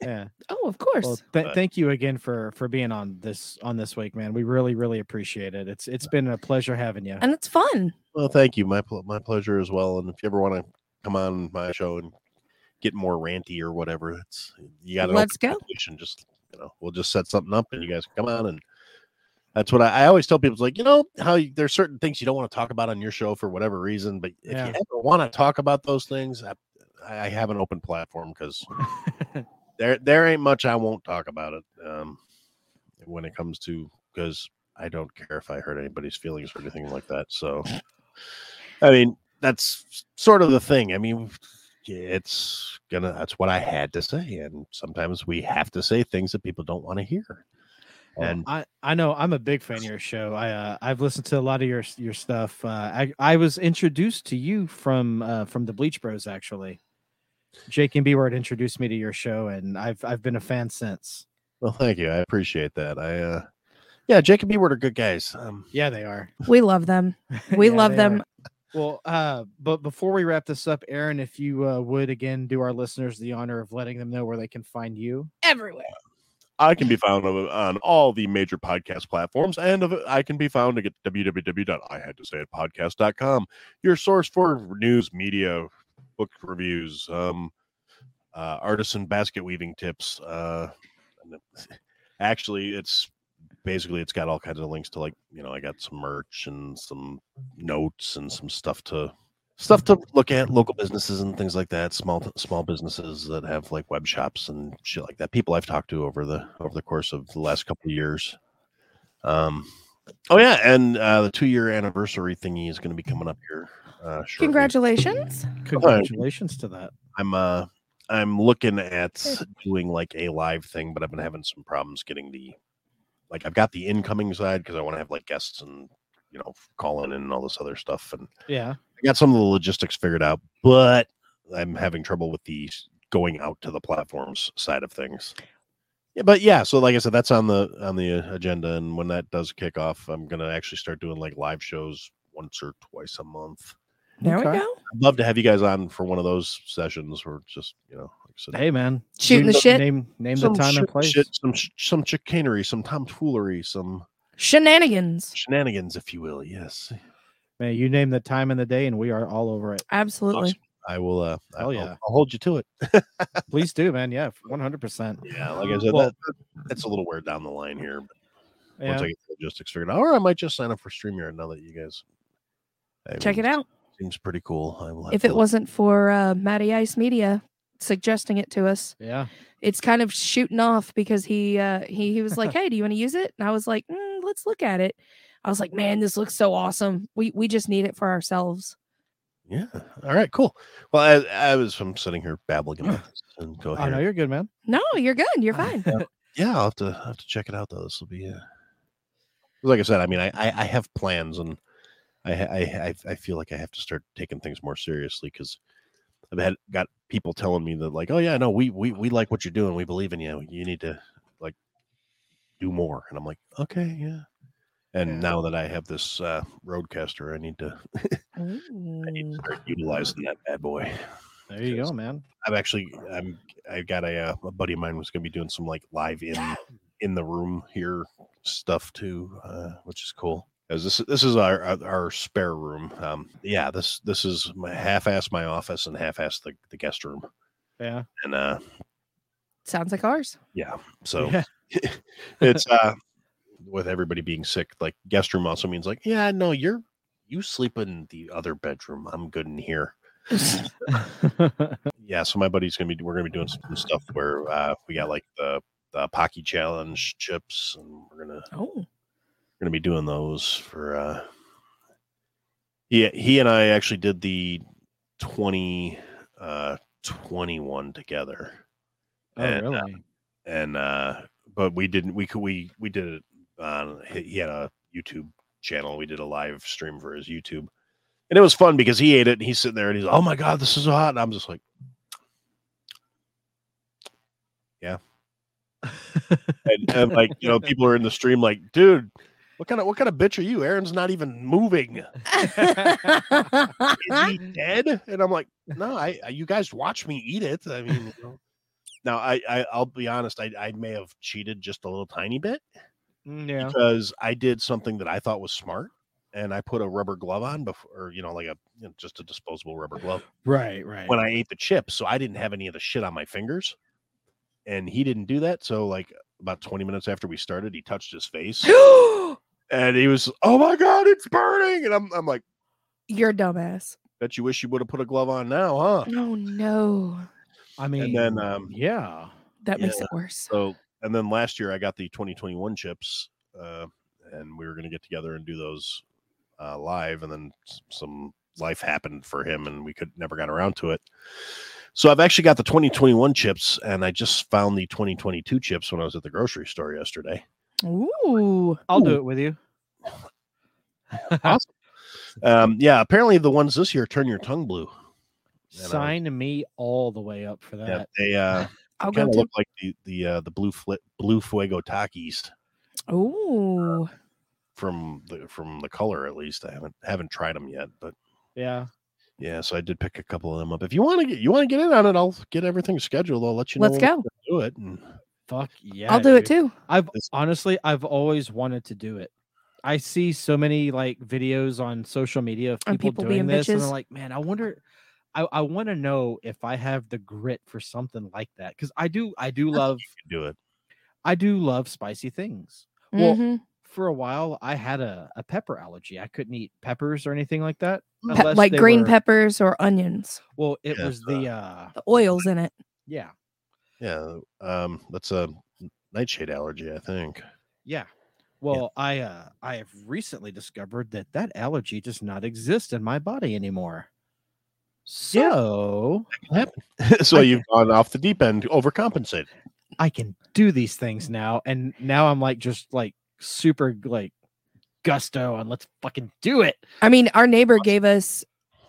[SPEAKER 1] Yeah.
[SPEAKER 2] Oh, of course.
[SPEAKER 1] Well, th-
[SPEAKER 3] But-
[SPEAKER 1] thank you again for for being on this on this week, man. We really really appreciate it. It's it's been a pleasure having you.
[SPEAKER 2] and it's fun.
[SPEAKER 3] Well, thank you. My pl- my pleasure as well. And if you ever want to come on my show and get more ranty or whatever, it's you got. an
[SPEAKER 2] Let's
[SPEAKER 3] open
[SPEAKER 2] go.
[SPEAKER 3] invitation, Just you know, we'll just set something up and you guys can come on and. That's what I, I always tell people. It's like you know how you, there's certain things you don't want to talk about on your show for whatever reason, but if
[SPEAKER 1] Yeah.
[SPEAKER 3] you ever want to talk about those things, I, I have an open platform because there there ain't much I won't talk about it um, when it comes to because I don't care if I hurt anybody's feelings or anything like that. So, I mean, that's s- sort of the thing. I mean, it's gonna that's what I had to say, and sometimes we have to say things that people don't want to hear.
[SPEAKER 1] Well,
[SPEAKER 3] And
[SPEAKER 1] I, I know I'm a big fan of your show. I uh, I've listened to a lot of your your stuff. Uh, I I was introduced to you from uh, from the Bleach Bros actually. Jake and B Word introduced me to your show, and I've I've been a fan since.
[SPEAKER 3] well, thank you. I appreciate that. I uh, yeah, Jake and B word are good guys. Um,
[SPEAKER 1] Yeah, they are.
[SPEAKER 2] We love them. We
[SPEAKER 1] Yeah,
[SPEAKER 2] love
[SPEAKER 1] they are.
[SPEAKER 2] them.
[SPEAKER 1] Well, uh, but before we wrap this up, Aaron, if you uh, would again do our listeners the honor of letting them know where they can find you.
[SPEAKER 2] everywhere.
[SPEAKER 3] I can be found on- on all the major podcast platforms, and of- I can be found at www.ihadtosayitpodcast.com, your source for news, media, book reviews, um, uh, artisan basket weaving tips. Uh, and it- actually, it's basically it's got all kinds of links to like you know I got some merch and some notes and some stuff to stuff to look at local businesses and things like that small small businesses that have like web shops and shit like that people i've talked to over the over the course of the last couple of years um oh yeah and uh the two year anniversary thingy is going to be coming up here uh shortly.
[SPEAKER 2] Congratulations.
[SPEAKER 1] Congratulations to that.
[SPEAKER 3] i'm uh i'm looking at doing like a live thing but i've been having some problems getting the like i've got the incoming side because i want to have like guests and you know calling in and all this other stuff and
[SPEAKER 1] Yeah.
[SPEAKER 3] I got some of the logistics figured out, but I'm having trouble with the s- going out to the platforms side of things. Yeah, but yeah, so like I said, that's on the on the uh, agenda, and when that does kick off, I'm gonna actually start doing like live shows once or twice a month.
[SPEAKER 2] There
[SPEAKER 1] Okay.
[SPEAKER 2] we go.
[SPEAKER 3] I'd love to have you guys on for one of those sessions, or just you know, like I said,
[SPEAKER 1] Hey man.
[SPEAKER 2] Shooting
[SPEAKER 1] Name-
[SPEAKER 2] the shit.
[SPEAKER 1] Name name
[SPEAKER 3] some
[SPEAKER 1] the time and
[SPEAKER 3] shit-
[SPEAKER 1] place.
[SPEAKER 3] shit- some sh- some chicanery, some tomfoolery, some
[SPEAKER 2] Shenanigans.
[SPEAKER 3] shenanigans, if you will. Yes,
[SPEAKER 1] Man, you name the time and the day, and we are all over it.
[SPEAKER 2] Absolutely.
[SPEAKER 3] I will. Uh, I-
[SPEAKER 1] Hell
[SPEAKER 3] I'll-
[SPEAKER 1] yeah.
[SPEAKER 3] I'll hold you to it.
[SPEAKER 1] Please do, man. Yeah, one hundred percent.
[SPEAKER 3] Yeah, like I said,
[SPEAKER 1] Well-
[SPEAKER 3] that, that's a little weird down the line here. But
[SPEAKER 1] Yeah.
[SPEAKER 3] once I get the logistics figured out, or I might just sign up for StreamYard now that you guys I
[SPEAKER 2] Check
[SPEAKER 3] mean,
[SPEAKER 2] it out.
[SPEAKER 3] Seems pretty cool. I will have
[SPEAKER 2] If it
[SPEAKER 3] to-
[SPEAKER 2] wasn't for uh, Matty Ice Media suggesting it to us,
[SPEAKER 1] yeah.
[SPEAKER 2] it's kind of shooting off because he uh, he he was like, "Hey, do you want to use it?" And I was like, "Mm, "Let's look at it." I was like, "Man, this looks so awesome. We we just need it for ourselves."
[SPEAKER 3] yeah, all right, cool. Well, I, I was from sitting here babbling about this and go
[SPEAKER 1] Oh no, you're good, man.
[SPEAKER 2] No, you're good. You're fine.
[SPEAKER 3] Yeah, I'll have to I'll have to check it out though. This will be uh, like I said. I mean, I I, I have plans and I, ha- I I I feel like I have to start taking things more seriously because I've had got people telling me that like, oh yeah, no, we we we like what you're doing. We believe in you. You need to like do more. And I'm like, okay, yeah. And
[SPEAKER 1] Yeah.
[SPEAKER 3] now that I have this uh, roadcaster, I need to I need to
[SPEAKER 2] Ooh.
[SPEAKER 3] start utilizing that bad boy.
[SPEAKER 1] There you
[SPEAKER 3] Yes.
[SPEAKER 1] go, man.
[SPEAKER 3] I'm actually I'm I got a, uh, a buddy of mine was gonna be doing some like live in in the room here stuff too, uh, which is cool. As this this is our our, our spare room. Um, yeah, this this is my half-ass my office and half-ass the, the guest room.
[SPEAKER 1] Yeah.
[SPEAKER 3] And uh,
[SPEAKER 2] Sounds like ours.
[SPEAKER 3] yeah, so
[SPEAKER 1] Yeah.
[SPEAKER 3] it's uh, with everybody being sick, like guest room also means like, yeah, no, you're you sleep in the other bedroom. I'm good in here.
[SPEAKER 1] Oh,
[SPEAKER 3] yeah so my buddy's gonna be we're gonna be doing some stuff where uh we got like the the pocky challenge chips and we're gonna
[SPEAKER 2] Oh,
[SPEAKER 3] we're gonna be doing those for uh yeah he and i actually did the 20 uh 21 together
[SPEAKER 1] oh,
[SPEAKER 3] And, uh,
[SPEAKER 1] really?
[SPEAKER 3] and uh but we didn't we could we we did it on he he had a youtube channel we did a live stream for his youtube and it was fun because he ate it and he's sitting there and he's oh my god this is so hot and i'm just like yeah and, and like you know people are in the stream like dude what kind of what kind of bitch are you aaron's not even moving is he dead? And I'm like, no, I, I you guys watch me eat it. I mean, you know. now I, I I'll be honest, I, I may have cheated just a little tiny bit
[SPEAKER 1] Mm, yeah.
[SPEAKER 3] because I did something that I thought was smart, and I put a rubber glove on before, or, you know, like a you know, just a disposable rubber glove
[SPEAKER 1] Right, right.
[SPEAKER 3] when I ate the chips, so I didn't have any of the shit on my fingers, and he didn't do that. So like about 20 minutes after we started, he touched his face, and he was, oh my god, it's burning, and I'm I'm like,
[SPEAKER 2] you're a dumbass.
[SPEAKER 3] bet you wish you would have put a glove on now, huh?
[SPEAKER 2] Oh no,
[SPEAKER 1] I mean,
[SPEAKER 3] then, um,
[SPEAKER 1] yeah.
[SPEAKER 2] that makes
[SPEAKER 3] Yeah.
[SPEAKER 2] it worse.
[SPEAKER 3] So, and then last year I got the 2021 chips, uh, and we were going to get together and do those uh, live, and then s- some life happened for him, and we could never got around to it. So I've actually got the 2021 chips, and I just found the 2022 chips when I was at the grocery store yesterday.
[SPEAKER 2] Ooh,
[SPEAKER 1] I'll do it with you.
[SPEAKER 3] Um, yeah, apparently the ones this year turn your tongue blue. I'll-
[SPEAKER 1] Sign me all the way up for that.
[SPEAKER 3] Yeah, they uh,
[SPEAKER 2] I'll go
[SPEAKER 3] kind of
[SPEAKER 2] to.
[SPEAKER 3] look like the the uh, the blue fli blue fuego takis
[SPEAKER 2] Ooh,
[SPEAKER 3] from the from the color at least. I haven't haven't tried them yet, but
[SPEAKER 1] Yeah.
[SPEAKER 3] Yeah, so I did pick a couple of them up. If you want to get you want to get in on it, I'll get everything scheduled. I'll let you
[SPEAKER 2] let's
[SPEAKER 3] know
[SPEAKER 2] go.
[SPEAKER 3] when to do it. And
[SPEAKER 1] Fuck yeah.
[SPEAKER 2] I'll do it
[SPEAKER 1] dude.
[SPEAKER 2] too.
[SPEAKER 1] I've
[SPEAKER 3] It's-
[SPEAKER 1] honestly, I've always wanted to do it. I see so many like videos on social media of people,
[SPEAKER 2] And people
[SPEAKER 1] doing
[SPEAKER 2] being
[SPEAKER 1] this, and
[SPEAKER 2] bitches.
[SPEAKER 1] I'm like, man, I wonder. I, I want to know if I have the grit for something like that because I do. I do love.
[SPEAKER 3] do it.
[SPEAKER 1] I do love spicy things. Well,
[SPEAKER 2] Mhm.
[SPEAKER 1] For a while, I had a, a pepper allergy. I couldn't eat peppers or anything like that.
[SPEAKER 2] Pe-
[SPEAKER 1] unless
[SPEAKER 2] like
[SPEAKER 1] they
[SPEAKER 2] green
[SPEAKER 1] were-
[SPEAKER 2] peppers or onions.
[SPEAKER 1] Well, it
[SPEAKER 3] Yeah,
[SPEAKER 1] was the uh
[SPEAKER 2] The oils in it.
[SPEAKER 1] yeah
[SPEAKER 3] Yeah, um, that's a nightshade allergy, I think.
[SPEAKER 1] yeah. Well, I uh I have recently discovered that that allergy does not exist in my body anymore. So
[SPEAKER 3] so you've gone off the deep end, overcompensated.
[SPEAKER 1] I can do these things now. And now I'm like just like super like gusto and let's fucking do it.
[SPEAKER 2] I mean, our neighbor gave us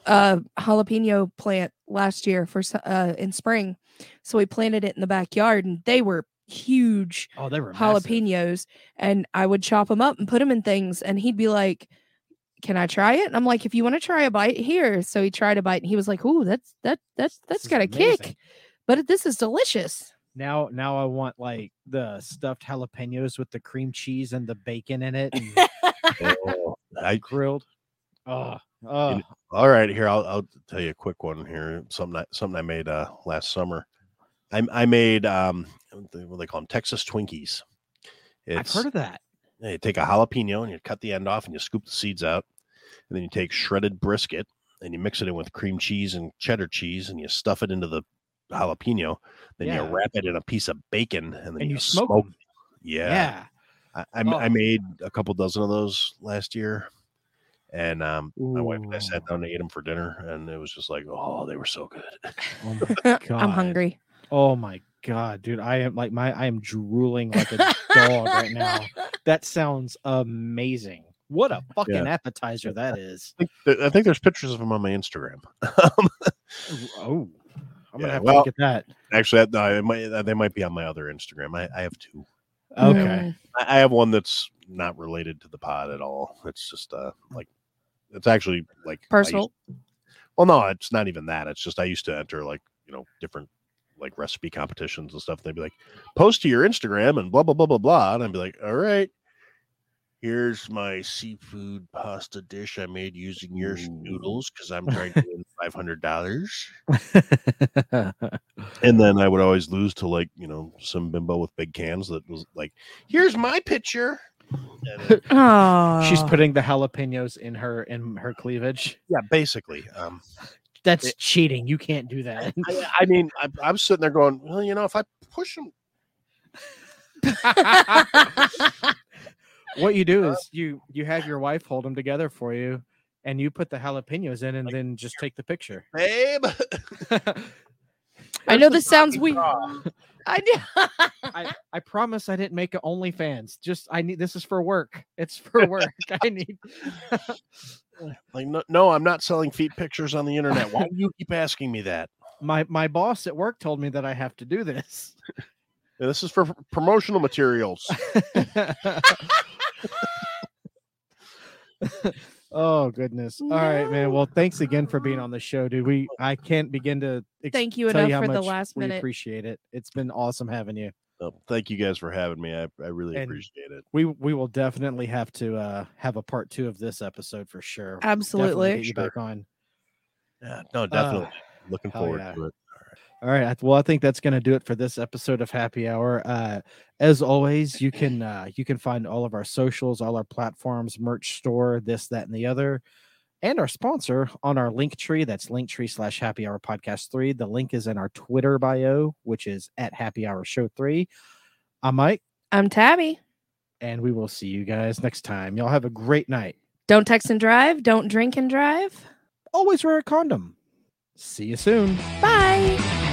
[SPEAKER 2] a jalapeno plant last year for s- uh, in spring, so we planted it in the backyard, and they were huge.
[SPEAKER 1] Oh, they were massive.
[SPEAKER 2] jalapenos and I would chop them up and put them in things and he'd be like, "Can I try it?" And I'm like, "If you want to try a bite here." So he tried a bite and he was like, "Ooh, that's that that's
[SPEAKER 1] This
[SPEAKER 2] that's
[SPEAKER 1] is
[SPEAKER 2] got a
[SPEAKER 1] amazing.
[SPEAKER 2] kick." But this is delicious.
[SPEAKER 1] Now now I want like the stuffed jalapenos with the cream cheese and the bacon in it and
[SPEAKER 3] Oh, I,
[SPEAKER 1] grilled. Oh, oh
[SPEAKER 3] all right, here I'll, I'll tell you a quick one here. Something I, something I made uh, last summer. I, I made um, what they- what they call them Texas Twinkies.
[SPEAKER 1] I've heard of that.
[SPEAKER 3] Yeah, you take a jalapeno and you cut the end off and you scoop the seeds out. And then you take shredded brisket and you mix it in with cream cheese and cheddar cheese and you stuff it into the jalapeno. Then
[SPEAKER 1] Yeah.
[SPEAKER 3] you wrap it in a piece of bacon and then
[SPEAKER 1] And
[SPEAKER 3] you,
[SPEAKER 1] you smoke,
[SPEAKER 3] smoke.
[SPEAKER 1] 'em.
[SPEAKER 3] Yeah.
[SPEAKER 1] Yeah.
[SPEAKER 3] I, I m- I
[SPEAKER 1] Oh.
[SPEAKER 3] made a couple dozen of those last year. And um, my wife and I sat
[SPEAKER 1] Ooh.
[SPEAKER 3] down and ate them for dinner. And it was just like, oh, they were so good.
[SPEAKER 1] Oh my
[SPEAKER 2] I'm
[SPEAKER 1] God.
[SPEAKER 2] hungry.
[SPEAKER 1] Oh my god, dude. I am like my I am drooling like a dog right now. That sounds amazing. What a fucking appetizer that is.
[SPEAKER 3] I think, I think there's pictures of them on my Instagram.
[SPEAKER 1] Oh, I'm gonna
[SPEAKER 3] Yeah,
[SPEAKER 1] have
[SPEAKER 3] well-
[SPEAKER 1] to look at that.
[SPEAKER 3] Actually, no, it might, they might be on my other Instagram. I, I have two.
[SPEAKER 1] Okay.
[SPEAKER 3] I I have one that's not related to the pod at all. It's just uh like it's actually like I used-
[SPEAKER 2] Personal.
[SPEAKER 3] well, no, it's not even that. It's just I used to enter like you know different like recipe competitions and stuff. They'd be like, post to your Instagram and blah blah blah blah blah, and I'd be like, all right, here's my seafood pasta dish I made using your noodles because I'm trying to win five hundred dollars. And then I would always lose to like you know some bimbo with big cans that was like, here's my picture. And then-
[SPEAKER 2] Oh,
[SPEAKER 1] She's putting the jalapenos in her in her cleavage.
[SPEAKER 3] yeah, basically. Um,
[SPEAKER 1] That's
[SPEAKER 3] It-
[SPEAKER 1] cheating. You can't do that.
[SPEAKER 3] I, uh, I mean, I, I'm sitting there going, well, you know, if I push them,
[SPEAKER 1] what you
[SPEAKER 3] Uh,
[SPEAKER 1] do is you you have your wife hold them together for you, and you put the jalapenos in, and
[SPEAKER 3] Like,
[SPEAKER 1] then just take the picture.
[SPEAKER 3] babe,
[SPEAKER 2] I know this sounds weird. I do.
[SPEAKER 1] I, I promise I didn't make a OnlyFans. Just I need this is for work. It's for work. I need.
[SPEAKER 3] like, no, no, I'm not selling feet pictures on the internet. Why do you keep asking me that?
[SPEAKER 1] my my boss at work told me that I have to do this.
[SPEAKER 3] And this is for pr- promotional materials.
[SPEAKER 1] oh goodness. All right, man. Well, thanks again for being on the show, dude. We I can't begin to ex-
[SPEAKER 2] Thank you
[SPEAKER 1] tell
[SPEAKER 2] enough
[SPEAKER 1] you how
[SPEAKER 2] for the
[SPEAKER 1] much
[SPEAKER 2] last
[SPEAKER 1] we
[SPEAKER 2] minute.
[SPEAKER 1] appreciate it. It's been awesome having you.
[SPEAKER 3] Well, thank you guys for having me. I, I really
[SPEAKER 1] And-
[SPEAKER 3] appreciate it.
[SPEAKER 1] We we will definitely have to uh have a part 2 of this episode for sure. Definitely
[SPEAKER 2] Absolutely.
[SPEAKER 1] get you back on.
[SPEAKER 3] Yeah, no,
[SPEAKER 1] Uh,
[SPEAKER 3] definitely. Looking
[SPEAKER 1] hell
[SPEAKER 3] forward
[SPEAKER 1] yeah.
[SPEAKER 3] to it.
[SPEAKER 1] All right. I- Well, I think that's going to do it for this episode of Happy Hour. Uh, as always, you can uh, you can find all of our socials, all our platforms, merch store, this, that, and the other, and our sponsor on our link tree. That's linktree slash Happy Hour Podcast Three. The link is in our Twitter bio, which is at Happy Hour Show Three. I'm Mike,
[SPEAKER 2] I'm Tabby.
[SPEAKER 1] and we will see you guys next time. Y'all have a great night.
[SPEAKER 2] Don't text and drive. Don't drink and drive.
[SPEAKER 1] Always wear a condom. See you soon.
[SPEAKER 2] Bye.